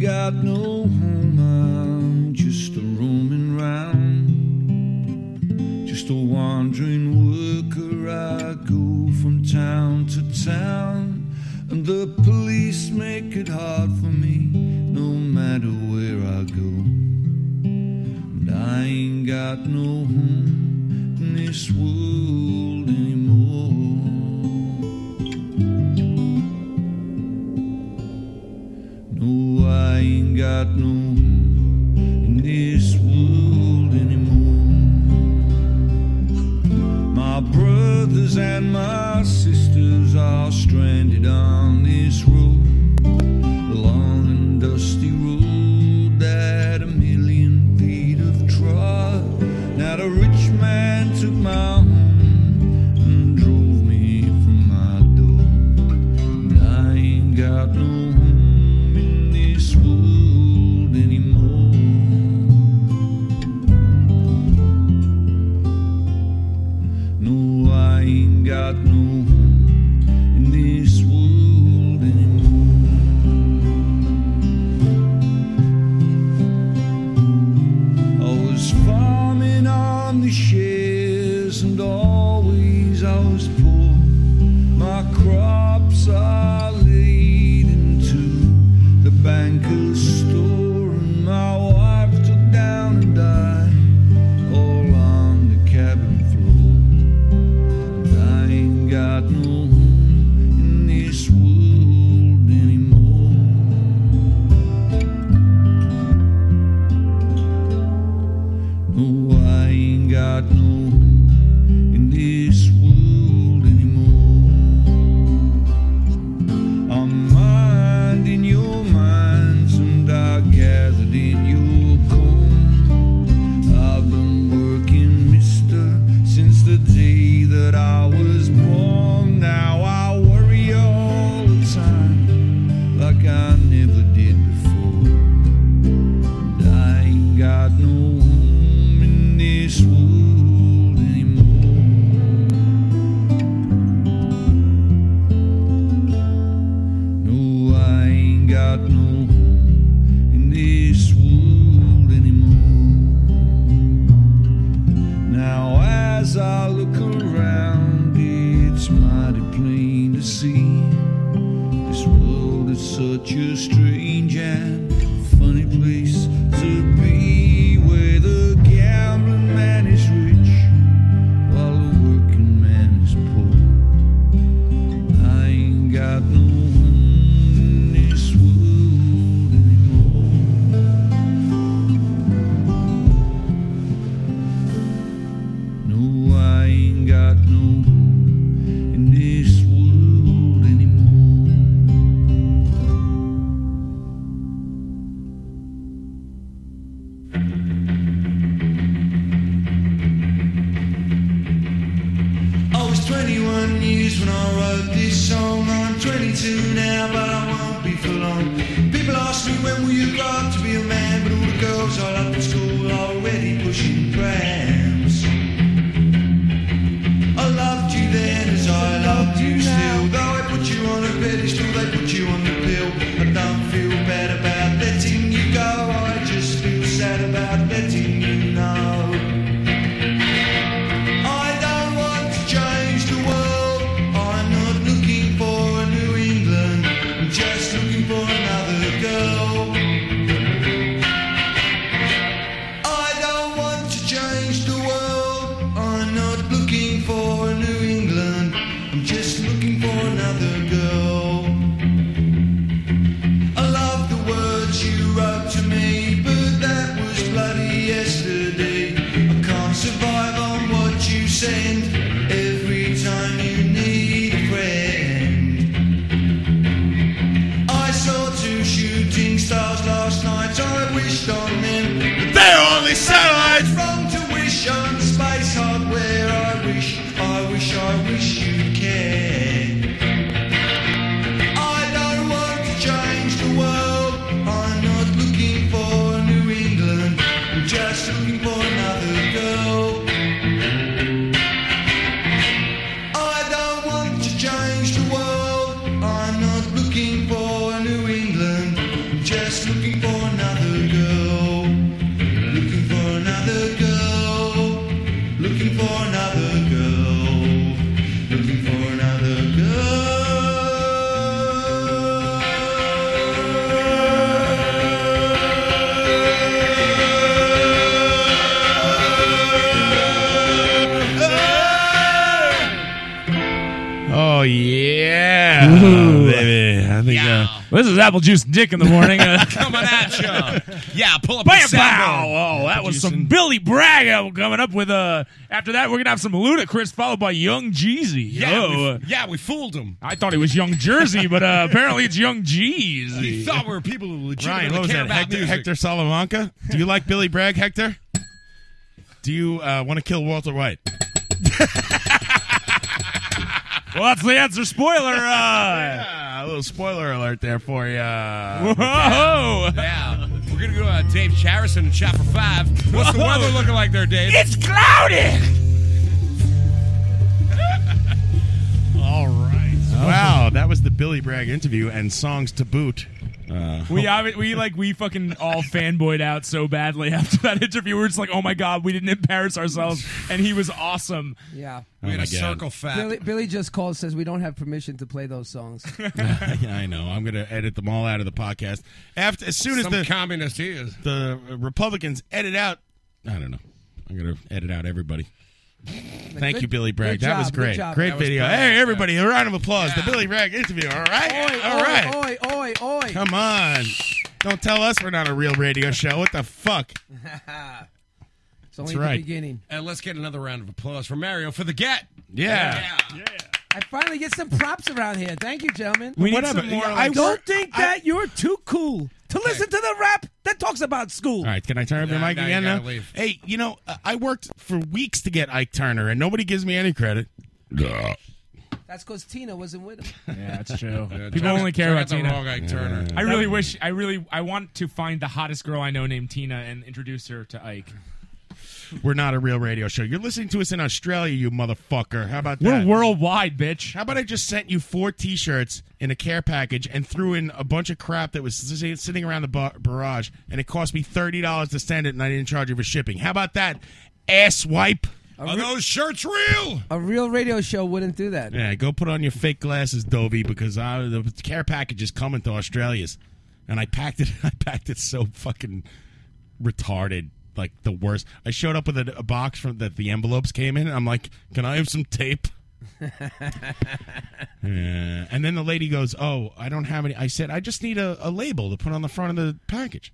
got no home, I'm just a roaming round. Just a wandering worker, I go from town to town. And the police make it hard for me, no matter where I go. And I ain't got no home in this world anymore. No, I ain't got no home in this world anymore. My brothers and my sisters are stranded on this road, a long and dusty road that a million feet of trod. Now the rich man took my home and drove me from my door. And I ain't got no home in this world anymore. No, I ain't got no home in this world anymore. I was farming on the shares and always I was poor. My crops are laid into the banker's store, and my wife took down and died all on the cabin floor. I ain't got no home in this world anymore. No, I ain't got no home in this world anymore. I'm mind in your minds and I gathered in your comb. I've been working, mister since the day that I was born. Now I worry all the time, like I never did before. And I ain't got no home in this world anymore. No, I ain't got no home in this world anymore. Now, as I look around, it's mighty plain to see this world is such a strange and funny place to be, where the gambling man is rich while the working man is poor. I ain't got no home in this world anymore. No, I ain't got no home in this world anymore. I was 21 years when I wrote this song. I'm 22 now, but I won't be for long. People ask me when will you grow up to be a man, but all the girls I love at school are already pushing prams. I loved you then as I loved you still. Though I put you on a pedestal, they put you on the pill. I don't feel bad about letting you go. I just feel sad about letting you know. I don't want to change the world. I'm not looking for a New England. I'm just looking for another girl. I don't want to change the world. I'm not looking for a New England. I'm just looking for another girl. I love the words you wrote to me, but that was bloody yesterday. I can't survive on what you send every time you need a friend. I saw two shooting stars last night, I wished on them. but They're only satellites! Wrong to wish on space hardware, I wish, I wish, I wish you'd care. I don't want to change the world. I'm not looking for New England. I'm just looking for another girl.
Oh yeah, baby. I think uh,
this is apple juice and dick in the morning. Uh,
coming at you. Yeah, pull up
Bam,
the
bow. Oh, that was some Billy Bragg album coming up with. Uh, after that, we're gonna have some Ludacris followed by Young Jeezy.
Yeah,
Oh,
we, yeah, we fooled him.
I thought it was Young Jersey, but uh, apparently it's Young Jeezy.
We thought we were people who legitimately
Ryan, what was
care
that?
about
Hector,
music.
Hector Salamanca. Do you like Billy Bragg, Hector? Do you uh, want to kill Walter White?
well, that's the answer. Spoiler. Uh,
a little spoiler alert there for you.
Whoa! Yeah. We're going to go to Dave Charison and Chopper 5. What's the
Whoa.
weather looking like there, Dave?
It's cloudy! All right. Wow, that was the Billy Bragg interview and songs to boot. Uh,
We obvi- we like we fucking all fanboyed out so badly after that interview. We are just like, oh my god, we didn't embarrass ourselves, and he was awesome.
Yeah,
We had Oh, my a God. circle fat.
Billy, Billy just called says we don't have permission to play those songs.
yeah, I know. I'm going to edit them all out of the podcast after as soon as
Some
the
communist he is.
the Republicans edit out. I don't know. I'm going to edit out everybody. Thank
good-
you, Billy Bragg.
good
That was
job, good
great.
job.
Great
That was
video.
great.
Hey, everybody, a round of applause. The Billy Bragg interview. All right. all right.
Oi, oi, oi.
Come on. Don't tell us we're not a real radio show. What the fuck?
it's
only That's the right.
beginning.
And let's get another round of applause for Mario for the get.
Yeah.
I finally get some props around here. Thank you, gentlemen.
We need Whatever. some more, Yeah, I like-
don't
work-
think that you're too cool to listen to the rap that talks about school.
All right, can I turn up your
Nah,
mic
now you
again
gotta
now?
leave.
Hey, you know, uh, I worked for weeks to get Ike Turner, and nobody gives me any credit. Yeah,
That's because Tina wasn't with him.
that's true.
check
People
out-
only care
check
about
out the
Tina.
wrong Ike Turner.
I really wish. I really. I want to find the hottest girl I know named Tina and introduce her to Ike.
We're not a real radio show. You're listening to us in Australia, you motherfucker. How about
We're
that?
worldwide, bitch.
How about I just sent you four T-shirts in a care package and threw in a bunch of crap that was si- sitting around the bar- barrage, and it cost me thirty dollars to send it, and I didn't charge you for shipping. How about that, ass wipe?
Are those
shirts real?
A real radio show wouldn't do that.
Yeah, go put on your fake glasses, Dovey, because I, the care package is coming to Australia's, and I packed it. I packed it so fucking retarded, like the worst. I showed up with a, a box from that the envelopes came in. And I'm like, can I have some tape? Uh, and then the lady goes, "Oh, I don't have any." I said, "I just need a, a label to put on the front of the package."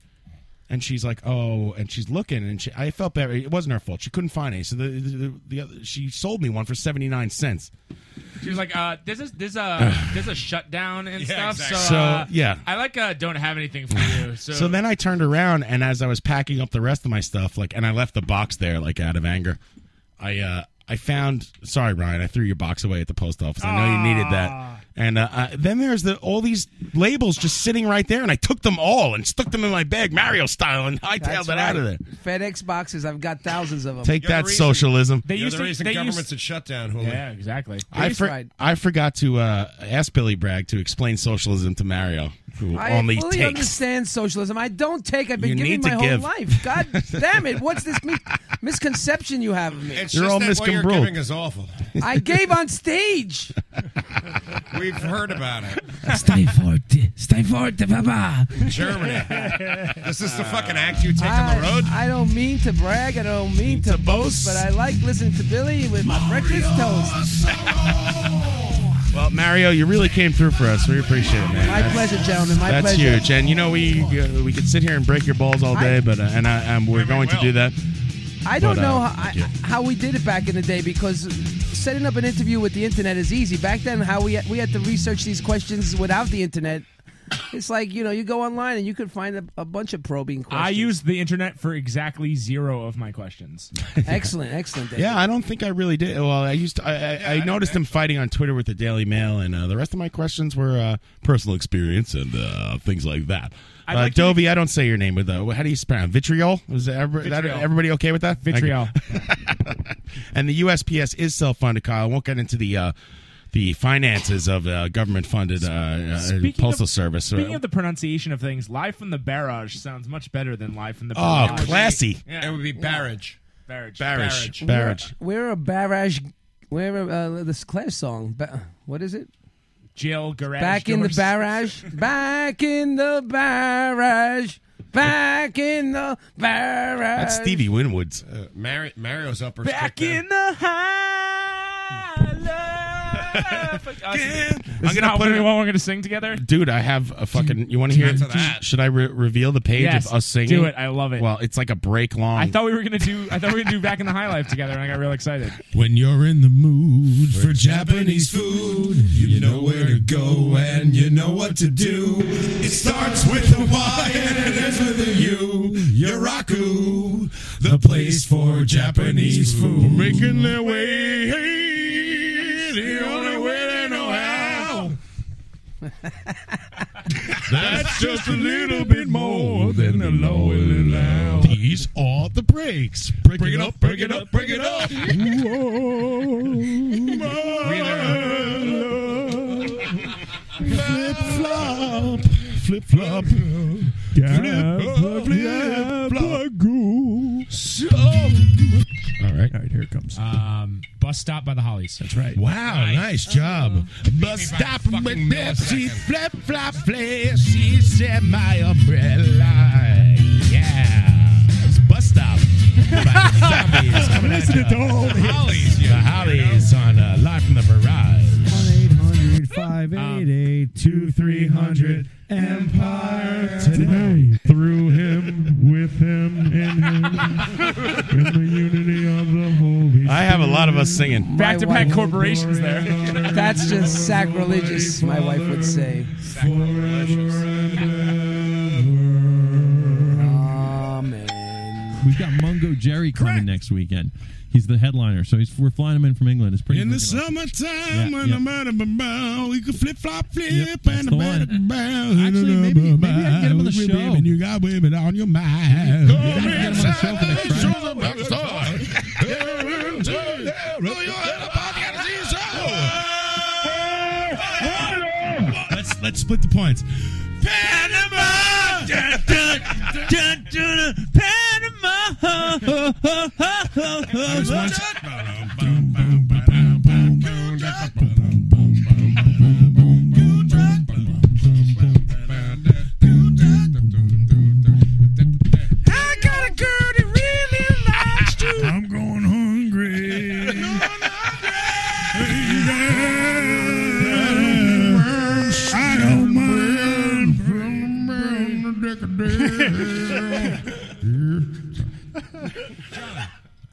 And she's like, "Oh," and she's looking, and she, I felt bad. It wasn't her fault. She couldn't find any, so the, the, the, the other, she sold me one for seventy nine cents.
She was like, uh, "There's a there's a there's a shutdown and
Yeah,
stuff."
exactly.
So,
So,
uh,
yeah.
I like uh, don't have anything for you. So,
So, then I turned around, and as I was packing up the rest of my stuff, like, and I left the box there, like, out of anger. I uh, I found. Sorry, Ryan, I threw your box away at the post office. I know you needed
Ah.
that. And uh, I, then there's the all these labels just sitting right there, and I took them all and stuck them in my bag, Mario style, and hightailed
That's
it out of there.
right. FedEx boxes. I've got thousands of them.
Take that, socialism.
They used the reason governments in shutdown, Julio.
yeah, exactly.
I, for- I forgot to uh, ask Billy Bragg to explain socialism to Mario, who
I
only
fully
takes.
understand socialism. I don't take. I've been
You
giving
need
my
to
whole
give.
life. God damn it! What's this mi- misconception you have of me?
It's just that what you're giving is awful.
I gave on stage.
We've heard about it.
Stay forte, stay forte, papa.
Germany. this is the fucking act you take on
I,
the road.
I don't mean to brag. I don't mean to, boast, but I like listening to Billy with my breakfast toast.
Well, Mario, you really came through for us. We appreciate it, man.
My pleasure, gentlemen. My
That's
pleasure.
huge, and you know we uh, we could sit here and break your balls all day, but uh, and I, and we're going to do that.
I don't
But, uh,
know how, I,
yeah.
how we did it back in the day because setting up an interview with the internet is easy. Back then, how we we had to research these questions without the internet. It's like you know, you go online and you can find a, a bunch of probing
I
questions.
used the internet for exactly zero of my questions.
excellent, excellent. David.
Yeah, I don't think I really did. Well, I used to, I, I, I noticed him fighting on Twitter with the Daily Mail, and uh, the rest of my questions were uh, personal experience and uh, things like that.
I'd
uh,
like to-
Dovey, I don't say your name with uh, how do you spell it? vitriol? Is everybody, that-
Vitriol.
everybody okay with that? Thank you.
Vitriol.
and the USPS is self-funded. Kyle, I won't get into the. Uh, the finances of uh, government-funded uh, uh,
Speaking
postal
of-
service.
Speaking of the pronunciation of things, live from the barrage sounds much better than live from the.
Oh,
barrage.
classy.
Yeah.
It would be barrage.
Barrage.
Barrage.
We're- We're, a barrage. We're a, uh, this Claire song. Ba- what is it?
Jail garage.
Back in the
doors.
barrage. Back in the barrage. Back in the barrage.
That's Stevie
Uh,
Winwood's.
Mari- Mario's uppers.
Back
kicked in.
in the high.
I'm gonna
not
put
what
it-
we want. We're gonna sing together.
Dude, I have a fucking. You want to hear?
Into that.
Should I re- reveal the page
Yes,
of us singing?
do it. I love it.
Well, it's like a break long.
I thought we were gonna do. I thought we were gonna do back in the high life together, and I got real excited.
when you're in the mood
for Japanese food, you know where to go and you know what to do. It starts with a Y and it ends with a U. Yoraku, the place for Japanese food. Making their way, hey, the only way they know how. That's just a little bit more than the law will allow. These are the breaks. Break, it up, break it up, break it up. Flip flop, flip flop, flip flop.
All right.
All right, here it comes.
Um, bus stop by the Hollies. That's right.
Wow, nice, job. Bus stop with Pepsi, flap, flap, flare. She said my umbrella. Yeah. It's bus stop. By zombies coming at
Listening
ya.
to all
the
this.
Hollies.
The Hollies on uh, Live from the
Barrage. 1-800-588-2300 Empire today.
Through him, with him, in him, in the unity of the Holy
I have a lot of us singing.
Back to back corporations there.
That's just sacrilegious, my wife would say.
We've got Mungo Jerry coming next weekend. He's the headliner, so he's we're flying him in from England. It's pretty.
In the
freaking awesome.
summertime,
Yeah,
when
yeah.
I'm out of my bow, you can flip, flop, flip,
Yep, that's
and
the
I'm
one.
out of my bow.
Actually, maybe- maybe I can get him on the
With
show.
women, You got women on your mind.
Maybe I can get him on the show for next Friday.
Let's let's split the points. Panama, dun, dun, dun, dun, dun, Panama. There's one- I got a girl that really likes to. I'm going hungry. I don't mind.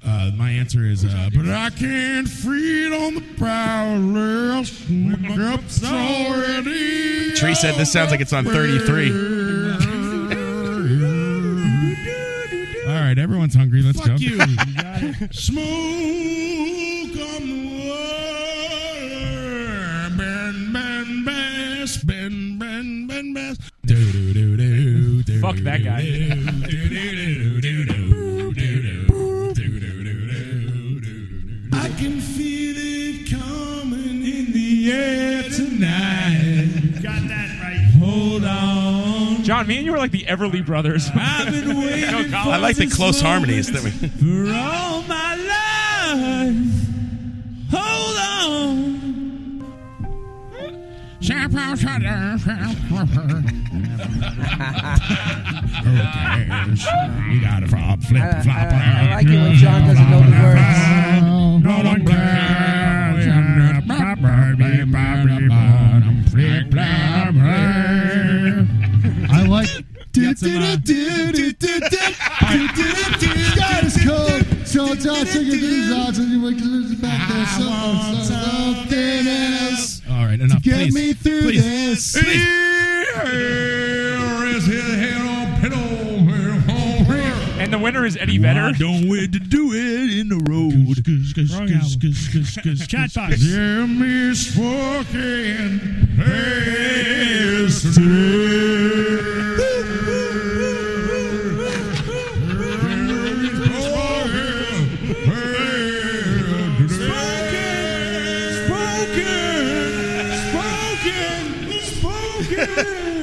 Uh, my answer is, uh,
But I can't feed on the powerless. My cup's already
Tree said this sounds like it's on 33. All right, everyone's hungry. Let's
Fuck
go.
you. Smoke on the water. Ben, ben, bass. Ben, ben, ben, bass.
Fuck that guy.
I can feel it coming in the air tonight. Got that right. Hold on.
John, me and you were like the Everly brothers.
I've been waiting
No comment.
I like the close harmonies that we.
for all my life. Hold on. We got a flop, flip, flop. I, like it when John doesn't know the words. No one I like. Got some, uh,
Sky is cold, so it's all singing these odds, and you wake up back there. Something, something else.
All right, enough.
to get
please.
me through
please.
this.
And the winner is Eddie Vedder.
don't wait to do it in the road. Chatbox. Jimmy Spoken is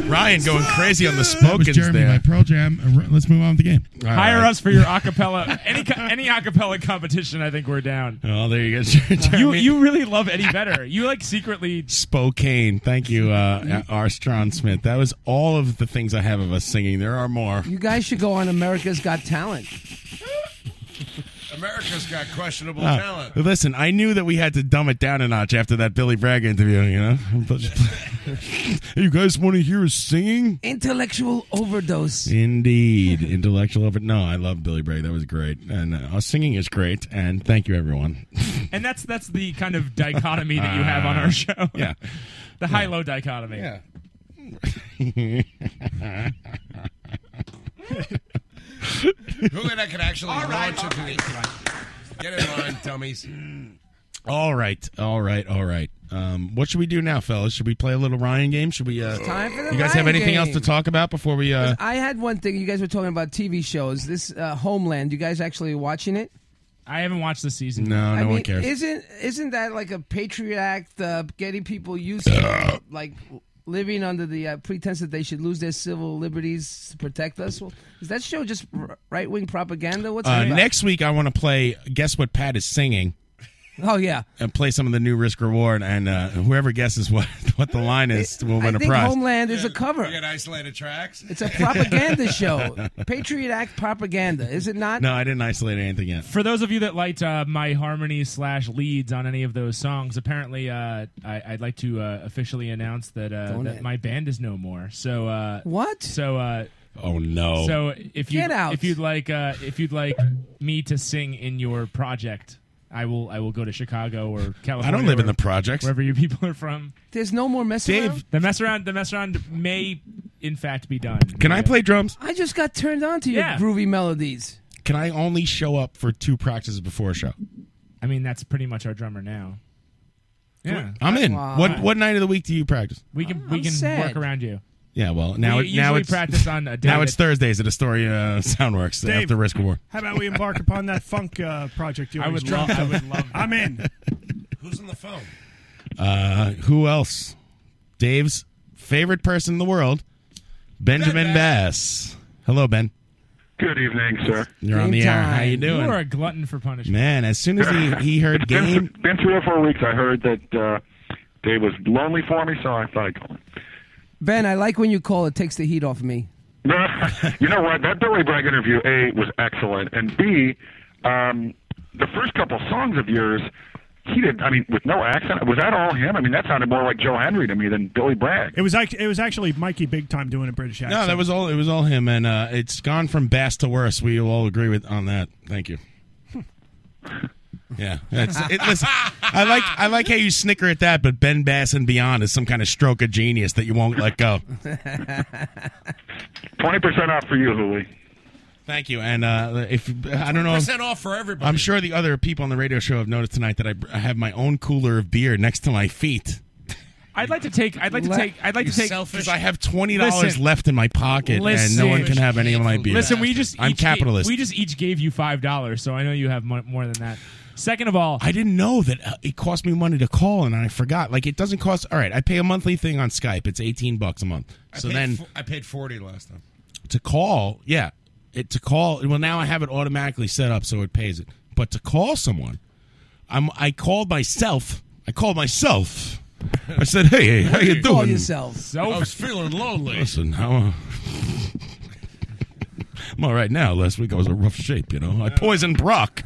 Ryan going crazy on the spokens
Jeremy, my
there.
Pearl Jam. Uh, Let's move on with the game.
Hire us for your acapella. Any co- any acapella competition, I think we're down.
Oh, there you go.
You you really love Eddie Vedder. You like secretly.
Spokane. Thank you, uh, R. Strawn Smith. That was all of the things I have of us singing. There are more.
You guys should go on America's Got Talent.
America's got questionable
Uh,
talent.
listen, I knew that we had to dumb it down a notch after that Billy Bragg interview. You know, But- you guys want to hear us singing?
Intellectual overdose.
Indeed, intellectual of it. No, I love Billy Bragg. That was great, and uh, our singing is great. And thank you, everyone.
And that's that's the kind of dichotomy that you have on our show.
Uh, yeah.
the high low dichotomy.
Yeah.
Who in I could actually
All right,
launch
all
into the. Get in line, dummies.
all right, all right, all right. Um, what should we do now, fellas? Should we play a little Ryan game? Should we? Uh,
time for the
you guys have
Ryan
anything else to
game.
talk about before we? Uh,
I had one thing. You guys were talking about TV shows. This uh, Homeland. You guys actually watching it?
I haven't watched the season.
Oh, No,
I
no
mean,
one cares.
Isn't isn't that like a Patriot Act, uh, getting people used to like living under the uh, pretense that they should lose their civil liberties to protect us? Well, is that show just right wing propaganda? What's
uh,
that about?
next week, I want to play. Guess what? Pat is singing.
Oh yeah,
and play some of the new risk reward, and uh, whoever guesses what what the line is will win
I
a
think
prize.
Homeland is a cover.
You got isolated tracks.
It's a propaganda show. Patriot Act propaganda. Is it not?
No, I didn't isolate anything yet.
For those of you that liked uh, my harmony slash leads on any of those songs, apparently uh, I, I'd like to uh, officially announce that, uh,
Don't
that
it.
my band is no more. So uh,
what?
So uh,
Oh no!
so if you
Get out.
if you'd like uh, if you'd like me to sing in your project, I will I will go to Chicago or California.
I don't live in
or
the projects.
Wherever you people are from.
There's no more mess around.
The mess around the mess around may in fact be done.
Can I play drums?
I just got turned on to your
Yeah.
groovy melodies.
Can I only show up for two practices before a show?
I mean that's pretty much our drummer now. Yeah.
I'm in.
Wow.
What what night of the week do you practice?
We can we
I'm
can
sad.
work around you.
Yeah, well now
We
it, now
usually
it's
practice on a day
now it's
that-
Thursdays at Astoria Soundworks
Dave.
uh, after risk reward.
How about we embark upon that funk uh, project you
I
always
would love-
dreamt
I
of?
would love
I'm in.
Who's on the phone?
Uh, who else? Dave's favorite person in the world, Benjamin Bass. Hello, Ben.
Good evening, sir.
You're on the air. How you doing?
You are a glutton for punishment.
Man, as soon as he, he heard
Been-
game,
Been, three or four weeks. I heard that uh, Dave was lonely for me, so I thought I'd call him.
Ben, I like when you call. It takes the heat off me.
you know what? That Billy Bragg interview, A, was excellent, and B, um, the first couple songs of yours, he did. I mean, with no accent, was that all him? I mean, that sounded more like Joe Henry to me than Billy Bragg.
It was act- it was actually Mikey Big Time doing a British accent.
No, that was all. It was all him, and uh, it's gone from bass to worse. We all agree with on that. Thank you. Yeah, that's, it, listen, I like I like how you snicker at that, but Ben Bass and beyond is some kind of stroke of genius that you won't let go.
Twenty percent off for you, Hooli.
Thank you, and uh, if I don't know, if-
20% off for everybody.
I'm sure the other people on the radio show have noticed tonight that I, I have my own cooler of beer next to my feet.
I'd like to take. I'd like to
Le-
take. I'd like
You
to take.
selfish- 'Cause I have twenty dollars left in my pocket, and no
Listen.
one can have any of my beer.
Listen, we just.
I'm
each ga-
capitalist.
we just each gave you five dollars, so I know you have mo- more than that. Second of all,
I didn't know that uh, it cost me money to call, and I forgot. Like it doesn't cost. All right, I pay a monthly thing on Skype. It's eighteen bucks a month. So
I paid
then
fo- I paid forty last time.
to call, yeah, it to call. Well, now I have it automatically set up so it pays it. But to call someone, I'm I called myself. I called myself. I said, "Hey, hey how you doing?"
I was feeling lonely.
Listen, how. uh, I'm all right now. Last week I was in rough shape, you know. I poisoned Brock.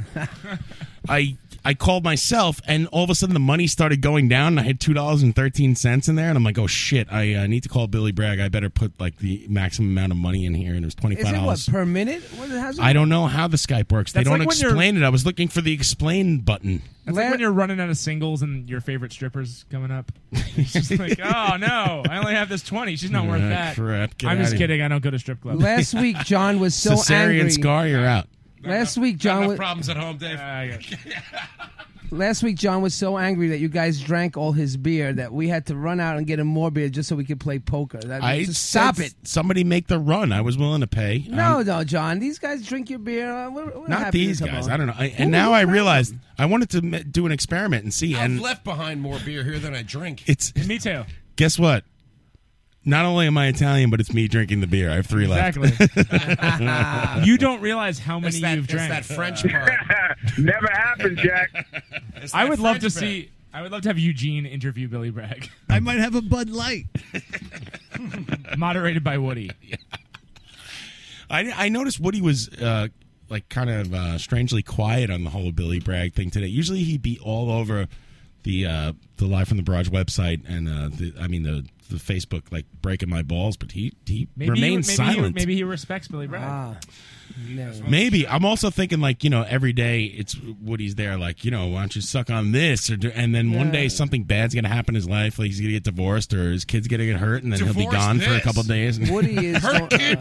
I I called myself, and all of a sudden the money started going down. And I had two dollars and thirteen cents in there, and I'm like, oh shit! I uh, need to call Billy Bragg. I better put like the maximum amount of money in here, and it was twenty
Is
five
it what
dollars.
per minute? What, how's it
I don't know how the Skype works. They
That's
don't
like when you're-
explain it. I was looking for the explain button.
that's like when you're running out of singles and your favorite strippers coming up. It's just like, oh no, I only have this twenty. She's not worth
Ah,
that.
crap, get
I'm just
outta
kidding.
here.
I don't go to strip clubs.
Last week, John was so
Cesarean
angry.
scar, you're out.
Last week, John was
problems at home, Dave.
last week John was so angry that you guys drank all his beer that we had to run out and get him more beer just so we could play poker. That,
I
just stop
said
it.
Somebody make the run. I was willing to pay.
No, no, John. These guys drink your beer. Uh, We're, we're
Not
happy to
these
come
guys.
on.
I don't know. I,
Who-
and now
who
I
found
realized I wanted to m- do an experiment and see.
I've
And
left behind more beer here than I drink.
it's
me too.
guess what? Not only am I Italian, but it's me drinking the beer. I have three left.
Exactly. you don't realize how many
It's that,
you've
it's
drank.
that French part.
Never happened, Jack.
I would love to
French
see. I would love to have Eugene interview Billy Bragg,
I might have a Bud Light.
moderated by Woody.
I I noticed Woody was uh, like kind of uh, strangely quiet on the whole Billy Bragg thing today. Usually he'd be all over the uh, the live from the barrage website and uh, the, I mean the the Facebook like breaking my balls, but he he
Maybe he-
remains
maybe
silent.
He, maybe he respects Billy Bragg.
Maybe I'm also thinking like you know every day it's Woody's there like you know why don't you suck on this or do, and then one
Yeah.
day something bad's gonna happen in his life like he's gonna get divorced or his kid's gonna get hurt and then he'll be
Divorce
gone for a
this.
couple days.
Woody is
Her kid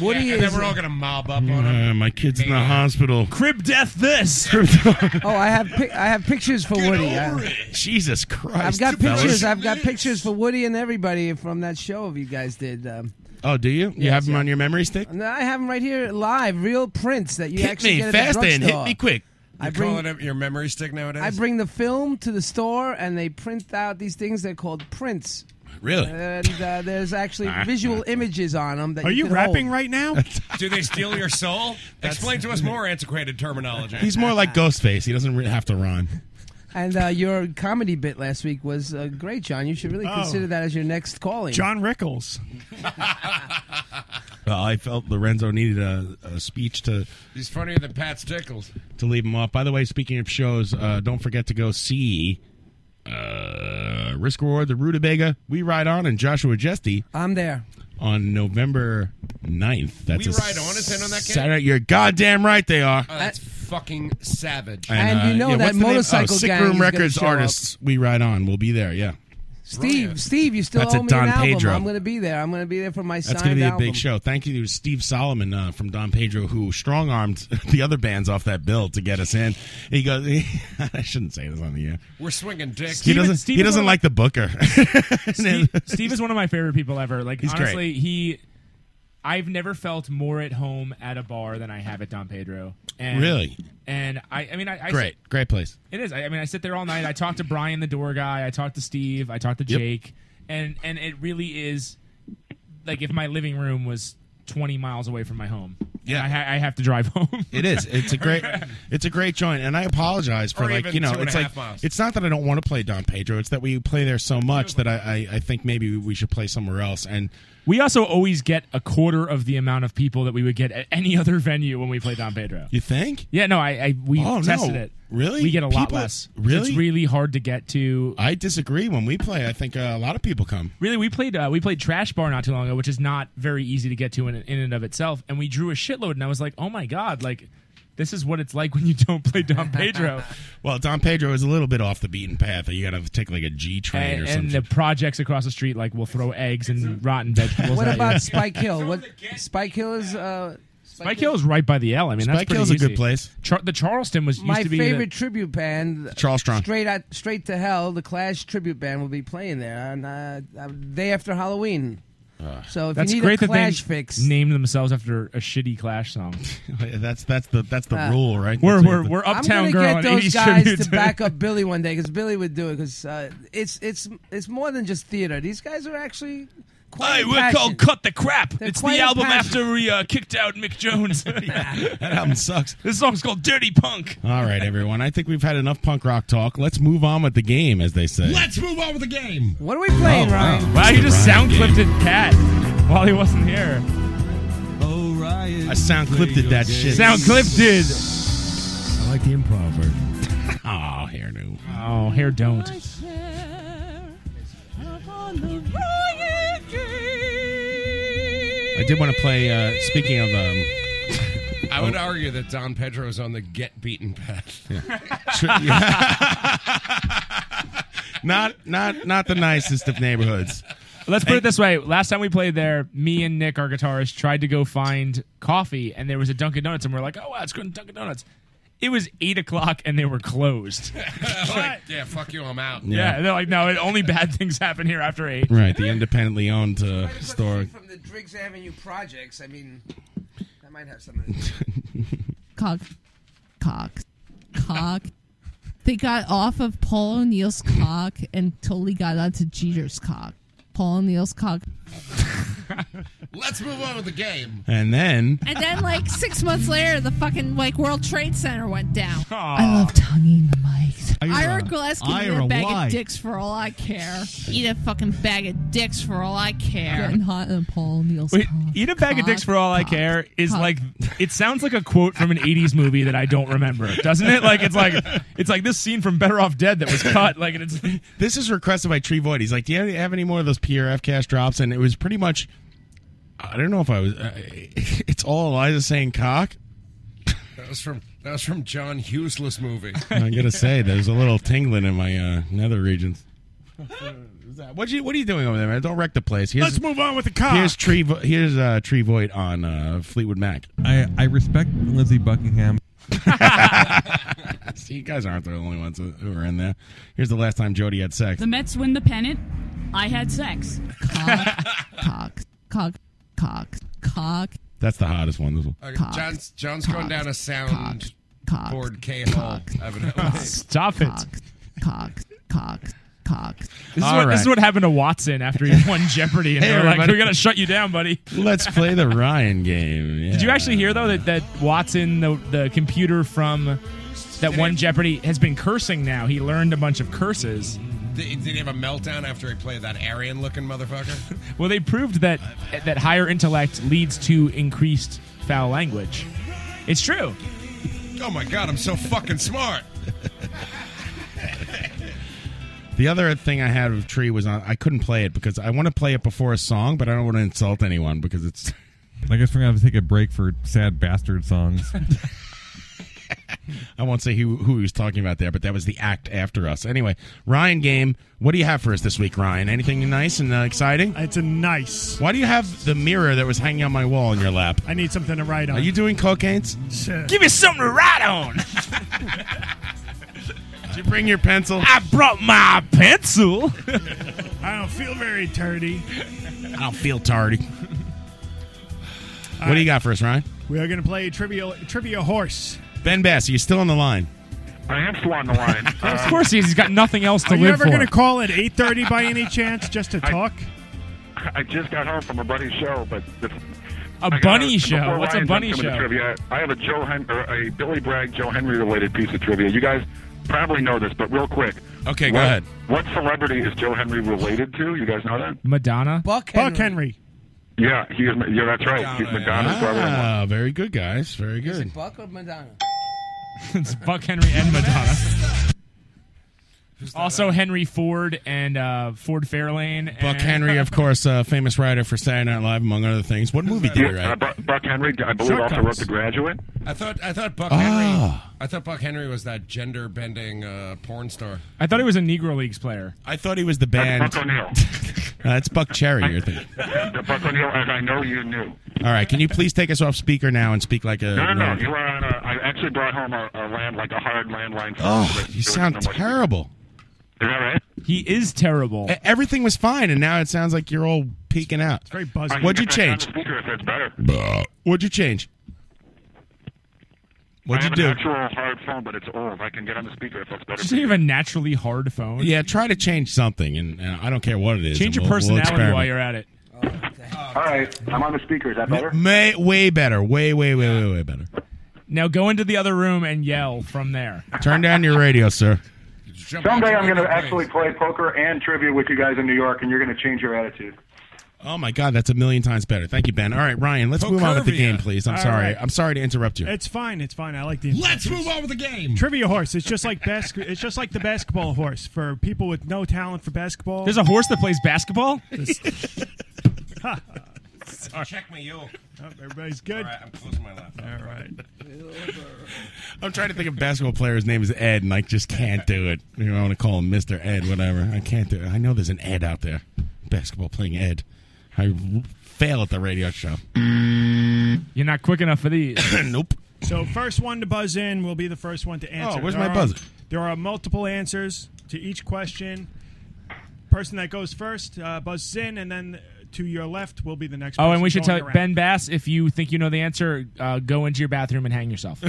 Woody
yeah, and then
is- uh,
we're all gonna mob up on him.
Uh, my kid's in the hospital. Crib death. This.
oh, I have pic- I have pictures for Woody. I-
Jesus Christ.
I've got
fellas.
pictures. I've got pictures for Woody and everybody from that show of you guys did. Um,
Oh, do you? You
Yes,
have him
yeah.
on your memory stick?
and I have them right here live, real prints that you
hit
actually
me
get at
fast
the
and hit
drugstore.
me quick.
I
You
bring-
calling it your memory stick nowadays?
I bring the film to the store, and they print out these things. They're called prints.
Really?
And uh, there's actually
Ah.
visual images on them. That
Are you
can
rapping
hold.
right now?
Do they steal your soul? Explain to us more antiquated terminology.
He's more like Ghostface. He doesn't really have to rhyme.
And uh, your comedy bit last week was uh, great, John. You should really
Oh.
consider that as your next calling.
John Rickles.
Well, I felt Lorenzo needed a, a speech to
He's funnier than Pat Stickles.
to leave him off. By the way, speaking of shows, uh, don't forget to go see uh, Risk Reward, The Rutabaga, We Ride On, and Joshua Jesty.
I'm there.
On November 9th. That's
We
a
Ride On is in on that kid?
Saturday. You're goddamn right they are.
Oh, that's fucking savage.
uh, yeah, what's the name? Oh, Sick
gang is
Room
gonna
Records
show up.
artists, We Ride On. We'll be there, Oh, yeah.
Steve, Steve, you still
That's a
owe me
Don
an album.
Pedro.
I'm going to be there. I'm going to be there for my
That's
signed
going to be a
album.
big show. Thank you to Steve Solomon uh, from Don Pedro, who strong armed the other bands off that bill to get us in. He goes, I shouldn't say this on the air.
We're swinging dicks.
he doesn't. he doesn't like the booker.
Steve, Steve is one of my favorite people ever. Like
He's great.
honestly, he I've never felt more at home at a bar than I have at Don Pedro. And,
Really?
And I, I mean, I, I
great, great place.
It is. I, I mean, I sit there all night. I talk to Brian, the door guy. I talk to Steve. I talk to
Yep.
Jake. And and it really is like if my living room was 20 miles away from my home. Yeah, I, ha- I have to drive home.
It is. It's a great. It's a great joint, and I apologize for
Or
like
even
you know.
two and
It's
a
like
half miles.
it's not that I don't want to play Don Pedro. It's that we play there so much that I, I I think maybe we should play somewhere else. And
we also always get a quarter of the amount of people that we would get at any other venue when we play Don Pedro.
you think?
Yeah, no, I, I we
Oh, no.
tested it.
Really?
we get a lot
People-
less.
really?
it's really hard to get to.
I disagree. When we play, I think uh, a lot of people come.
Really, we played uh, we played Trash Bar not too long ago, which is not very easy to get to in, in and of itself. And we drew a shitload, and I was like, oh my god, like this is what it's like when you don't play Don Pedro.
Well, Don Pedro is a little bit off the beaten path. You got to take like a G train
and
or
and
something.
the projects across the street like will throw eggs and rotten vegetables.
What
at you.
about Spike Hill? What Spike Hill is uh,
Spike Hill is right by the L. I mean, that's
Spike
pretty
Hill's a good
easy.
place.
Char- the Charleston was used
my
to be
favorite tribute band.
Charleston.
Straight out, straight to hell. The Clash tribute band will be playing there on uh, uh, day after Halloween. so
The,
if
that's
you need
great
a
that they
Clash fix,
named themselves after a shitty Clash song.
that's that's the that's the
Uh,
rule, right?
We're
That's what
we're,
the-
we're uptown
I'm gonna
girl.
get
and
those
80s
guys
tribute
to back up Billy one day because Billy would do it because uh, it's it's it's more than just theater. These guys are actually
Hey,
quite.
we're called
Cut the Crap.
They're
it's
quite
the album
impassioned.
after we uh, kicked out Mick Jones.
that album sucks.
This song's called Dirty Punk.
All right, everyone. I think we've had enough punk rock talk. Let's move on with the game, as they say.
Let's move on with the game.
What are we playing,
Oh, wow.
Ryan?
Wow, you just sound
Ryan game.
clipped Cat while he wasn't here.
I sound clipped at that shit.
Sound clipped did.
I like the improv version. oh, hair new.
Oh, hair don't.
I did want to play. Uh, speaking of, um,
I would argue that Don Pedro is on the get beaten path.
um, Tri- not not not the nicest of neighborhoods.
Let's put it this way: last time we played there, me and Nick, our guitarist, tried to go find coffee, and there was a Dunkin' Donuts, and we're like, "Oh wow, it's good Dunkin' Donuts." It was eight o'clock, and they were closed.
Like, yeah, fuck you, I'm out.
yeah. they're like, "No, it, only bad things happen here after eight.
Right, the independently owned uh, store.
From the Driggs Avenue projects, I mean, that might have something. To do.
cock, cock, cock. They got off of Paul O'Neill's cock and totally got onto Jeter's cock. Paul O'Neill's cock.
Let's move on with the game.
And then
And then, like six months later, the fucking like World Trade Center went down.
I
love tonguing the mics.
I,
I heard Uncle S can
I
eat
or
a
a
bag
Y?
of dicks for all I care. Eat a fucking bag of dicks for all I care.
Getting
hot in Paul Neal's
Wait, eat a bag of dicks for all I care is like it sounds like a quote from an '80s movie that I don't remember, doesn't it? Like it's like it's like this scene from Better Off Dead that was cut. Like and it's
this is requested by Tree Void. He's like, "Do you have any more of those PRF cash drops?" And it was pretty much, I don't know if I was. Uh, it's all Eliza saying cock.
That was from that was from John Hughesless movie.
I gotta say, there's a little tingling in my uh, nether regions. Uh, What you What are you doing over there, man? Don't wreck the place. Here's,
Let's move on with the cock.
Here's Tree. Vo- Here's uh, Tree Void on uh, Fleetwood Mac.
I, I respect Lindsey Buckingham.
See, you guys aren't the only ones who are in there. Here's the last time Jody had sex.
The Mets win the pennant. I had sex.
cock, cock, cock, cock.
That's the hottest one. This one.
Okay, John's John's going down a sound board K hole. I don't know.
Stop it.
Cock, cock, cock.
This is,
All
what, this is
right.
what happened to Watson after he won Jeopardy, and
Hey,
they were like,
everybody.
"We gotta shut you down, buddy."
Let's play the Ryan game.
Did you
Yeah.
actually hear though that, that Watson, the the computer from that one Jeopardy, has been cursing now. He learned a bunch of curses.
Did did he have a meltdown after he played that Aryan looking motherfucker?
Well, they proved that that higher intellect leads to increased foul language. It's true.
Oh my god, I'm so fucking smart.
The other thing I had with Tree was on, I couldn't play it because I want to play it before a song, but I don't want to insult anyone because it's.
I guess we're gonna have to take a break for sad bastard songs.
I won't say who, who he was talking about there, but that was the act after us. Anyway, Ryan game, what do you have for us this week, Ryan? Anything nice and uh, exciting?
It's a nice.
Why do you have the mirror that was hanging on my wall in your lap?
I need something to write on.
Are you doing cocaine's?
Give
me something to write on.
Did you bring your pencil?
I brought my pencil.
I don't feel very tardy.
I don't feel tardy. what do you got for us, Ryan?
We are going to play trivia trivia horse.
Ben Bass, are you still on the line?
I am still on the line.
Of course, he is. He's got nothing else to
Uh, Are you
live
ever
for.
going to call at eight thirty by any chance just to talk?
I just got home from a bunny show, but the,
A
I got
bunny
a-
show?
before
What's a
Ryan's
bunny
done coming to
show?
Trivia, I have a Joe Hen- or a Billy Bragg, Joe Henry related piece of trivia. You guys probably know this, but real quick.
Okay,
go
what,
ahead.
What celebrity is Joe Henry related to? You guys know that?
Madonna.
Buck Henry. Buck Henry.
Yeah, he is. Yeah, that's right. He's Madonna's brother-in-law.
Ah, very good, guys. Very
Is
good.
it Buck or Madonna?
it's Buck Henry and Madonna. Also, Henry Ford and uh, Ford Fairlane.
Buck
and-
Henry, of course, uh, famous writer for Saturday Night Live, among other things. What movie did he
Yeah, uh,
write?
Buck, Buck Henry, I believe, also
Shortcuts.
wrote The Graduate.
I thought I thought Buck
Ah.
Henry I thought Buck Henry was that gender bending uh, porn star.
I thought he was a Negro Leagues player.
I thought he was the band.
That's Buck O'Neill.
Uh, that's Buck Cherry, you're thinking.
The Buck O'Neill, as I know you knew.
All right, can you please take us off speaker now and speak like a.
No, no, no.
normal-
You were on a. I actually brought home a, a land, like a hard landline. phone.
Oh,
But
you
it was
sound
somewhat-
terrible.
Is that right?
He is terrible.
E, Everything was fine, and now it sounds like you're all peeking out. It's
very
I can
What'd you
get back on
change?
the Speaker if that's better.
What'd you change?
I
What'd you
have
do?
An actual hard phone, but it's old. I can get on the speaker if that's better.
Does he have a naturally hard phone?
Yeah, try to change something, and, and I don't care what it is. and
Change your
we'll- we'll
personality
experiment.
while you're at it.
All right, I'm on the speaker. Is that better?
May, way better. Way, way, way, way, way better.
Now go into the other room and yell from there.
Turn down your radio, sir.
Someday I'm going to actually play poker and trivia with you guys in New York, and you're going to change your attitude.
Oh my God, that's a million times better. Thank you, Ben. All right, Ryan,
Oh,
let's move on with the game, please. I'm
All
sorry.
right.
I'm sorry to interrupt you.
It's fine. It's fine. I like the.
Let's move on with the game.
Trivia horse. It's just like bas- It's just like the basketball horse for people with no talent for basketball.
There's a horse that plays basketball.
Check my yoke.
everybody's good.
All right, I'm closing my laptop.
All right.
I'm trying to think of a basketball player. His name is Ed, and I just can't do it. You know, I want to call him Mr. Ed, whatever. I can't do it. I know there's an Ed out there. Basketball playing Ed. I fail at the radio show.
You're not quick enough for these.
nope.
So first one to buzz in will be the first one to answer.
Oh, where's
There
my
are-
buzzer?
There are multiple answers to each question. Person that goes first uh, buzzes in, and then to your left will be the next.
Oh, and
person
we should tell
going around.
Ben Bass if you think you know the answer, uh, go into your bathroom and hang yourself.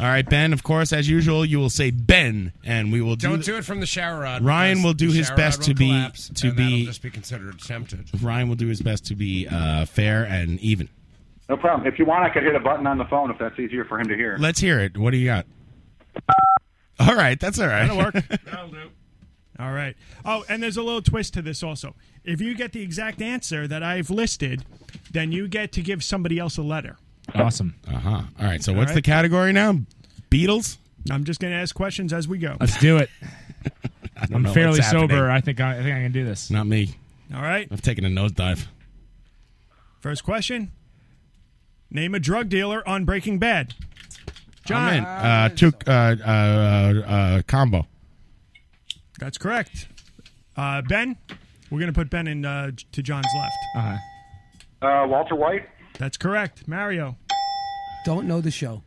All right, Ben, of course, as usual, you will say Ben, and we will do
Don't
th-
do it from the shower rod.
Ryan
because
will do
the
his
shower
best
rod
to
will
be-
collapse,
to
and
be-
that'll just be considered attempted.
Ryan will do his best to be uh, fair and even.
No problem. If you want, I could hit a button on the phone if that's easier for him to hear.
Let's hear it. What do you got? All right, that's all right.
That'll work. That'll do. All right. Oh, and there's a little twist to this also. If you get the exact answer that I've listed, then you get to give somebody else a letter.
Awesome. Uh huh. All right. So
All
what's
right.
the category now? Beatles.
I'm just going to ask questions as we go.
Let's do it.
I don't
I'm
know
fairly
what's happening.
sober. I think I, I think I can do this.
Not me.
All right.
I've taken a nosedive.
First question. Name a drug dealer on Breaking Bad. John.
I'm in. Uh, two, uh, uh, uh, combo.
That's correct. Uh, ben, we're going to put Ben in uh, j- to John's left.
Uh-huh.
Uh, Walter White.
That's correct. Mario.
Don't know the show.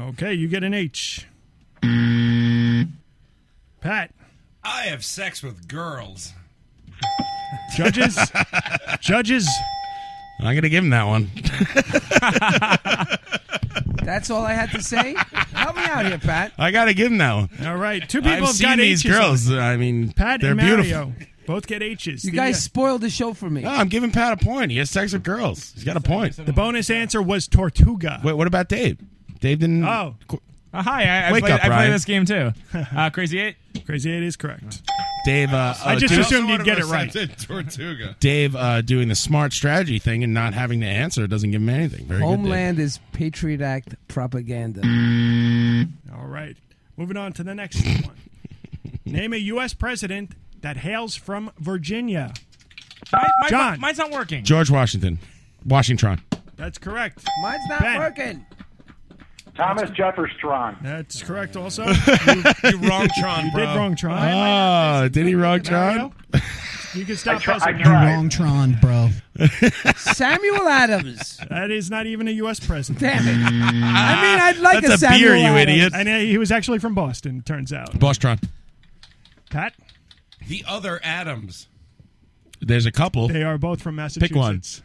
Okay, you get an H. Pat.
I have sex with girls.
Judges. judges.
I'm gonna give him that one.
That's all I had to say. Help me out here, Pat.
I gotta give him that one.
All right, two people
I've
have
seen
got
these
H's.
girls. I mean,
Pat
they're
and Mario
beautiful.
both get H's.
You
The,
guys
uh,
spoiled the show for me.
No, I'm giving Pat a point. He has sex with girls. He's got a point.
The bonus answer was Tortuga.
Wait, what about Dave? Dave didn't.
Oh.
Uh, hi, I, I,
Wake
played,
up,
I played
Ryan.
this game too. Uh, Crazy Eight.
Crazy Eight is correct.
Dave. Uh,
I
uh,
just
do-
assumed you'd get it right.
Tortuga.
Dave uh, doing the smart strategy thing and not having the answer doesn't give him anything. Very
Homeland is Patriot Act propaganda.
All right, moving on to the next one. Name a U.S. president that hails from Virginia.
my-
John.
mine's not working.
good. Dave. George Washington, Washington.
That's correct.
Mine's
not
working.
Thomas Jefferson.
That's correct. Also,
you wrong Tron,
You
bro.
did wrong Tron.
Oh, did he wrong John?
Uh-huh. You can stop
tr- I
puzzling.
tried.
Wrong Tron, bro.
Samuel Adams.
That is not even a U.S. president. Ah,
Damn it. I mean, I'd like
That's a a beer, Samuel you Adams. idiot.
And uh, he was actually from Boston, turns out.
Bostron.
Pat?
The other Adams.
There's a couple.
They are both from
Oh. Pick one.
Massachusetts.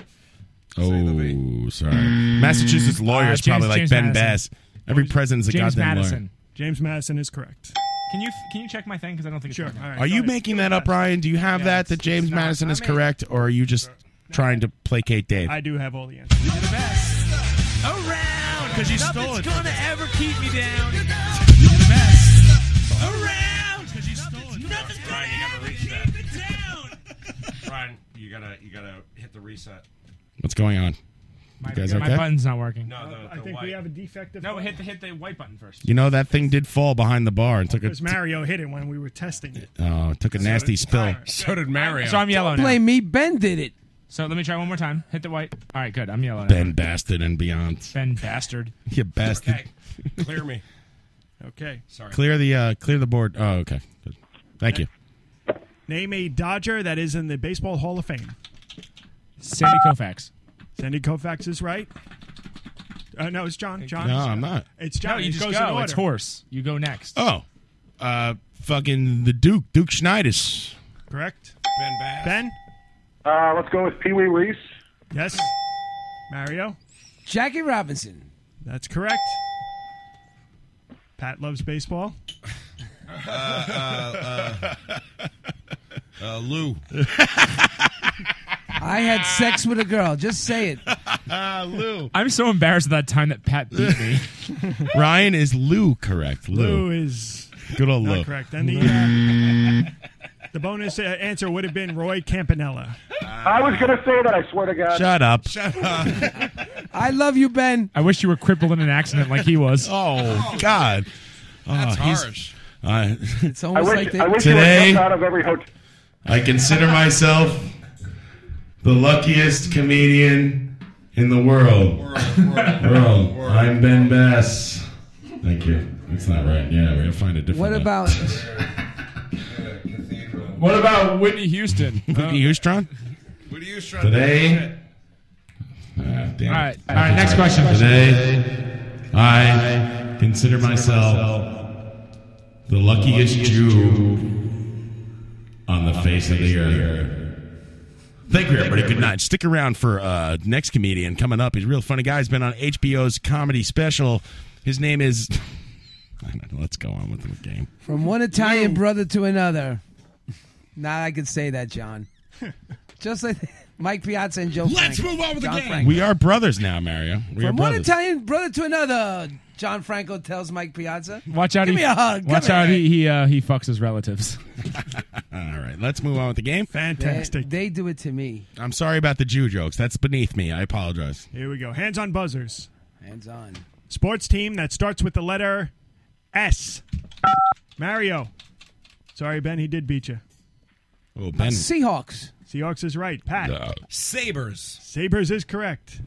Oh, sorry. Massachusetts lawyers
Uh, James-
probably like
James
Ben
Madison.
Bass. Every president's a
James
goddamn
Madison.
lawyer.
James Madison is correct.
Can you can you check my thing because I don't think it's sure.
All right,
Are you making that up, Ryan? Do you have that that James Madison is correct, or are you just trying to placate Dave?
I do have all the answers.
You're the best around
'Cause you stole
Nothing's
it from
gonna ever keep me down. You're
the
best around 'cause you stole it. Nothing's gonna ever keep me down.
Ryan, you gotta you gotta hit the reset.
What's going on? You guys
my
okay?
button's not working.
No, the,
I think we have a defective.
No, hit the hit the white button first.
You know that thing did fall behind the bar and took a
Because Mario hit it when we were testing it.
oh, it took a nasty spill.
So did Mario.
So I'm yellow now.
Blame me. Ben did it.
So let me try one more time. Hit the white. All right, good. I'm yellow. now.
Ben bastard and beyond.
Ben bastard.
You bastard.
Clear me.
Okay.
Sorry.
Clear the uh, clear the board. Oh, okay. Good. Thank you.
Name a Dodger that is in the Baseball Hall of Fame.
Sandy Koufax.
Sandy Koufax is right. Uh, no, it's John. John.
No, I'm not.
It's John.
No, you
It
just
goes
go.
in order.
It's horse. You go next.
Oh, uh, fucking the Duke Duke Schneiders.
Correct.
Ben Bass.
Ben.
Uh, let's go with Pee Wee Reese.
Yes. Mario.
Jackie Robinson.
That's correct. Pat loves baseball.
Uh, uh, uh, uh, Lou.
Ah,
I had sex with a girl. Just say it.
Lou.
I'm so embarrassed at that time that Pat beat me.
Ryan is Lou correct? Lou.
Lou is
Good old
not
Lou.
correct. And the uh, the bonus uh, answer would have been Roy Campanella.
I was gonna say that. I swear to God.
up.
Shut up.
I love you, Ben.
I wish you were crippled in an accident like he was.
Oh God. Oh,
That's
he's-
harsh.
I-
It's
I
almost
wish,
like they,
I wish
Today-
you were out of every hotel.
I consider myself the luckiest comedian in the world. World. I'm Ben Bass. Thank you. That's not right. Yeah, we're gonna find a different.
What
one.
about
What about Whitney Houston? Uh,
Whitney Houston?
What are you trying
Today. all
right, all right, next question.
Today, I consider myself the luckiest Jew on the face of the earth. Thank you, everybody. Good night. Stick around for uh, next comedian coming up. He's a real funny guy. He's been on HBO's comedy special. His name is. I don't know. Let's go on with the game.
from one Italian brother to another? Now I could say that, John. Just like Mike Piazza and Joe. Let's
move on with the
John
game.
Frank.
We are brothers now, Mario. We are
From one
brothers.
Italian brother to another, John Franco tells Mike Piazza.
Watch out!
Give
he,
me a hug.
Watch
Come
out!
here.
He he, uh, he fucks his relatives.
All right, let's move on with the game.
Fantastic.
They, do it to me.
I'm sorry about the Jew jokes. That's beneath me. I apologize.
Here we go. Hands on buzzers.
Hands on.
Sports team that starts with the letter S. Mario. Sorry, Ben, he did beat you.
Oh,
Ben.
Seahawks.
Seahawks is right. Pat.
Sabers.
Sabers is correct.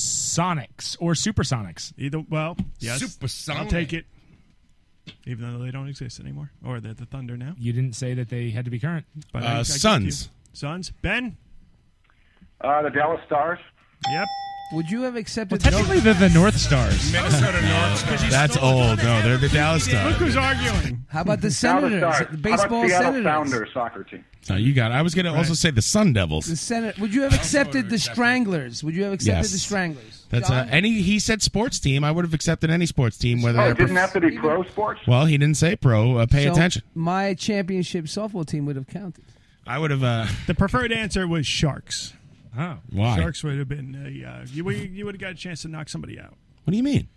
Sonics or Supersonics.
Either well, yes.
Supersonic.
I'll take it. Even though they don't exist anymore, or they're the Thunder now.
You didn't say that they had to be current.
But
Uh,
I- I give it to you. Suns. Ben.
Uh, the Dallas Stars.
Yep.
Would you have accepted?
Well, technically, they're the North Stars.
Minnesota North
That's old. No, they're the Dallas
Look
Stars.
who's arguing.
How about the
Dallas
Senators?
Stars.
The
How about
baseball
Seattle
Senators.
Sounders soccer team.
No, you got. It. I was going to also say the Sun Devils.
The Senate. Would you have accepted the Stranglers? Would you have accepted
Yes.
the Stranglers?
That's uh, any. He said sports team. I would have accepted any sports team, whether
Oh,
they're
it didn't
prof-
have to be pro sports.
well, he didn't say pro. Uh, pay
So
attention.
My championship softball team would have counted.
I would have. Uh,
The preferred answer was Sharks.
Oh,
Why?
Sharks would have been. Uh, uh, you would you would have got a chance to knock somebody out.
What do you mean?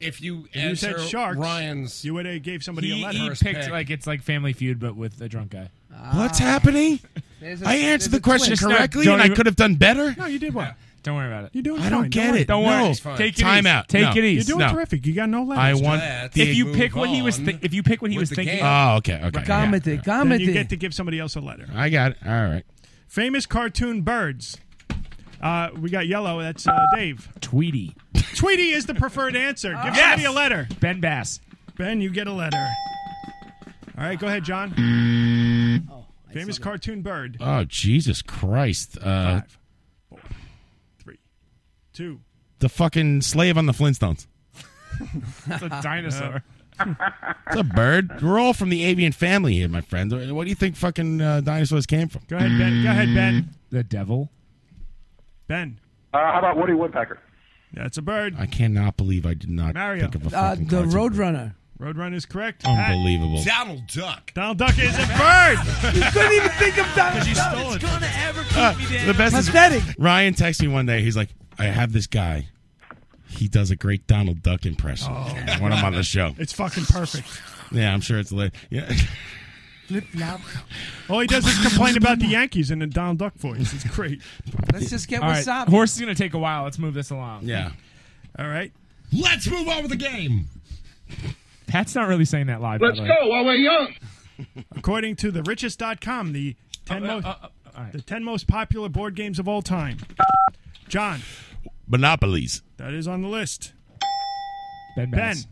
If you,
If you said
answer
Sharks,
Ryan's,
you would have gave somebody
He,
a
he
letter.
picked like it's like Family Feud, but with a drunk guy.
What's happening?
Ah. There's
I answered the question
Just no,
correctly,
don't
and I
even-
could have done better.
No, you did what?
Don't worry about it.
You're doing
I don't
fine.
get
worry.
it. Don't worry. No. It's fine. Take it Time easy. out.
Take
No.
it easy.
You're doing
No.
terrific. You got no letters.
I want the
if you pick what he was, thi- if you pick what he
with
was
the
thinking.
game. Oh, okay, okay,
Right.
yeah. Gamete, Then you get to give somebody else a letter.
I got it. All right.
Famous cartoon birds. Uh, we got yellow. That's uh, Dave.
Tweety.
Tweety is the preferred answer. Give
Yes!
somebody a letter.
Ben Bass.
Ben, you get a letter. All right, go ahead, John. Famous cartoon bird.
Mm. Oh Jesus Christ! Uh,
Two.
the fucking slave on the Flintstones.
It's a dinosaur.
It's a bird. We're all from the avian family here, my friend. What do you think fucking uh, dinosaurs came from?
Go ahead, Ben. Go ahead, Ben.
The devil.
Ben.
Uh, how about Woody Woodpecker?
That's a bird.
I cannot believe I did not
Mario.
think of a
Uh,
fucking
the
cartoon.
Roadrunner.
Roadrunner is correct.
Unbelievable.
Donald Duck.
Donald Duck is a bird.
you couldn't even think of Donald
you
Duck.
stole it.
Uh, the best is-
Pathetic.
Ryan texted me one day. He's like, "I have this guy. He does a great Donald Duck impression.
Oh.
Oh.
I want him on the show."
It's fucking perfect.
Yeah, I'm sure it's late. Yeah.
Flip flop.
All he does is complain about the Yankees in a Donald Duck voice. It's great.
Let's just get
All right,
wasabi.
horse is gonna take a while. Let's move this along.
Yeah.
All right.
Let's move on with the game.
Pat's not really saying that live. by the way.
while we're young.
According to the richest.com, the 10
Oh,
most
uh, all right.
the 10 most popular board games of all time. John,
Monopolies.
that is on the list. Ben.
Ben. Bass.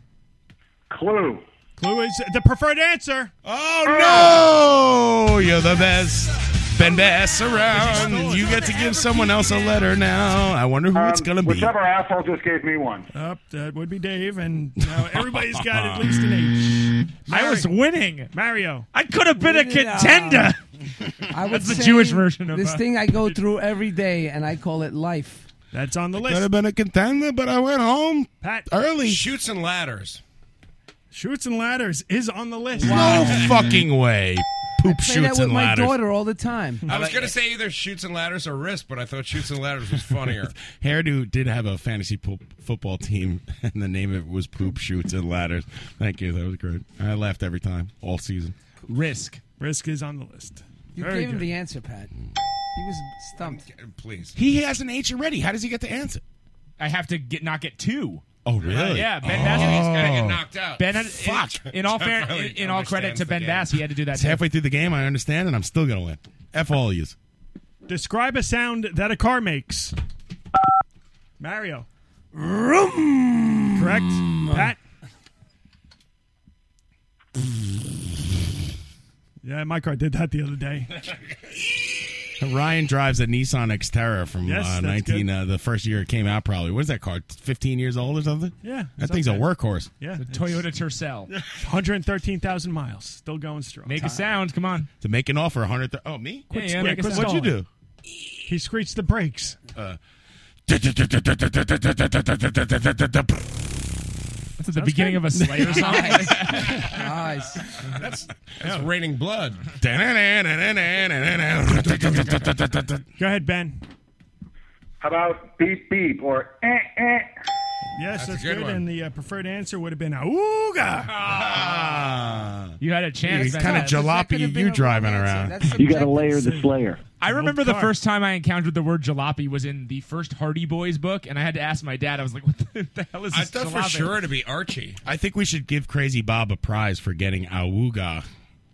Clue.
Clue is the preferred answer. Ah.
Oh no! You're the best. Ben Bass around. You get to give someone else a letter now. I wonder who it's gonna be.
Um, Whichever asshole just gave me one.
Up, that would be Dave, and now everybody's got at least an H.
I was winning.
Mario.
I could have been a
Winning, uh,
contender.
I would
That's the
say
Jewish version of
this
uh,
thing I go through every day, and I call it life.
That's on the
Could
list.
have been a contender, but I went home
Pat.
early.
Shoots and ladders.
Shoots and ladders is on the list.
No fucking way. Poop
Play that
shoots
with
and
my
ladders.
daughter all the time.
I was gonna say either shoots and ladders or wrist, but I thought shoots and ladders was funnier.
Hairdo did have a fantasy po- football team, and the name of it was Poop Shoots and Ladders. Thank you. That was great. I laughed every time, all season.
Uh,
risk.
Risk is on the list.
You
Very
gave him
good.
the answer, Pat. He was stumped.
Please.
He has an H already. How does he get to answer?
I have to get knock it two.
Oh,
Uh,
really?
Yeah, Ben
Oh.
Bass.
He's
gotta get knocked out.
Ben, had-
Fuck.
In, in all fair,
That really
in, in all credit
understands
to
the
Ben
game.
Bass, he had to do that.
It's
too.
halfway through the game. I understand, and I'm still going to win. F all yous.
Describe a sound that a car makes. Mario. Correct. Pat. Yeah, my car did that the other day.
Ryan drives a Nissan Xterra from
Yes,
uh,
that's
19,
good.
uh, the first year it came out, probably. What is that car? 15 years old or something?
Yeah,
That
it's
thing's a
okay.
workhorse.
Yeah,
The Toyota Tercel.
113,000 miles, still going strong.
Make a sound. Come on.
To make an offer, 100. Th- oh, me?
Yeah,
Quick,
yeah,
quick,
make a
quick,
sound.
what'd you do? Uh. He screeched the brakes.
That's at the beginning of a Slayer song.
Nice. nice.
That's that's raining blood.
Go ahead, Ben.
How about beep beep or eh eh?
Yes, that's,
That's a good
good.
one.
And the uh, preferred answer would have been Auga.
Ah.
You had a chance.
He's kind of jalopy you driving around.
You got to layer the slayer.
I remember the first time I encountered the word jalopy was in the first Hardy Boys book, and I had to ask my dad. I was like, "What the, the hell is this?" jalopy?
to be Archie.
I think we should give Crazy Bob a prize for getting Awuga.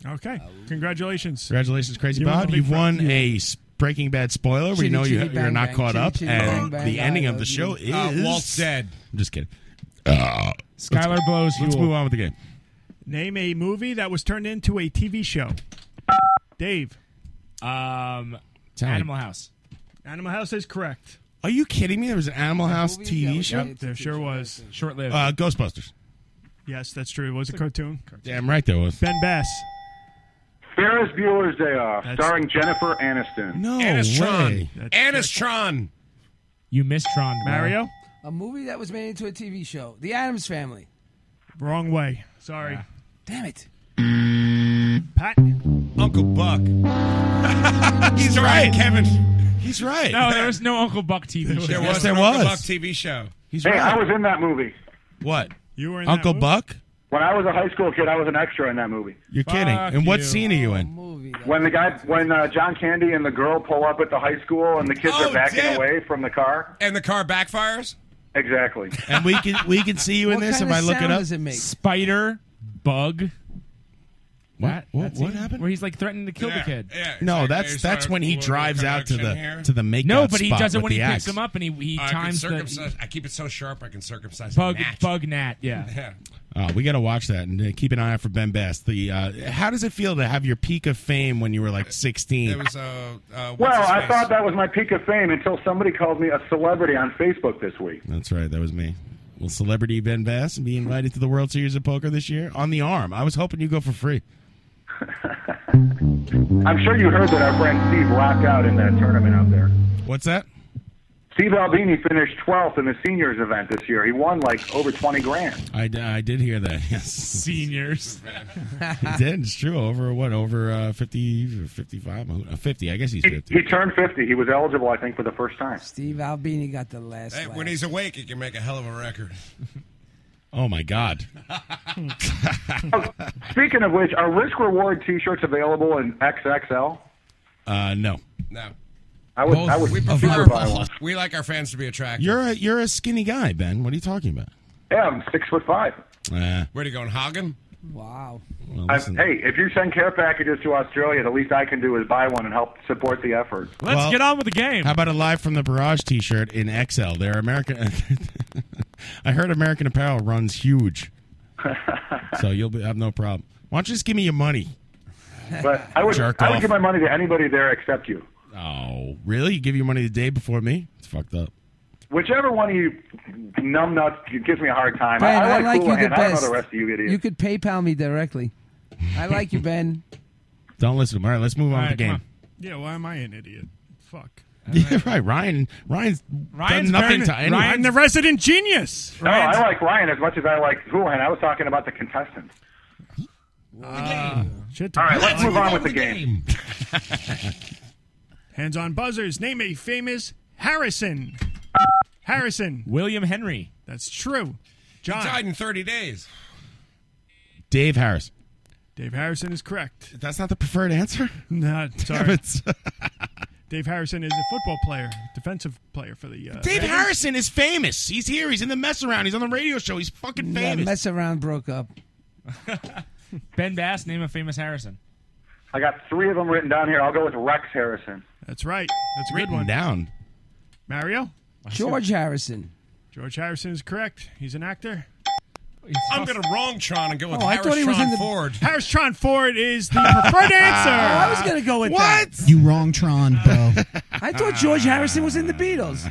Okay, congratulations.
Congratulations, Crazy
You won
Bob.
the big
You've won
prize.
a s- Breaking Bad spoiler. we
Chitty,
know you,
chitty,
you're
bang,
not
bang.
caught
Chitty,
up,
chitty,
and
bang, bang,
the
I
ending of
love
the show is
you. Uh, Walt's
dead.
I'm just kidding. Uh,
Skylar blows.
Let's
Huel.
move on with the game.
Name a movie that was turned into a TV show. Dave.
Um,
Sound
Animal House.
Animal House is correct.
Are you kidding me? There was an Animal House TV show.
Yep, there sure was.
Short lived.
Uh, Ghostbusters.
yes, that's true. It was a cartoon.
Damn right there was.
Ben Bass.
Ferris Bueller's Day Off, starring Jennifer Aniston.
No
Anistron.
way.
Anistron.
You missed Tron. bro.
A movie that was made into a TV show. The Adams Family.
Wrong way. Sorry.
Damn it.
Pat.
Uncle Buck. He's right, Kevin.
He's right.
No, there was no Uncle Buck TV. show.
There was
there
an Uncle
was.
Buck TV show.
He's
hey,
right.
I was in that movie.
What?
You were
in that
Uncle
movie?
Buck?
When I was a high school kid, I was an extra in that movie.
You're kidding. And what scene are you in?
When the guy, when uh, John Candy and the girl pull up at the high school, and the kids
Oh,
are backing
damn.
away from the car.
And the car backfires?
Exactly.
And we can we can see you in
What
this
kind
if
of
I look it
sound
up.
does it make?
Spider bug.
What? What,
That's
what
it.
happened?
Where he's like threatening to kill the kid.
No, that's that's when he drives out to the to the makeout
No, but he
spot
does it
with
when he
the
picks
axe.
him up and he, he
I can
times the
circumcise- I keep it so sharp I can circumcise
bug
a gnat.
bug gnat. Yeah.
Oh, we got to watch that and uh, keep an eye out for Ben Best. The uh, how does it feel to have your peak of fame when you were like
It
sixteen?
was uh, uh,
well,
what's his
I
face?
thought that was my peak of fame until somebody called me a celebrity on Facebook this week.
That's right, that was me. Will celebrity Ben Best be invited to the World Series of Poker this year on the arm? I was hoping you go for free.
I'm sure you heard that our friend Steve rocked out in that tournament out there.
What's that?
Steve Albini finished 12th in the seniors event this year. He won like over 20 grand.
I, I did hear that. Yes,
Seniors.
he did. It's true. Over what? Over uh, 50, 55, uh, 50. I guess he's
He,
50.
he turned 50. He was eligible, I think, for the first time.
Steve Albini got the last.
Hey, when he's awake, he can make a hell of a record.
Oh my God.
Speaking of which, are risk reward T-shirts available in XXL?
Uh, no.
No.
I would. I would prefer buy one.
We like our fans to be attractive.
You're a you're a skinny guy, Ben. What are you talking about?
Yeah, I'm six foot five.
Uh,
Where are you going, Hagen?
Wow.
well,
I,
listen.
hey, if you send care packages to Australia, the least I can do is buy one and help support the effort.
Well,
on with the game.
How about a live from the barrage T-shirt in XL? They're American. I heard American Apparel runs huge, so you'll be, have no problem. Why don't you just give me your money?
But I would.
Jerk
I would
off.
give my money to anybody there except you.
Oh, really? You give your money the day before me? It's fucked up.
Whichever one of you numbnuts gives me a hard time.
Ben, I, like
Houlihan.
you the
I don't know
best.
the rest of you idiots.
You could PayPal me directly. I like you, Ben.
Don't listen to him. All right, let's move on
All
with the
right,
game.
Yeah, why am I an idiot? Fuck.
Yeah, right. Ryan. Ryan's,
Ryan's
done nothing
very-
to anyone.
Ryan's the resident genius.
no, I like Ryan as much as I like Houlihan. I was talking about the contestants.
Shit.
Ah. All right, let's move on with the game.
Hands on buzzers. Name a famous Harrison. Harrison.
William Henry.
That's true. John.
He died in 30 days.
Dave Harris.
Dave Harrison is correct.
That's not the preferred answer.
No,
Damn
sorry.
it.
Dave Harrison is a football player, defensive player for the. Uh,
Dave
Ravens.
Harrison is famous. He's here. He's in the mess around. He's on the radio show. He's fucking
That
famous.
mess around broke up.
Ben Bass, name a famous Harrison.
I got three of them written down here. I'll go with Rex Harrison.
That's right. That's a good
Written
one.
down.
Mario.
George Harrison.
George Harrison is correct. He's an actor.
I'm going to wrong Tron and go with
Oh, I
Harris
thought he was
Tron
in the-
Ford.
Harris Tron Ford is the preferred answer.
Oh, I was gonna go with
What?
that.
You wrong Tron, bro.
I thought George Harrison was in the Beatles.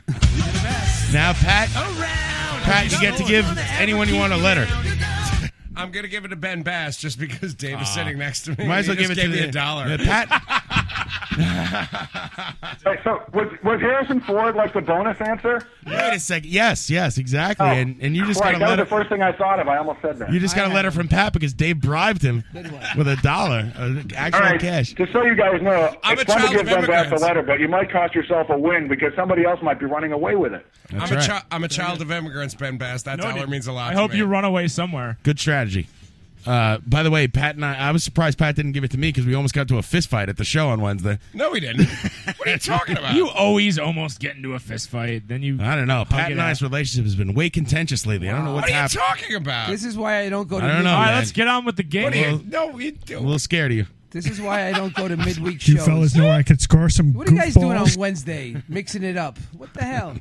Now, Pat. Pat, you get to give anyone you want a letter.
I'm going to give it to Ben Bass just because Dave is sitting next to me.
Ah. Might as
He
well give
just
it to
gave me
the-
a dollar.
the Pat.
Hey, so was, was Harrison Ford like the bonus answer?
Wait a second. Yes, yes, exactly. and and you just
Oh, Right,
got a
that was
letter.
the first thing I thought of. I almost said that.
You just got a letter from Pat because Dave bribed him with a dollar, uh, actual
All right,
cash.
Just so you guys know,
I'm
it's
a
fun
child
to
of
give them back the
immigrants.
letter, but you might cost yourself a win because somebody else might be running away with it.
That's
I'm,
right.
a chi- I'm a child of immigrants, Ben Bass. That dollar means a lot.
I
to
hope
me.
you run away somewhere.
Good strategy. Uh, by the way, Pat and I, I was surprised Pat didn't give it to me because we almost got to a fist fight at the show on Wednesday.
No, we didn't. What are you talking about?
You always Oh, almost get into a fist fight. Then you.
I don't know.
Hug
Pat
it
and I's relationship has been way contentious lately. I don't know what's happening.
talking about?
This is why I don't go. to
I don't know,
midweek-
All right, man. let's
get on with the game.
What are you-
no, you
I'm a little scared of you.
This is why I don't go to midweek
You
shows.
fellas know I could score some
What are you guys doing on
goofballs.
Wednesday? Mixing it up. What the hell?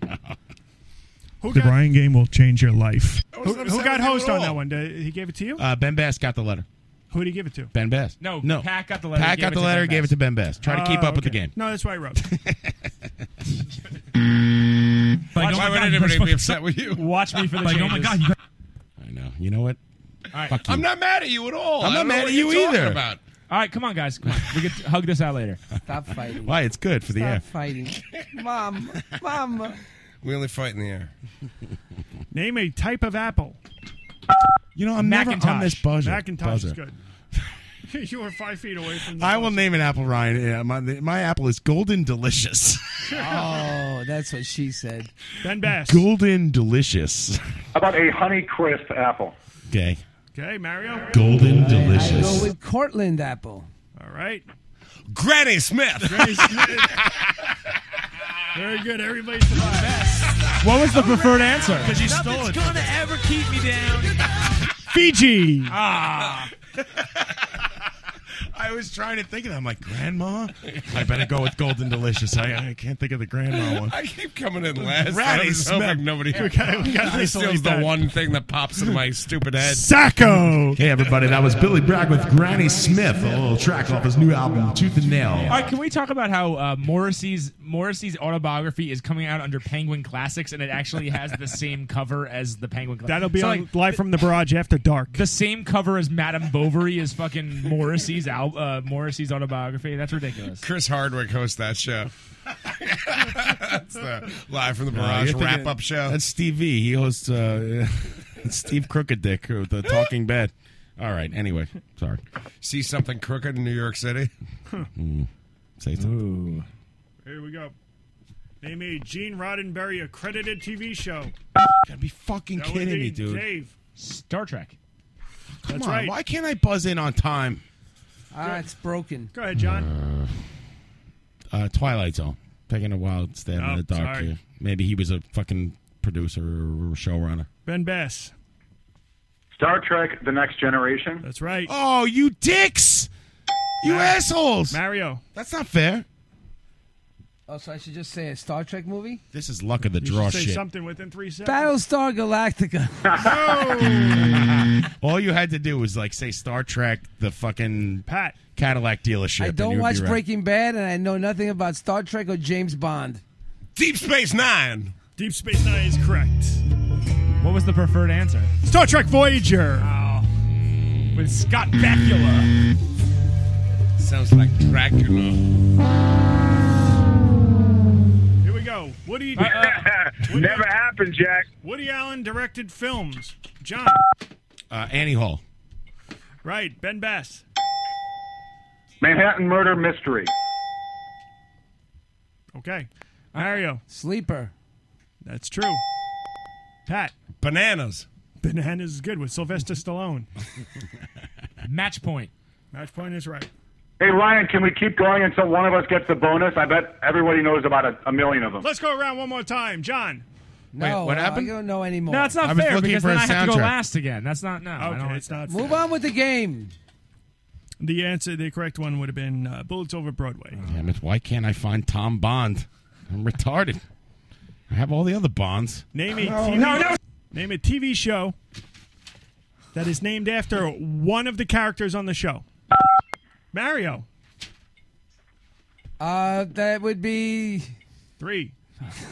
The Brian game will change your life.
Who, who got hosed on that one? Did he gave it to you?
Uh, ben Bass got the letter.
Who did he give it to?
Ben Bass.
No,
no.
Pat got the letter,
Pat
gave
got
it
the
to
letter.
Ben
Gave it
Bass.
to Ben Bass. Try to keep
Oh,
up with the
okay.
game.
No, that's why I wrote.
Like, oh my God, you guys fucking
with you?
Watch me for the
Like,
changes.
oh my God, you I know. You know what? Fuck you.
I'm not mad at you at all.
I'm
I
not
don't know
mad
what
at you
you're talking
either.
about.
All right, come on, guys. Come on. We could hug this out later.
Stop fighting.
Why? It's good for the air.
fighting. Mom, mom.
We only fight in the air.
Name a type of apple.
You know, I'm never on this buzzer.
Macintosh is
buzzer.
good. you were five feet away from. The
I will name an apple Ryan. Yeah, my, my apple is golden delicious.
Oh, that's what she said.
Ben Bass.
golden delicious.
How about a honey crisp apple?
Okay.
Okay, Mario.
Golden
I
delicious.
go with Cortland apple.
All right.
Granny Smith.
Granny Smith. Very good. Everybody's the best.
What was the preferred answer?
Because you stole it.
gonna ever keep me down.
Fiji.
Ah. I was trying to think of that. I'm like, Grandma? I better go with Golden Delicious. I, I can't think of the Grandma one.
I keep coming in last.
Granny
I was hoping
Smith.
Nobody.
We gotta- we gotta
this
isolate
is the
that.
one thing that pops in my stupid head.
Sacco! Hey, everybody, that was Billy Bragg with Granny Smith, a little track off his new album, Tooth and
All
Nail.
right, can we talk about how uh, Morrissey's Morrissey's autobiography is coming out under Penguin Classics, and it actually has the same cover as the Penguin. Classics.
That'll be
so,
on
like,
live from the barrage after dark.
the same cover as Madame Bovary is fucking Morrissey's al- uh, Morrissey's autobiography. That's ridiculous.
Chris Hardwick hosts that show. That's the live from the
No,
barrage
you're thinking-
wrap up show.
That's Steve V. He hosts uh, Steve Crooked Dick with the Talking Bed. All right, anyway, sorry.
See something crooked in New York City.
Mm, say something.
Here we go. Name a Gene Roddenberry accredited TV show.
Gotta be fucking
That would
kidding
be
me, dude.
Dave.
Star Trek.
Come
That's
on,
right.
why can't I buzz in on time?
Ah, it's broken.
Go ahead, John.
Uh, uh, Twilight Zone. Taking a wild stab
Oh,
in the dark
sorry.
here. Maybe he was a fucking producer or showrunner.
Ben Bass.
Star Trek: The Next Generation.
That's right.
Oh, you dicks! You assholes!
Mario.
That's not fair.
Oh, so I should just say a Star Trek movie?
This is luck of the draw
Say
shit.
something within three seconds. Oh.
Battlestar Galactica.
All you had to do was like say Star Trek, the fucking
Pat
Cadillac dealership.
I
and you
don't
would
watch
be right.
Breaking Bad, and I know nothing about Star Trek or James Bond.
Deep Space Nine.
Deep Space Nine is correct.
What was the Ah. preferred answer?
Star Trek Voyager.
With Scott Bakula.
Sounds like Dracula.
Here we go. Woody.
Uh-uh.
Never
happened, Jack.
Woody Allen directed films. John.
Uh, Annie Hall.
Right. Ben Bass.
Manhattan Murder Mystery.
Okay.
Uh,
Mario.
Sleeper.
That's true. Pat.
Bananas.
Bananas is good with Sylvester Stallone.
Match point.
Match point is right.
Hey Ryan, can we keep going until one of us gets the bonus? I bet everybody knows about a, a million of them.
Let's go around one more time. John.
No,
what
uh,
happened?
I don't know anymore.
No, it's not
I was
fair
looking
because
for
then
a
I have to go
soundtrack.
last again. That's not no. I
Okay,
don't like
it's not
that.
Move on with the game.
The answer, the correct one would have been uh, Bullets Over Broadway.
Damn it! Why can't I find Tom Bond? I'm retarded. I have all the other Bonds.
Name a
No,
TV,
no, no.
Name a TV show that is named after one of the characters on the show. Mario.
Uh, that would be
Three.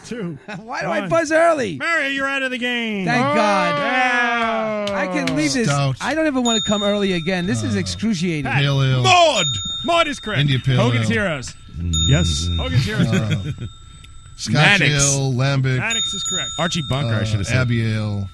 two.
Why do I buzz early?
Mary, you're out of the game.
Thank
Oh,
God.
yeah.
I can leave this.
Stout.
I don't ever want to come early again. This is excruciating.
Pale ale. Maud! Maud is correct.
India pale
Hogan's
ale.
Heroes.
Yes.
Hogan's Heroes.
Uh,
Scotch
Maddox.
ale, lambic.
Maddox is correct.
Archie Bunker, I
uh,
should have said.
Abbey ale.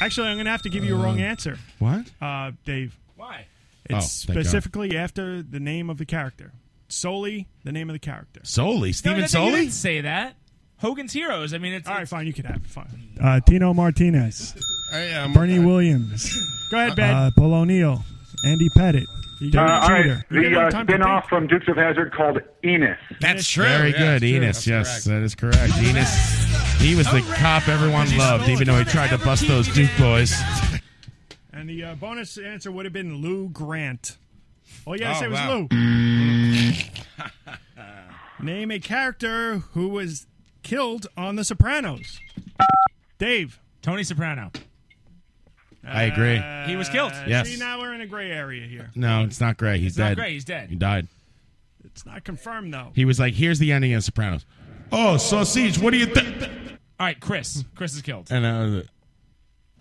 Actually, I'm going to have to give you a wrong answer.
What?
Uh, Dave. Why? It's
Oh, thank God.
specifically after the name of the character. Solely the name of the character.
Solely, Stephen
no,
Solely.
You didn't say that. Hogan's Heroes. I mean, it's all right.
Fine, you can have it. Fine. Uh, Tino Martinez. Bernie Williams. Go ahead, Ben. Uh, Paul O'Neill. Andy Pettit. You
Uh,
got a
all
cheater.
right,
You
the
got
uh,
time to
spin off from Dukes of Hazard called Enos.
That's
true.
Very
Yeah,
good,
that's true.
Enos.
That's
Yes, that is correct. Enos. He was the cop everyone loved, even though he tried to bust those Duke boys.
And the uh, bonus answer would have been Lou Grant. All you had to
Oh,
say was
wow.
Lou. Name a character who was killed on The Sopranos. Dave.
Tony Soprano.
I agree.
He was killed.
Yes.
Uh, See, now we're in a gray area here.
No, it's not Gray. He's
It's not
dead.
Gray, he's dead.
He died.
It's not confirmed, though.
He was like, "Here's the ending of Sopranos." Oh, sausage! What do you think?
All right, Chris. Chris is killed.
And I was,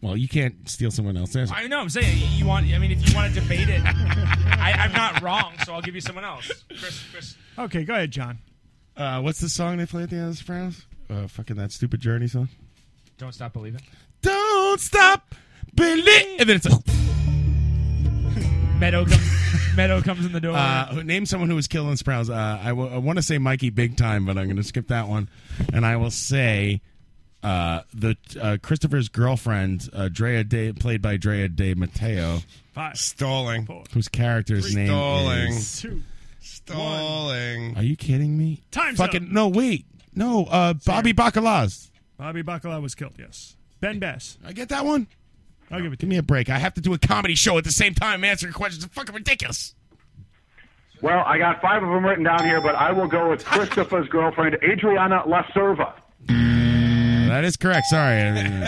well, you can't steal someone else's.
I know. I'm saying you want. I mean, if you want to debate it, I, I'm not wrong. So I'll give you someone else. Chris. Chris.
Okay, go ahead, John.
Uh, what's the song they play at the end of The Sopranos? Uh, fucking that stupid Journey song.
Don't stop believing.
Don't stop, Billy. And then it's a,
Meadow comes. Meadow comes in the door.
uh, who- name someone who was killed in Sopranos. Uh, I, w- I want to say Mikey Big Time, but I'm going to skip that one, and I will say uh, the uh, Christopher's girlfriend, uh, Drea De, played by Drea De Matteo,
Five.
Stalling.
whose character's name
Stalling.
is.
Stalling.
Are you kidding me?
Time's
Fucking
up.
no! Wait, no. Uh, Bobby Bacala's.
Bobby Bacala was killed, yes. Ben Bess.
I get that one.
I'll give it.
Give me a break. I have to do a comedy show at the same time. Answering questions is fucking ridiculous.
Well, I got five of them written down here, but I will go with Christopher's girlfriend, Adriana La Serva.
That is correct. Sorry. I mean-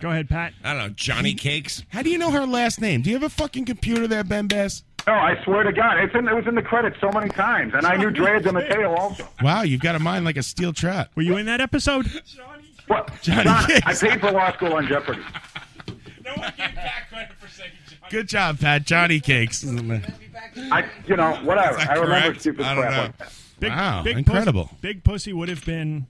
Go ahead, Pat.
I don't know. Johnny Cakes.
How do you know her last name? Do you have a fucking computer there, Ben Bass?
No, Oh, I swear to God, it's in, it was in the credits so many times, and I knew Drea De Matteo also.
Wow, you've got a mind like a steel trap.
Were you in that episode?
What?
Johnny
John, I
Cakes.
paid for law school on Jeopardy.
Good job, Pat. Johnny Cakes.
I, you know, whatever. I remember
correct?
stupid
I
crap
don't
like
know.
that.
Wow,
Pussy-
incredible.
big Pussy would have been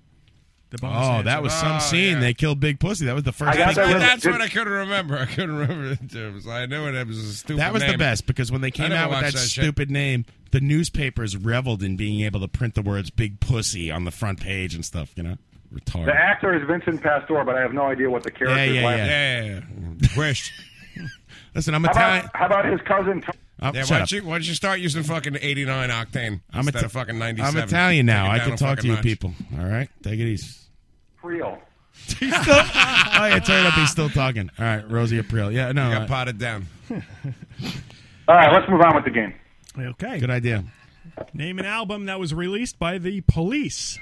the bonus
Oh,
answer.
that was some scene. They killed Big Pussy. That was the first. thing killed.
that's what I couldn't remember. I couldn't remember the terms. I knew it, it was a stupid
That was the
name.
best because when they came
I never
out with that,
watched that shit.
stupid name, the newspapers reveled in being able to print the words "Big Pussy" on the front page and stuff. You know, retarded.
The actor is Vincent Pastor, but I have no idea what the character
yeah,
is.
yeah, yeah, yeah, Wish. Listen, I'm
How
Italian.
about, how about his cousin? Tom-
Oh,
yeah,
shut
why
up.
don't, you, why don't you start using fucking 89 octane
I'm
instead
Ita-
of fucking 97?
I'm Italian now.
Take it
I
down
can
a
talk to
fucking
you
notch.
people. All right, take it easy.
Creel.
oh, yeah, turn it up. He's still talking. All right, Rosie April. Yeah, no.
got
uh,
potted down.
All right, let's move on with the game.
Okay.
Good idea.
Name an album that was released by the police.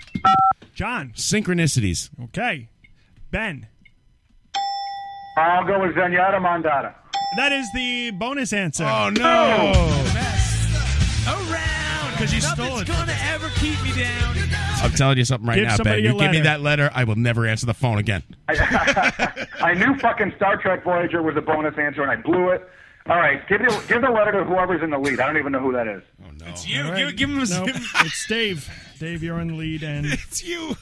John.
Synchronicities.
Okay. Ben.
I'll go with Zenyatta Mandata.
That is the bonus answer.
Oh,
Around because you stole it. gonna ever keep me down.
I'm telling you something right
Give
now, Ben.
somebody
You
a
give me
letter.
that letter, I will never answer the phone again.
I knew fucking Star Trek Voyager was a bonus answer, and I blew it. All right, give, the, give the letter to whoever's in the lead. I don't even know who that is.
It's you. Give, give him a.
No, it's Dave. Dave, you're in the lead, and it's you.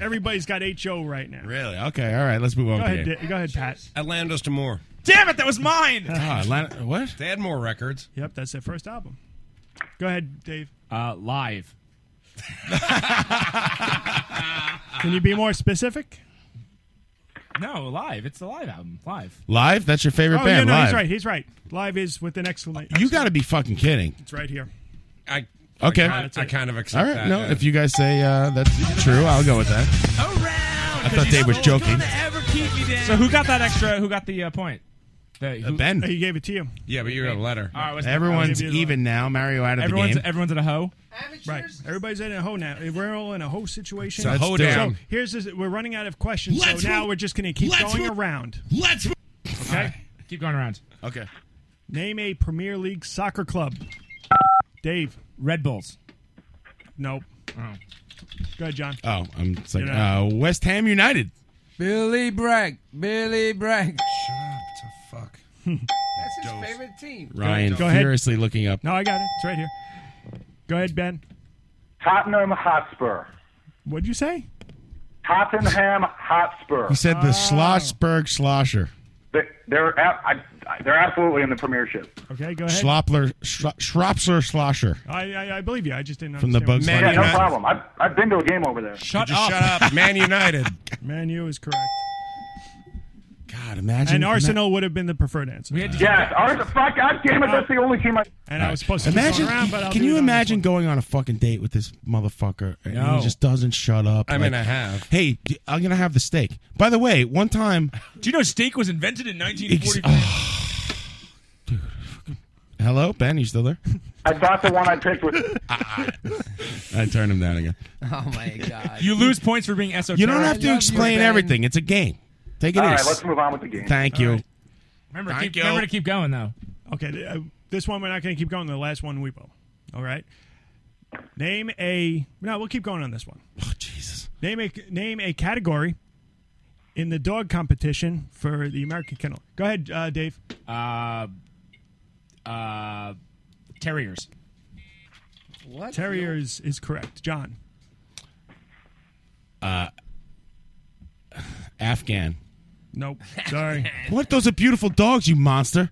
Everybody's got HO right now.
Really? Okay. All right. Let's move on.
Go
with the
ahead,
game.
Da- go ahead, Pat.
Atlantis to Moore.
Damn it! That was mine.
Ah, Atlanta, what?
They had more records.
Yep, that's their first album. Go ahead, Dave.
Uh, live.
Can you be more specific?
No, live. It's the live album. Live.
Live? That's your favorite
oh,
band?
yeah, no,
live?
he's right. He's right. Live is with an exclamation.
You got to be fucking kidding.
It's right here.
I
Okay.
I kind of, I kind of accept
All right.
that.
no,
yeah.
if you guys say uh, that's true, I'll go with that. I thought Dave was joking.
So who got that extra? Who got the uh, point? The,
Uh, Ben.
He gave it to you.
Yeah, but you got a letter.
All right, what's the-
Everyone's even now. Mario out of
Everyone's
the game.
everyone's at a hoe.
Right. Everybody's in a hoe now. We're all in a hoe situation.
It's a hoe
So
down.
here's this, we're running out of questions,
Let's
so now
move-
we're just going to keep
let's
going
move-
around.
Let's.
Okay.
Keep going around.
Okay.
Name a Premier League soccer club. Dave.
Red Bulls.
Nope. Go ahead, John.
Oh, I'm it's like
You're
uh,
not-
West Ham United.
Billy Bragg. Billy Bragg.
Shut up
to fuck. That's his favorite team.
Ryan
Go ahead.
furiously looking up.
No, I got it. It's right here. Go ahead, Ben.
Tottenham Hotspur.
What'd you say?
Tottenham Hotspur.
He said
Oh.
the Schlossberg Slosher.
They- They're ab- I- I- they're absolutely in the Premiership.
Okay, go ahead.
Schloppler, Schro- Schropser Slosher.
I, I I believe you. I just didn't
From
understand.
the Bugs
Yeah,
Bunny.
no problem. I've, I've been to a game over there.
Shut Could you up. shut up? Man United.
Man U is correct.
God, imagine.
and Arsenal would have been the preferred answer. We had to
Yes, Arsenal. Fuck, God damn it, that's the only team I.
And I was supposed to keep
Imagine,
going around, but I'll
can
do
you
it on-
imagine going on a fucking date with this motherfucker and
No.
he just doesn't shut up?
I mean, I have.
Hey, d- I'm gonna have the steak. By the way, one time,
Do you know steak was invented in 1943?
Oh. hello Ben, you still there?
I thought the one I picked was.
Ah. I turned him down again.
Oh my god.
You lose points for being esoteric.
You don't have to explain everything. It's a game. Take it
All
easy.
right, let's move on with the game.
Thank you.
Remember,
Thank keep- you. remember to
keep going though. Okay, th- uh, this one we're not going to keep going. The last one we will. All right. Name a no. We'll keep going on this one. Oh
Jesus!
Name a name a category in the dog competition for the American Kennel. Go ahead, uh, Dave.
Uh, uh, terriers.
What?
Terriers is correct. John.
Uh, Afghan.
Nope. Sorry.
What? Those are beautiful dogs, you monster.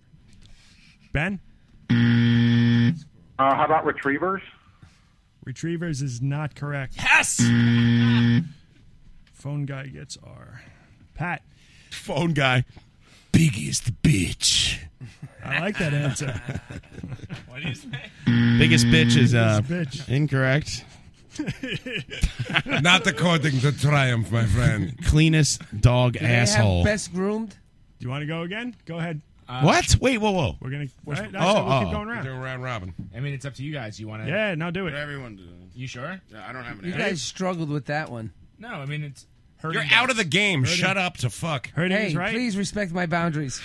Ben?
Mm.
Uh, how about retrievers?
Retrievers is not correct.
Yes!
Phone guy gets R. Pat.
Phone guy. Biggest bitch.
I like that answer.
What do you say?
Biggest bitch is uh,
Biggest
incorrect.
Not according to triumph, my friend.
Cleanest dog
Do they have
asshole.
best groomed. Do you want to go again? Go ahead.
what? Wait, whoa, whoa.
Uh, We're gonna.
Which-
all right, I said
oh,
we'll keep
oh.
going around.
Doing round robin.
I mean, it's up to you guys. You want to?
Yeah, now do it.
Everyone do.
You sure? Yeah, I don't have
You guys struggled with that one.
No, I mean it's. herding
You're out of the
dogs.
game.
Herding-
Shut up to fuck.
hey, please respect my boundaries.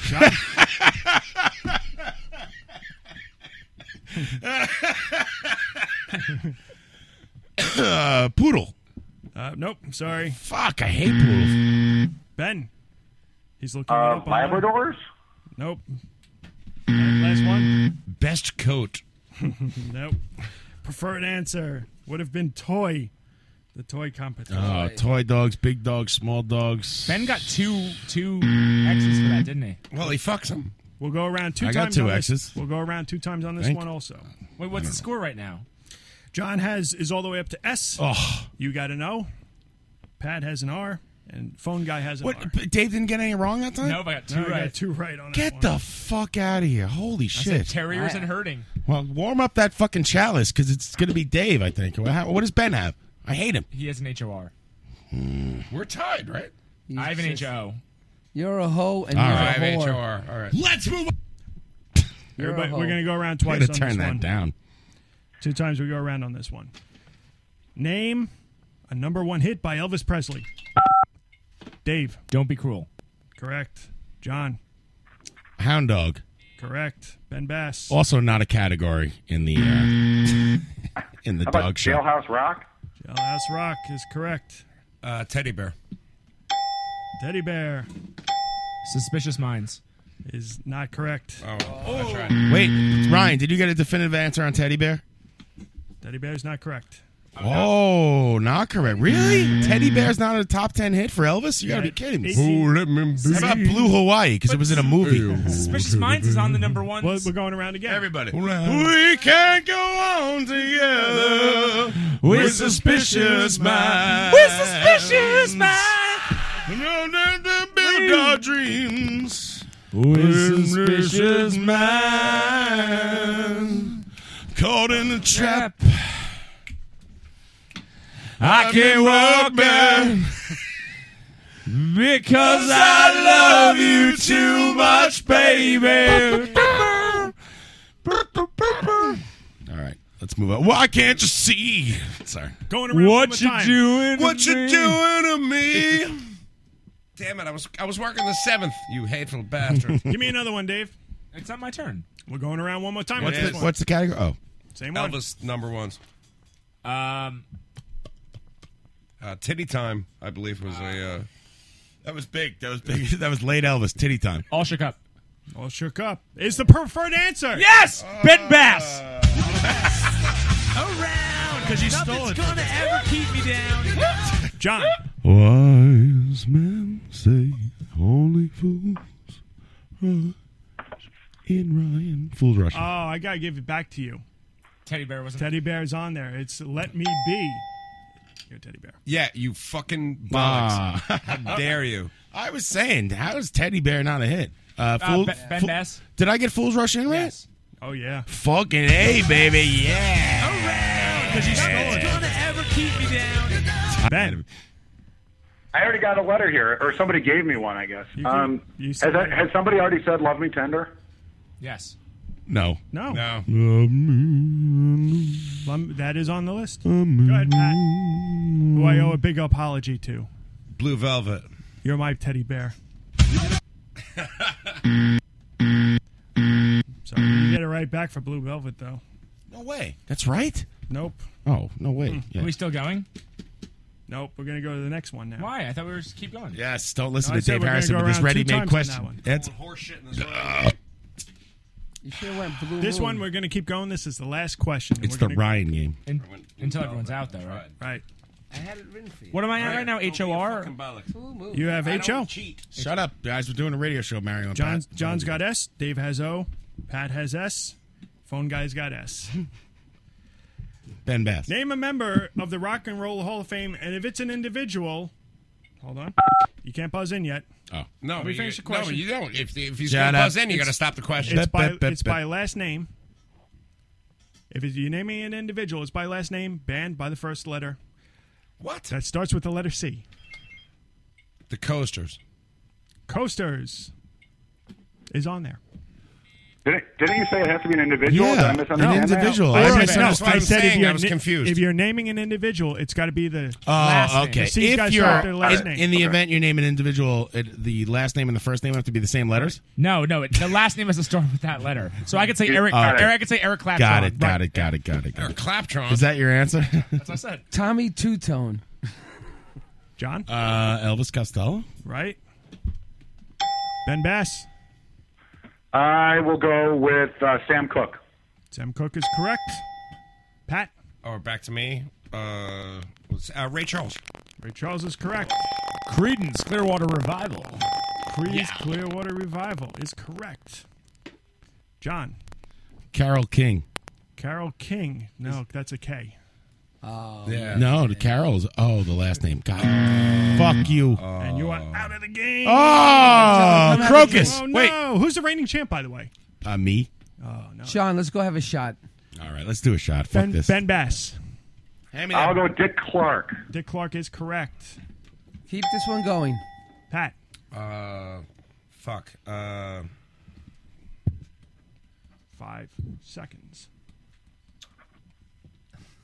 Uh, poodle.
Uh, nope. Sorry.
Fuck, I hate poodles.
Ben. He's looking it
Uh,
up. online.
Labradors?
Nope. And last one.
Best coat.
nope. Preferred answer would have been toy. The toy competition.
Oh, toy dogs, big dogs, small dogs. Mm.
Ben got two two X's for that, didn't he?
Well, he fucks them.
Mm. We'll go around two
I got
times.
two
on
X's.
This. We'll go around two times on this
Thank-
one also.
Wait, what's the score right now?
John has is all the way up to S.
Oh.
You got an O. Pat has an R, and phone guy has an
What?
R.
B- Dave didn't get any wrong that time?
No, but I got two No, you got right. two right on that
Get
one.
the fuck out of here. Holy shit.
terriers and herding.
Well, warm up that fucking chalice because it's going to be Dave, I think. What how- what does Ben have? I hate him.
He has an HOR.
Hmm.
We're tied, right?
I have an HO.
You're a hoe and
All
you're
right.
a whore.
HOR. All right.
Let's move on.
You're a
Everybody,
hoe.
we're gonna go around
Way
twice.
to
on
turn
this
that
one.
down.
Two times we go around on this one. Name a number one hit by Elvis Presley. Dave.
Don't be cruel.
Correct. John.
Hound dog.
Correct. Ben Bass.
Also, not a category in the
Mm.
uh, in the
How about
dog show.
Jailhouse Rock. Jailhouse Rock is correct.
Uh, teddy bear.
Teddy bear
Suspicious minds.
is not correct.
Oh,
Wait, Ryan, did you get a definitive answer on Teddy Bear?
Teddy bear is not correct.
Oh, not correct.
Mm.
Really? Teddy Bear's not a top 10 hit for Elvis? You gotta be kidding me.
Who let me
How about Blue Hawaii? Because it was in a movie.
Suspicious Minds is on the number one.
Well, we're going around again.
Everybody.
We can't go on together.
We're suspicious minds.
We're suspicious minds. No, no, no, build our dreams.
We're
suspicious
man
caught in a trap.
I can't walk back because I love you too much, baby.
All right, let's move on. Why can't you see? Sorry.
Going
around What one more you time. doing to
What you
me?
doing to me? Damn it! I was I was working the seventh. You hateful bastard.
Give me another one, Dave.
It's not my turn.
We're going around one more time.
What's
with
the,
this one.
what's the category? Oh.
Same
Elvis number ones.
Um,
Uh, Titty Time, I believe, was a. Uh,
that was big. That was big. that was late Elvis. Titty time.
Oh,
All shook up.
All shook up is the preferred answer. Uh,
Yes, Ben Bass.
Around because you stole it. gonna ever keep me down. John,
Wise men say only fools rush in Ryan. Fools
oh,
rush.
Uh,
in.
I gotta give it back to you.
Teddy bear wasn't.
Teddy bear's on there. It's let me be. Your teddy bear.
yeah, you fucking
Bah.
bollocks. How dare you?
I was saying, how is Teddy Bear not a hit? Uh,
Uh,
Fool-
Ben- Ben
Fool-
Bass?
Did I get Fools Rush in right?
Oh yeah.
Fucking A, baby. Yeah.
Because you stole it.
gonna ever keep me down.
Ben.
I already got a letter here, or somebody gave me one, I guess. Um,
you
has,
said-
that- has somebody already said "Love Me Tender"?
Yes.
No.
No.
No.
Lum- that is on the list. Go ahead, Pat. Who I owe a big apology to.
Blue Velvet.
You're my teddy bear. so you get it right back for Blue Velvet, though.
Mm. No way. That's right.
Nope. Hmm.
Oh no way. Yeah.
Hmm. Are we still going?
Nope. We're gonna go to the next one now.
Why? I thought we were just keep going.
Yes. Don't listen
No, I
to
said
Dave
we're gonna
Harrison
go
with this
around two
ready-made
times on
question.
that one.
That's
You should have went blue.
This
Moon.
one we're gonna keep going. This is the last question.
it's
We're
the
gonna-
Ryan game.
In, until everyone's out, though, right?
Right.
I had it written for you.
What am I at right now? H O R.
You have HO.
Shut up, guys. We're doing a radio show, Mario. and
John's
Pat.
John's got S. Dave has O. Pat has S. Phone guy's got S.
Ben Bass.
Name a member of the Rock and Roll Hall of Fame, and if it's an individual, hold on, you can't buzz in yet.
Oh
no,
we
you-
finished the
no,
question.
you don't. If- if he's Shut gonna up. buzz in, you gotta stop the question.
It's,
Bep,
by,
bep, bep,
it's by
bep.
last name. If it's, you name me an individual, it's by last name, banned by the first letter.
What?
That starts with the letter C.
The Coasters.
Coasters is on there.
Didn't, didn't you say it has to be an individual? Did I misunderstand that?
I,
Or-
misunderstood.
no,
I said if
saying,
you're
I was
na-
confused.
If you're naming an individual, it's got to be the
Oh,
last name.
okay.
The C's gotta
if
start with
you're
their last
in,
name.
in the event you name an individual, it, the last name and the first name have to be the same letters.
No, no. It, the last name has to start with that letter. So I could say Eric.
All right.
Eric, I could say Eric Clapton.
Got it. Got it. Got it. Got it. Got it.
Claptron.
Is that your answer?
That's what I said.
Tommy Two Tone.
John?
Uh, Elvis Costello.
right? Ben Bass.
I will go with uh, Sam Cooke.
Sam Cook is correct. Pat.
Or back to me. Uh, what's- uh, Ray Charles.
Ray Charles is correct.
Credence Clearwater Revival.
Creed's Clearwater Revival is correct. John.
Carol King.
Carol King. No, that's a K. Oh.
No, the Carol's. Oh, the last name. God. Fuck you.
And you are out of the game.
Oh,
John,
Crocus.
Oh, no. Who's the reigning champ, by the way?
Uh, me.
John, let's go have a shot.
All right, let's do a shot. Fuck
Ben,
this.
ben Bass.
I'll go Dick Clark.
Dick Clark is correct.
Keep this one going.
Pat.
Uh, fuck. Uh,
Five seconds.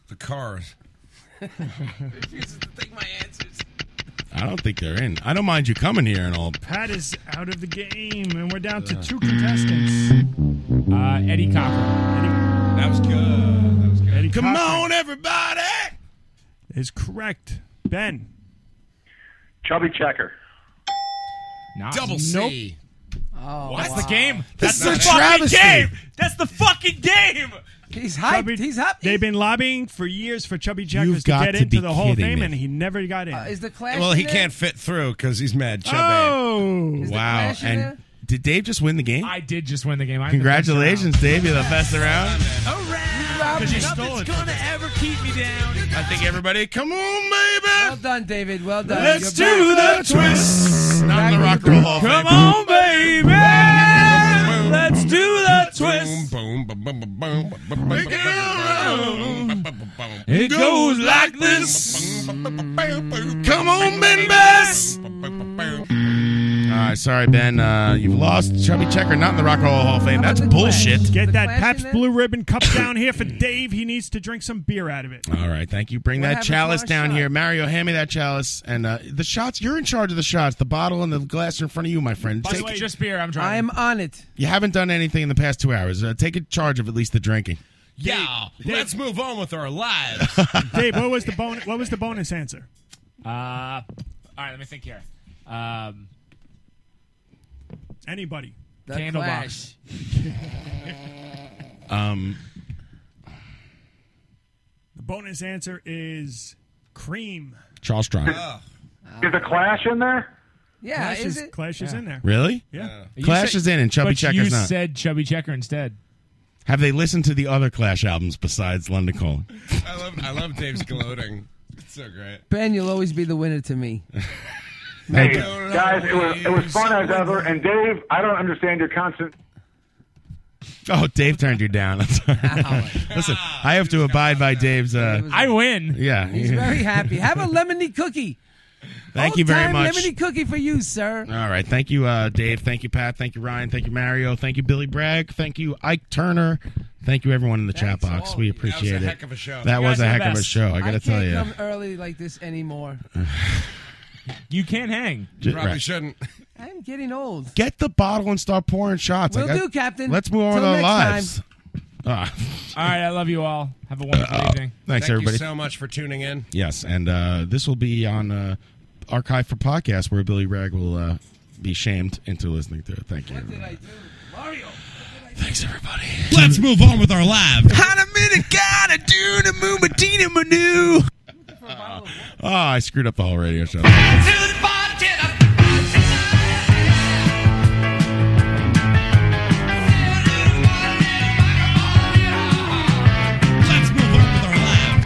the Cars.
refuses to take my answers.
I don't think they're in. I don't mind you coming here and all.
Pat is out of the game, and we're down to two contestants.
Uh, Eddie Cochran.
That was good. That was good.
Eddie
Come
Cochran
on, everybody.
is correct. Ben.
Chubby Checker.
Double
C.
Oh,
That's
wow.
the game.
This
That's
is
the
a
fucking
travesty.
game. That's the fucking game.
He's
Chubby- They've been lobbying for years for Chubby
You've
Checkers to
got
get
to
into
be
the Hall of
kidding
Fame,
me.
and he never got in.
Uh, Is the clash?
Well, he
in
can't fit through because he's mad. Chubby.
oh,
Wow.
Clash in
And
there?
did Dave just win the game?
I did just win the game. I'm the best
Congratulations, Dave. You're the best around.
Around,
Because you
nothing's
stole it.
gonna ever keep me down.
I think everybody, come on, baby.
Well done, David. Well done.
Let's
You're
do
back.
the twist. Not in the Rock and Roll Hall of Fame.
Come on, baby. Let's do the twist.
Boom, boom, boom, boom, boom, boom, boom, boom, boom, boom, boom, boom.
It goes like this.
Come on, Ben Bass.
Mm.
All right, sorry, Ben. Uh, you've lost. Chubby Checker, not in the Rock and Roll Hall of Fame. That's bullshit.
Get that
Clash
Pabst
in it?
Blue Ribbon cup down here for Dave. He needs to drink some beer out of it.
All right, thank you. Bring
We're
that
having
chalice
our
down
shot.
here, Mario. Hand me that chalice and uh, the shots. You're in charge of the shots. The bottle and the glass are in front of you, my friend.
By the
Take,
way, just beer. I'm
I'm
driving.
on it.
you haven't done anything in the past two hours. Uh, take charge of at least the drinking.
Yeah, let's move on with our lives.
Dave, what was the bon- What was the bonus answer?
Uh, all right, let me think here. Um,
Anybody.
The Candlebox.
Um,
The bonus answer is cream.
Charles Strong.
Is the Clash in there?
Yeah,
Clash
is
is,
it?
Clash is
Yeah.
in there.
Really?
Yeah.
You Clash said- is in and Chubby
but
Checker's
you
not.
said Chubby Checker instead.
Have they listened to the other Clash albums besides London Calling?
I love I love Dave's gloating. It's so great.
Ben, you'll always be the winner to me.
Hey, guys, it was, it was fun as ever. And Dave, I don't understand your constant.
Oh, Dave turned you down. I'm sorry. Listen, I have to abide by Dave's. Uh,
I win.
Yeah.
He's very happy. Have a lemony cookie.
Thank you very
Old-time
much.
Lemony cookie for you, sir.
All right. Thank you, uh, Dave. Thank you, Pat. Thank you, Ryan. Thank you, Mario. Thank you, Billy Bragg. Thank you, Ike Turner. Thank you, everyone in the chat box. We appreciate
That was a
it.
heck of a show.
That
You
was
guys
a
are
heck
the
of a
best.
show. I got to
can't
tell you.
come early like this anymore.
You can't hang.
J- right.
shouldn't.
I'm getting old.
Get the bottle and start pouring shots.
Will
I got-
do, Captain.
Let's move on
Till
with our
next
lives. Ah,
All right, I love you all. Have a wonderful evening.
thanks,
Thank
everybody.
you so much for tuning in.
Yes, and uh, this will be on uh, archive for podcast where Billy Bragg will uh, be shamed into listening to it. Thank you. everybody. Thanks, everybody.
Let's move on with our live.
gotta do the moon, Medina Manu.
Oh, I screwed up the whole radio show.
Let's move on with our live.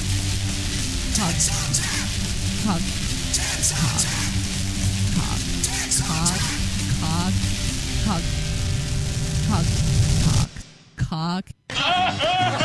Cock. Cock. Cock. Cock. Cock. Cock. Cock. Cock. Cock. Cock.